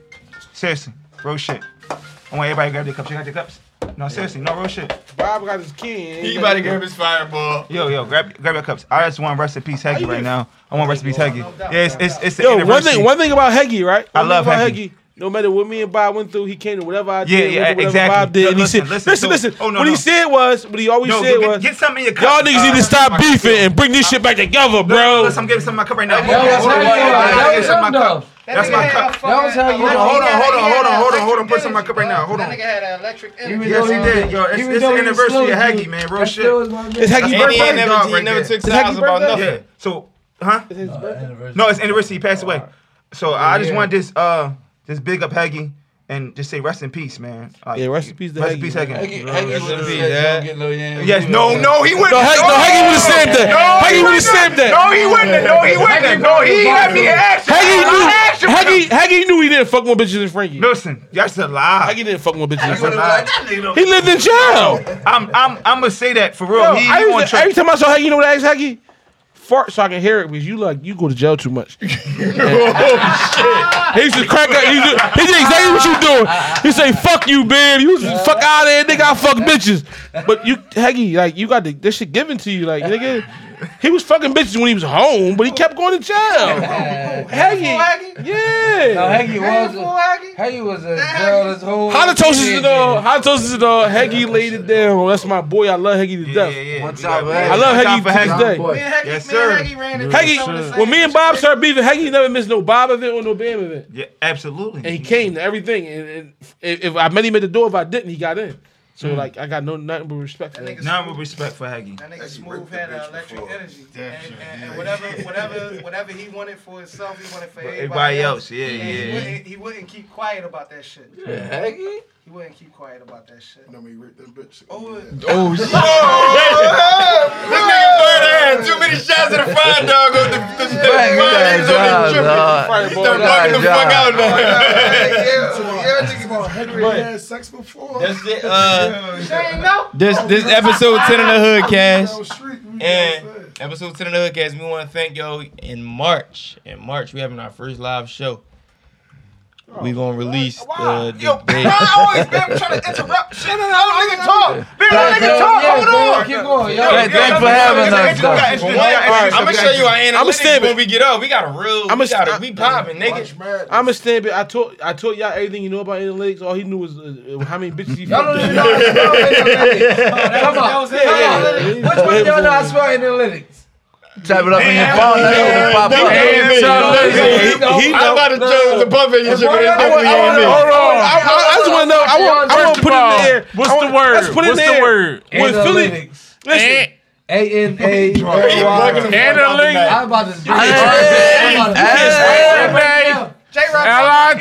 Speaker 2: Seriously, real shit. I want everybody to grab their cups. You got your cups? No, seriously, no real shit.
Speaker 3: Bob got his kid.
Speaker 1: He about to grab his fireball.
Speaker 2: Yo, yo, grab grab your cups. I just want rest in peace, Heggy, right now. I want rest in peace, Heggy. Yeah, it's it's, it's the
Speaker 3: Yo, one
Speaker 2: anniversary.
Speaker 3: thing, one thing about Heggy, right?
Speaker 2: I
Speaker 3: One thing
Speaker 2: love
Speaker 3: about
Speaker 2: Heggy.
Speaker 3: No matter what me and Bob went through, he came to whatever I
Speaker 2: Yeah,
Speaker 3: did,
Speaker 2: yeah,
Speaker 3: whatever
Speaker 2: exactly.
Speaker 3: Bob did.
Speaker 2: No,
Speaker 3: and he
Speaker 2: listen,
Speaker 3: said,
Speaker 2: listen,
Speaker 3: listen, listen.
Speaker 2: so- oh, no,
Speaker 3: what he
Speaker 2: no.
Speaker 3: said was, what he always
Speaker 2: Yo,
Speaker 3: said
Speaker 2: get,
Speaker 3: was,
Speaker 2: get something in your cup.
Speaker 3: y'all niggas need
Speaker 2: Uh,
Speaker 3: to stop
Speaker 2: my cup.
Speaker 3: beefing and bring this shit back together, bro.
Speaker 2: Listen, I'm giving some of my cup right now.
Speaker 13: Yo,
Speaker 2: Hold on,
Speaker 13: that's
Speaker 2: hold on,
Speaker 13: how
Speaker 2: hold
Speaker 13: you
Speaker 2: on,
Speaker 13: are.
Speaker 2: hold on,
Speaker 13: That
Speaker 2: get
Speaker 13: is
Speaker 2: some of my
Speaker 12: dumb.
Speaker 2: cup. That's my cup.
Speaker 12: That was how you
Speaker 2: Hold on,
Speaker 12: know.
Speaker 2: hold on, hold on, hold on, hold on, hold on. Put some of my cup right now. Hold on.
Speaker 13: That nigga had an electric energy.
Speaker 2: Yes, he did. Yo, it's,
Speaker 12: Even
Speaker 2: it's the
Speaker 12: though he was
Speaker 2: anniversary of
Speaker 12: slow,
Speaker 2: Haggy,
Speaker 12: dude,
Speaker 2: man. Real
Speaker 12: That
Speaker 2: shit.
Speaker 12: still was my
Speaker 3: it's
Speaker 12: man.
Speaker 3: Heggy
Speaker 1: And he
Speaker 3: birthday.
Speaker 1: ain't never,
Speaker 2: dog
Speaker 1: he
Speaker 2: right
Speaker 1: never
Speaker 2: there.
Speaker 1: took
Speaker 3: His happy
Speaker 1: sides about
Speaker 3: birthday?
Speaker 1: nothing.
Speaker 2: Yeah. So, huh?
Speaker 3: It's his birthday.
Speaker 2: No, it's anniversary. He passed away. So I just want this, uh, this big up Haggy, and just say rest in peace, man. Like,
Speaker 3: Yeah, rest in peace to
Speaker 2: Rest
Speaker 3: Haggy,
Speaker 2: in peace,
Speaker 3: man.
Speaker 2: Haggy.
Speaker 4: Yes,
Speaker 2: Yes. No. No. He went.
Speaker 3: No, Heggy, no, Heggy would have stamped that. Heggy
Speaker 2: he
Speaker 3: would have stamped that.
Speaker 2: No, he wouldn't. No, he wouldn't. No, he had me ask.
Speaker 3: Heggy
Speaker 2: asked you.
Speaker 3: knew. Heggy, Heggy knew he didn't fuck more bitches than Frankie.
Speaker 2: Listen, that's a lie.
Speaker 3: Heggy didn't fuck more bitches than
Speaker 2: That's a
Speaker 3: Frankie.
Speaker 2: lie.
Speaker 3: He lived in jail.
Speaker 2: I'm, I'm, I'm gonna say that for real.
Speaker 3: Yo,
Speaker 2: he, he
Speaker 3: I
Speaker 2: on
Speaker 3: used to,
Speaker 2: trial.
Speaker 3: every time I saw Heggy, you know what I asked Heggy? Fart so I can hear it because you like you go to jail too much. *laughs* oh shit! He used to crack up. He, used to, he did exactly what you doing. He say, "Fuck you, babe. You was- fuck out of there, nigga. I fuck bitches." But you, Heggy, like you got the, this shit given to you, like nigga. He was fucking bitches when he was home, but he kept going to jail. Heggy,
Speaker 12: No,
Speaker 3: yeah.
Speaker 12: Heggy was a, Heggy was a girl this whole.
Speaker 3: Halitosis is the dog.
Speaker 12: teenager.
Speaker 3: Halitosis is the dog. Heggy laid it down. That's my boy. I love Heggy to
Speaker 2: Yeah,
Speaker 3: death.
Speaker 2: yeah, yeah.
Speaker 4: One
Speaker 2: We
Speaker 4: time,
Speaker 2: got-
Speaker 4: man.
Speaker 3: I love
Speaker 2: Time
Speaker 3: Heggy to
Speaker 2: for
Speaker 3: this
Speaker 2: Heggy.
Speaker 3: day.
Speaker 13: Me and Heggy,
Speaker 2: Yes,
Speaker 13: me and
Speaker 2: sir.
Speaker 13: Heggy ran into
Speaker 3: Heggy,
Speaker 13: some of the same
Speaker 3: when me and Bob started beefing, Heggy never missed no Bob event or no Bam event.
Speaker 2: Yeah, absolutely.
Speaker 3: And he came to everything. And, and if, if I met him at the door, if I didn't, he got in. So like, I got no nothing but respect. For him.
Speaker 13: nigga-
Speaker 2: None with respect for Haggy.
Speaker 13: That nigga Smooth had an electric energy. And, and, and whatever, whatever, whatever he wanted for himself, he wanted for everybody,
Speaker 2: Everybody
Speaker 13: else.
Speaker 2: else, yeah,
Speaker 13: And He,
Speaker 2: yeah.
Speaker 13: wouldn't, he wouldn't keep quiet about that shit.
Speaker 12: Heggy?
Speaker 13: He wouldn't keep quiet about that shit.
Speaker 18: No, me ripped that bitch.
Speaker 13: Oh,
Speaker 1: Oh shit! this nigga bird had too many shots at the fire dog on the, the, the fire. He's on the trip. He started knocking the fuck out now.
Speaker 18: Henry had sex before.
Speaker 1: That's it. Uh,
Speaker 13: Shane, no.
Speaker 1: this this episode ten of the hood cast.
Speaker 18: Down street, we
Speaker 1: And
Speaker 18: downstairs.
Speaker 1: episode 10 of the Hoodcast, we want to thank y'all. In March, in March, we having our first live show.
Speaker 13: Oh,
Speaker 1: we going to release the, the date.
Speaker 18: always been trying to interrupt shit. No, nigga talk. Leave that nigga
Speaker 12: Keep going, yo.
Speaker 4: Thank- thanks for having us, though.
Speaker 13: *laughs*
Speaker 1: I'm gonna show you our
Speaker 3: I'ma
Speaker 1: analytics
Speaker 3: stamp
Speaker 1: when
Speaker 3: it.
Speaker 1: we get up. We got a real.
Speaker 3: I'ma
Speaker 1: We got
Speaker 3: sta-
Speaker 1: a. We popping, nigga.
Speaker 18: March Madness.
Speaker 3: I'm a stand. I told I told y'all everything you know about analytics. All he knew was uh, uh, how many bitches he
Speaker 12: Y'all
Speaker 3: fucked.
Speaker 12: don't even
Speaker 3: in.
Speaker 12: know. how to spell analytics. Come on.
Speaker 13: That was it. Yeah, yeah.
Speaker 12: Which one y'all know how to spell analytics?
Speaker 4: Type it up in your phone. That shit pop up.
Speaker 1: He, he I'm about to throw the pump in your shit, but it's definitely ain't me.
Speaker 3: Hold on. I, I- I just want to know. I want. I want to put it in the air.
Speaker 5: What's
Speaker 3: I want-
Speaker 5: the word?
Speaker 3: Let's put it
Speaker 5: What's
Speaker 3: in the,
Speaker 5: the
Speaker 3: air.
Speaker 5: word?
Speaker 3: When Philly,
Speaker 12: Analytics.
Speaker 3: *laughs*
Speaker 5: Eh.
Speaker 3: listen,
Speaker 12: A
Speaker 1: He
Speaker 12: N A
Speaker 1: bugging
Speaker 12: Y.
Speaker 1: the fuck out
Speaker 5: Analytics.
Speaker 1: tonight.
Speaker 12: I'm about to do
Speaker 4: Hey,
Speaker 13: J Rock.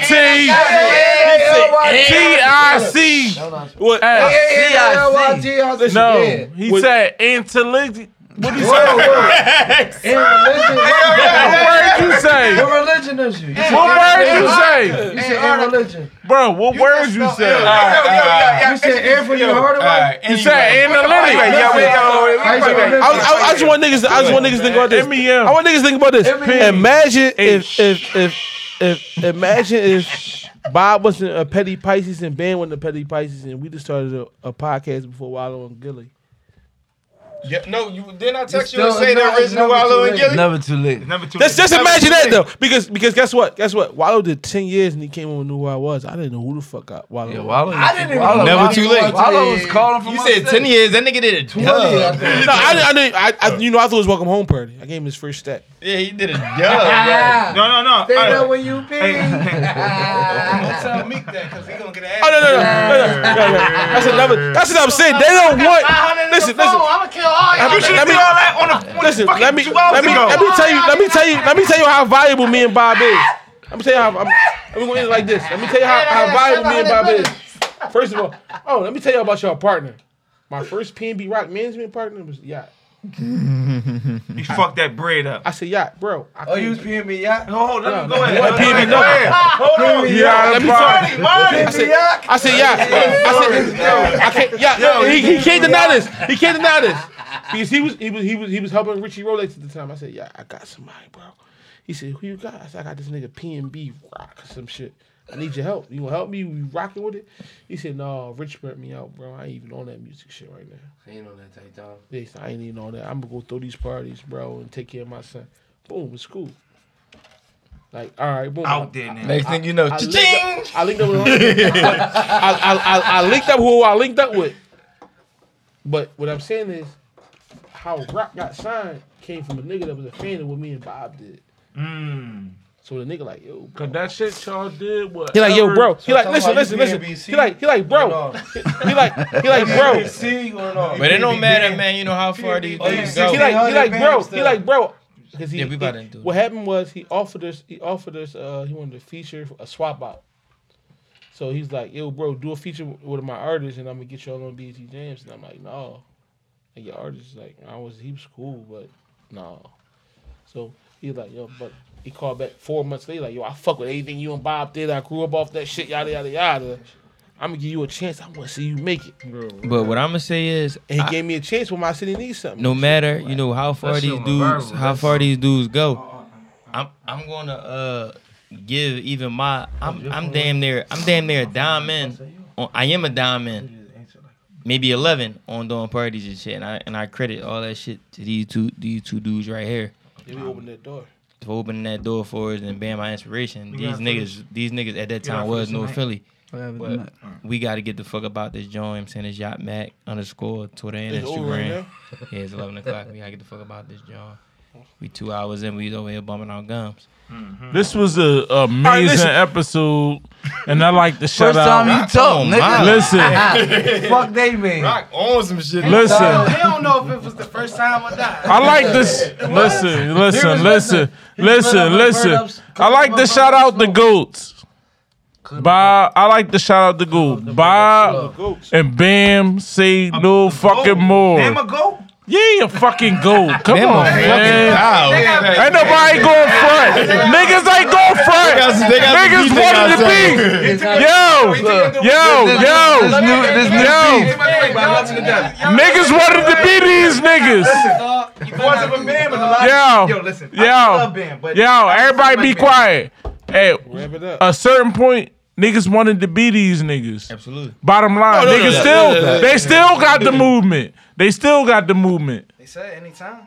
Speaker 5: T-I-C.
Speaker 3: what?
Speaker 5: No, he said intellect. What do you say? What word you say?
Speaker 12: What religion is you? You said
Speaker 5: What word you say?
Speaker 12: you said air religion.
Speaker 5: Bro, what word you say?
Speaker 12: You said air for your heart away.
Speaker 5: You said analytics.
Speaker 3: I, I, I just want niggas. I just want niggas to think about this. I
Speaker 5: M-E-M.
Speaker 3: want niggas to think about this.
Speaker 4: E
Speaker 12: Every-
Speaker 3: Imagine if if if if imagine if Bob wasn't a petty Pisces and Ben wasn't a petty Pisces and we just started a, a podcast before Wallow and Gilly.
Speaker 1: Yeah, no, you, didn't I text you
Speaker 24: still-
Speaker 1: and say
Speaker 24: it's
Speaker 1: that
Speaker 24: not-
Speaker 1: original
Speaker 24: it's never
Speaker 1: Wallow
Speaker 24: too
Speaker 1: and
Speaker 24: late.
Speaker 1: Gilly?
Speaker 4: Never too late.
Speaker 2: Number two.
Speaker 3: Let's just imagine that though, because because guess what? Guess what? Wallow did ten years and he came on and knew who I was. I didn't know who the fuck I Wallow.
Speaker 4: Yeah,
Speaker 3: was.
Speaker 4: Wallow.
Speaker 24: I didn't even
Speaker 4: Wallow-
Speaker 1: Never too late.
Speaker 4: Wallow was calling from
Speaker 1: You said ten years. That nigga did it
Speaker 24: Yeah.
Speaker 1: dub.
Speaker 3: No, I, I didn't. I, I, you know, I thought it was welcome home party. I gave him his first step.
Speaker 1: Yeah, he did a dub.
Speaker 24: Ah,
Speaker 2: No, no, no.
Speaker 24: They
Speaker 2: All
Speaker 24: know
Speaker 2: right.
Speaker 24: when you
Speaker 25: Don't
Speaker 24: be.
Speaker 25: tell Meek that, cause he gonna get an ass.
Speaker 3: Oh no, no, no, no, no, no, no, no. That's another. That's what I'm saying. They don't want. Listen, listen.
Speaker 25: I'm gonna kill all y'all.
Speaker 3: Let me- let me-
Speaker 2: *laughs*
Speaker 3: Listen, let me let me let me tell you let me tell you let me tell you how valuable me and Bob is. Let me tell you how I'm, I'm going in like this. Let me tell you how, how valuable me and Bob is. First of all, oh, let me tell you about your partner. My first PNB Rock management partner was Yacht.
Speaker 2: You fucked that bread up.
Speaker 3: I said, Yacht, bro. I
Speaker 12: Oh, you was peeing me, yeah?
Speaker 2: Hold on, go ahead.
Speaker 3: What,
Speaker 2: Go
Speaker 3: PNB?
Speaker 2: ahead.
Speaker 3: No.
Speaker 2: Go ahead. Hold on.
Speaker 3: yeah, let me talk.
Speaker 2: Marty,
Speaker 3: I said, I said, yeah. I said, I can't, yeah. He, he can't deny this. He can't deny this because he was he was he was he was helping Richie Rolex at the time. I said, yeah, I got somebody, bro. He said, who you got? I said, I got this nigga PNB Rock or some shit. I need your help. You gonna help me? We rocking with it? He said, no, Rich burnt me out, bro. I ain't even on that music shit right now.
Speaker 12: Ain't on that tight dog.
Speaker 3: They said, I ain't even on that. I'm gonna go throw these parties, bro, and take care of my son. Boom, it's cool. Like, all right, boom.
Speaker 2: Out there now.
Speaker 1: Next thing you know,
Speaker 3: I
Speaker 1: cha-ching.
Speaker 3: linked up, I linked up with I, I, I, I linked up who I linked up with. But what I'm saying is how Rock got signed came from a nigga that was a fan of what me and Bob did.
Speaker 2: Mm.
Speaker 3: So the nigga like, yo, bro.
Speaker 5: Cause that shit y'all did what?
Speaker 3: He like, yo, bro. He like,
Speaker 12: talking
Speaker 3: listen,
Speaker 12: about
Speaker 3: listen,
Speaker 12: you
Speaker 3: listen.
Speaker 12: being BC?
Speaker 3: He like, he like, bro. He like, he like,
Speaker 2: *laughs*
Speaker 3: bro.
Speaker 12: See, going on.
Speaker 1: But it don't matter, man. You know how far these
Speaker 12: Oh, you
Speaker 1: things
Speaker 12: see-
Speaker 1: go.
Speaker 3: He like, he
Speaker 12: Hundred
Speaker 3: like, bro.
Speaker 12: bands
Speaker 3: He like, bro. 'Cause he-
Speaker 1: Yeah, we about to
Speaker 3: he-
Speaker 1: do
Speaker 3: What happened was he offered us, he offered us, uh, he wanted to feature a swap out. So he's like, yo, bro, do a feature with one of my artists, and I'm gonna get y'all on BT James. And I'm like, no. And your artist is like, I was, he was cool, but no. So he's like, yo, but he called back four months later, like, yo, I fuck with everything you and Bob did. I grew up off that shit, yada yada yada. I'm gonna give you a chance. I'm gonna see you make it.
Speaker 1: But what I'm gonna say is,
Speaker 3: And he
Speaker 1: I-
Speaker 3: gave me a chance when my city needs something.
Speaker 1: no matter you know how far
Speaker 26: That shit
Speaker 1: these
Speaker 26: went
Speaker 1: dudes,
Speaker 26: viral.
Speaker 1: how
Speaker 26: That
Speaker 1: far these dudes
Speaker 2: Oh,
Speaker 1: go, I'm I'm gonna uh give even my I'm I'm damn near I'm damn near a dime in. On, I am a dime in. Maybe eleven on doing parties and shit, and I and I credit all that shit to these two these two dudes right here
Speaker 3: Then we opened that door.
Speaker 1: for opening that door for us and being my inspiration.
Speaker 2: We
Speaker 1: These
Speaker 2: gotta finish.
Speaker 1: niggas these niggas at that
Speaker 2: We gotta
Speaker 1: time was
Speaker 2: finish
Speaker 1: North
Speaker 2: tonight.
Speaker 1: Philly.
Speaker 4: Never
Speaker 1: We got to get the fuck about this joint. I'm saying it's Yacht Mac underscore Twitter and
Speaker 3: It's over right
Speaker 1: Instagram.
Speaker 3: now.
Speaker 1: Yeah, it's 11 o'clock. We got to get the fuck about this joint. We two hours in. We was over here bumming our gums.
Speaker 5: This was an amazing
Speaker 3: right, listen.
Speaker 5: episode, and I like to shout
Speaker 4: First
Speaker 5: out.
Speaker 4: time you talk,
Speaker 1: on,
Speaker 4: nigga.
Speaker 1: man.
Speaker 5: listen,
Speaker 12: Fuck they man.
Speaker 1: on some shit.
Speaker 5: listen.
Speaker 25: They don't know if it was the first time or not.
Speaker 5: I like this. Listen, listen, listen,
Speaker 12: up
Speaker 5: listen,
Speaker 12: my
Speaker 5: listen.
Speaker 12: bird-ups.
Speaker 5: I like to shout out the goats. Bob, I like to shout out the goats. Bob and Bam say no fucking
Speaker 2: Damn,
Speaker 5: more.
Speaker 2: a Oh, go.
Speaker 5: Yeah, a fucking goat. Come
Speaker 1: Oh,
Speaker 5: on, Oh, man.
Speaker 1: Wow.
Speaker 5: Ain't nobody going front. Niggas ain't going front.
Speaker 1: they got the
Speaker 5: Niggas
Speaker 1: beef
Speaker 5: wanted to be. Yo,
Speaker 4: This-
Speaker 5: yo,
Speaker 4: this
Speaker 5: yo.
Speaker 4: new, this new
Speaker 5: Yo.
Speaker 4: beef.
Speaker 5: Niggas wanted to be these niggas.
Speaker 2: Wasn't for Bam and a lot.
Speaker 5: Yo.
Speaker 2: Yo, listen.
Speaker 5: Yo.
Speaker 2: I love Bam, but
Speaker 5: Yo, everybody be quiet. Hey,
Speaker 3: Wrap it up.
Speaker 5: a certain point, niggas wanted to be these niggas.
Speaker 1: Absolutely.
Speaker 5: Bottom line,
Speaker 1: No, no,
Speaker 5: niggas
Speaker 1: no,
Speaker 5: still,
Speaker 1: no, no, no.
Speaker 5: they still got the movement. They still got the movement.
Speaker 25: They said anytime.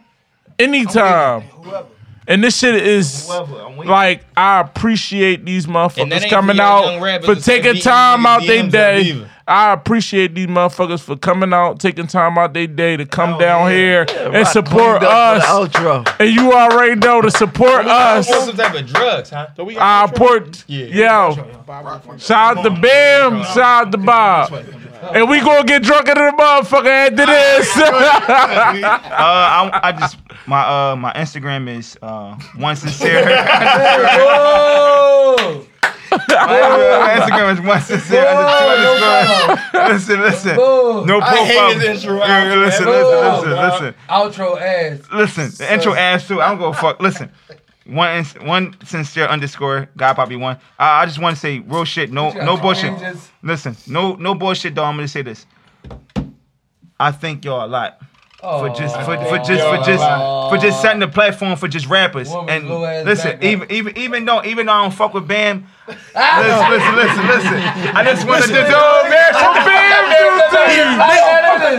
Speaker 5: Anytime.
Speaker 25: Whoever.
Speaker 5: And this shit is
Speaker 2: Whoever, I'm waiting.
Speaker 5: like I appreciate these
Speaker 1: And that
Speaker 5: motherfuckers
Speaker 1: ain't
Speaker 5: coming
Speaker 1: for y'all young
Speaker 5: out
Speaker 1: rappers
Speaker 5: for
Speaker 1: to say E
Speaker 5: taking
Speaker 1: these
Speaker 5: time
Speaker 1: niggas
Speaker 5: out they
Speaker 1: DMs up
Speaker 5: day.
Speaker 1: either.
Speaker 5: I appreciate these motherfuckers for coming out, taking time out they day to come down here and support
Speaker 4: Cleaned up
Speaker 5: us.
Speaker 4: for the outro.
Speaker 5: And you already know to support
Speaker 1: I
Speaker 5: us.
Speaker 1: want some type of drugs, huh?
Speaker 3: So we
Speaker 5: I
Speaker 3: got
Speaker 5: port yo. Shout out to Bam, shout out to Bob. And we gonna get drunker than a motherfucker after this.
Speaker 2: Uh, I, I just my uh my Instagram is uh
Speaker 1: *laughs*
Speaker 2: one sincere. uh,
Speaker 12: Oh,
Speaker 2: my Instagram is one sincere. underscore underscore. Listen, listen.
Speaker 12: oh.
Speaker 2: No
Speaker 1: I hate
Speaker 2: profile.
Speaker 1: his intro.
Speaker 2: Yeah, Listen,
Speaker 12: Oh,
Speaker 2: listen, listen, listen.
Speaker 12: Outro ass.
Speaker 2: Listen, the intro ass too. I don't go fuck. Listen, one ins- one sincere underscore God probably one. I, I just want to say real shit. No no bullshit.
Speaker 12: Changes.
Speaker 2: Listen, no no bullshit. Though I'm gonna say this. I thank y'all a lot
Speaker 12: Oh.
Speaker 2: for just for, for just for just for just setting the platform for just rappers.
Speaker 12: Woman,
Speaker 2: and
Speaker 12: blue ass
Speaker 2: listen,
Speaker 12: back,
Speaker 2: even even even though even though I don't fuck with
Speaker 12: *laughs*
Speaker 2: Bam, listen, listen, listen, listen. I just wanted to do it, man. So
Speaker 12: *laughs*
Speaker 2: Bam,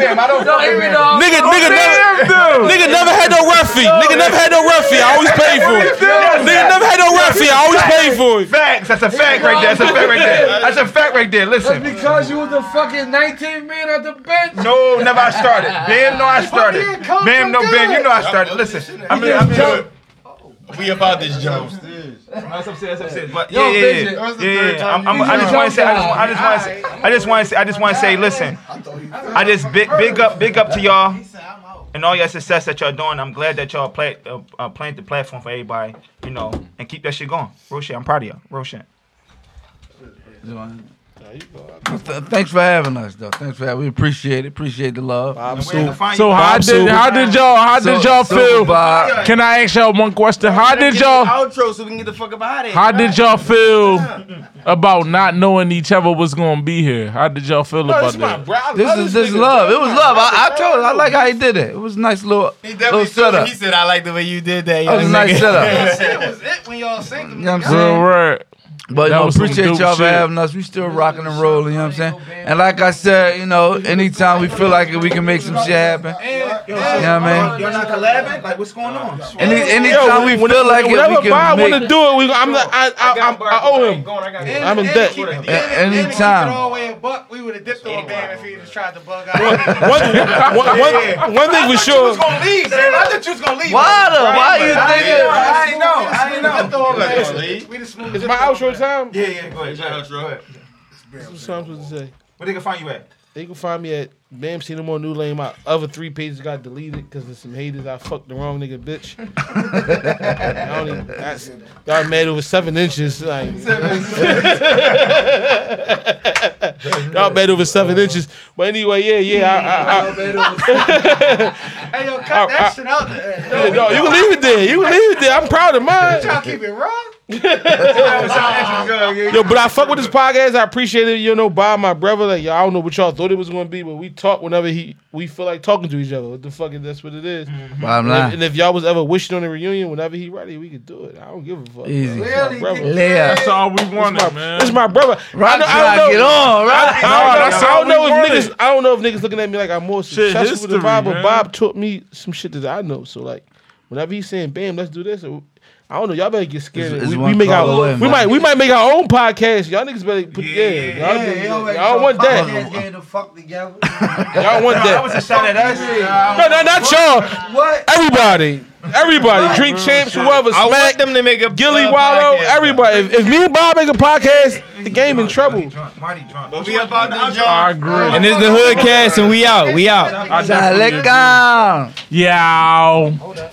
Speaker 12: Nigga,
Speaker 3: Nigga, nigga never, nigga never had no ref fee. Nigga never had no ref fee. I always paid for it. Nigga never had no ref fee. I always paid for it.
Speaker 2: facts. That's a fact right there. That's a fact right
Speaker 12: *laughs*
Speaker 2: there. That's a fact right there. Listen.
Speaker 12: because you was the fucking 19 man at the bench.
Speaker 2: No, never I started. Bam, no, I started. Bam, no, Bam, you know I started. Listen, I mean, I mean,
Speaker 1: We about this joke.
Speaker 2: that's upstairs, that's upstairs. But
Speaker 12: Yo,
Speaker 2: yeah, yeah,
Speaker 12: Bridget.
Speaker 2: yeah, yeah, yeah. I'm, I'm, I just want to say, I just, want- I just want to say, I just want to say, I just want to say, listen, I just big, big up, big up to y'all and all your success that y'all doing. I'm glad that y'all play, uh, uh, plant the platform for everybody, you know, and keep that shit going. Real shit, I'm proud of y'all. Real shit.
Speaker 4: Th- Thanks for having us, though. Thanks for having. We appreciate it. Appreciate the love.
Speaker 2: So,
Speaker 5: So how did how did y'all how did
Speaker 4: So-
Speaker 5: y'all
Speaker 4: so
Speaker 5: feel?
Speaker 4: goodbye.
Speaker 5: Can I ask y'all one question? How did y'all
Speaker 27: Outro so we can get the fuck up out of here.
Speaker 5: how did y'all feel about not knowing each other was gonna be here? How did y'all feel
Speaker 13: Bro,
Speaker 5: about
Speaker 13: this my
Speaker 5: that?
Speaker 13: bro. I
Speaker 4: This
Speaker 13: love
Speaker 4: is this
Speaker 13: nigga,
Speaker 4: love.
Speaker 13: bro.
Speaker 4: It was love. I, I told. I like how he did it. It was a nice little little setup. It
Speaker 1: said, "I like the way you did that."
Speaker 4: was a nice setup.
Speaker 28: That was it when y'all synced
Speaker 4: You know what I'm
Speaker 5: Real
Speaker 4: saying?
Speaker 5: word.
Speaker 4: But you
Speaker 5: That
Speaker 4: know,
Speaker 5: was some
Speaker 4: appreciate
Speaker 5: dope
Speaker 4: y'all for
Speaker 5: shit.
Speaker 4: having us. We still rocking and rolling. You know what I'm saying? And like I said, you know, anytime we feel like it, we can make some shit happen. You know what I mean?
Speaker 2: uh, Y'all not collabing? Like, what's going on?
Speaker 4: Any, anytime we feel like it, we
Speaker 13: Whatever Bob
Speaker 4: can
Speaker 13: want
Speaker 4: make.
Speaker 13: to do it, we, I'm not. I, I, I, I owe him. I'm in debt.
Speaker 4: A- Anytime.
Speaker 28: all the way in buck, we would have dipped on Bam if he just tried to bug out.
Speaker 13: One, one, one, one thing for sure.
Speaker 27: I thought you was gonna leave.
Speaker 4: Why the? Why you thinking?
Speaker 27: I ain't know. I ain't know.
Speaker 28: We just moved.
Speaker 13: Is my outro time?
Speaker 27: Yeah, yeah. Go ahead. Go ahead.
Speaker 13: That's what I'm supposed to say.
Speaker 2: Where they can find
Speaker 28: *laughs*
Speaker 2: you at?
Speaker 3: They can find me at Bam More New Lane. My other three pages got deleted because of some haters. I fucked the wrong nigga,
Speaker 13: *laughs*
Speaker 3: bitch. I only that's, got mad over seven inches. Like, y'all mad over seven inches. But anyway, yeah,
Speaker 13: *laughs*
Speaker 3: yeah. I, I, I,
Speaker 28: Hey, yo, cut that shit out. there.
Speaker 3: yeah, no, you can leave it there. You can leave it there. I'm proud of mine.
Speaker 28: Y'all keep it raw.
Speaker 3: Yo, but I fuck with this podcast. I appreciate it. You know, Bob, my brother. Like, y'all, I don't know what y'all thought it was gonna be, but we talk whenever he we feel like talking to each other. What the fuck? is- That's what it is. And if,
Speaker 4: Bottom line.
Speaker 3: and if y'all was ever wishing on a reunion, whenever he ready, we could do it. I don't give a fuck.
Speaker 4: Easy.
Speaker 3: Bro. This my brother.
Speaker 4: Yeah.
Speaker 5: That's all we
Speaker 3: This
Speaker 5: wanted,
Speaker 3: my-
Speaker 5: man.
Speaker 3: This is my brother. I
Speaker 4: Rock
Speaker 3: know- I
Speaker 4: try
Speaker 3: don't
Speaker 4: to get
Speaker 3: know.
Speaker 4: on. Right.
Speaker 3: I
Speaker 5: Nah,
Speaker 3: don't,
Speaker 5: that's
Speaker 3: know, I don't
Speaker 5: all
Speaker 3: know
Speaker 5: we
Speaker 3: if
Speaker 5: wanted.
Speaker 3: niggas. I don't know if niggas looking at me like I'm more
Speaker 5: Shit,
Speaker 3: successful than
Speaker 5: history,
Speaker 3: Bob, but
Speaker 5: man.
Speaker 3: Bob taught me some shit that I know. So like, whenever he's saying, "Bam, let's do this," or, I don't know. Y'all better get scared.
Speaker 4: It's- it's
Speaker 3: we,
Speaker 4: one
Speaker 3: we make
Speaker 4: call
Speaker 3: our.
Speaker 4: away,
Speaker 3: we
Speaker 4: man.
Speaker 3: might. We might make our own podcast. Y'all niggas better. Put, yeah, y'all,
Speaker 29: Yeah,
Speaker 3: niggas-
Speaker 29: they already
Speaker 3: y'all want
Speaker 29: trying to
Speaker 3: that.
Speaker 29: podcast Getting the fuck
Speaker 3: *laughs*
Speaker 29: together. *laughs*
Speaker 3: Y'all want
Speaker 2: That
Speaker 3: that.
Speaker 2: was a shot at us.
Speaker 3: No, no, not y'all.
Speaker 29: what?
Speaker 3: Everybody. Everybody. Drink champs. Whoever.
Speaker 1: I
Speaker 3: Smack.
Speaker 1: want them to make a
Speaker 3: Gilly
Speaker 1: uh,
Speaker 3: Wallow.
Speaker 1: podcast,
Speaker 3: Everybody. If, if me and Bob make a podcast, the game in trouble.
Speaker 2: Drunk, Marty drunk.
Speaker 1: bro. We about this job.
Speaker 5: I agree.
Speaker 1: And it's the hoodcast, and we out. We out.
Speaker 5: I
Speaker 4: Let
Speaker 5: definitely
Speaker 4: go.
Speaker 5: Yeah.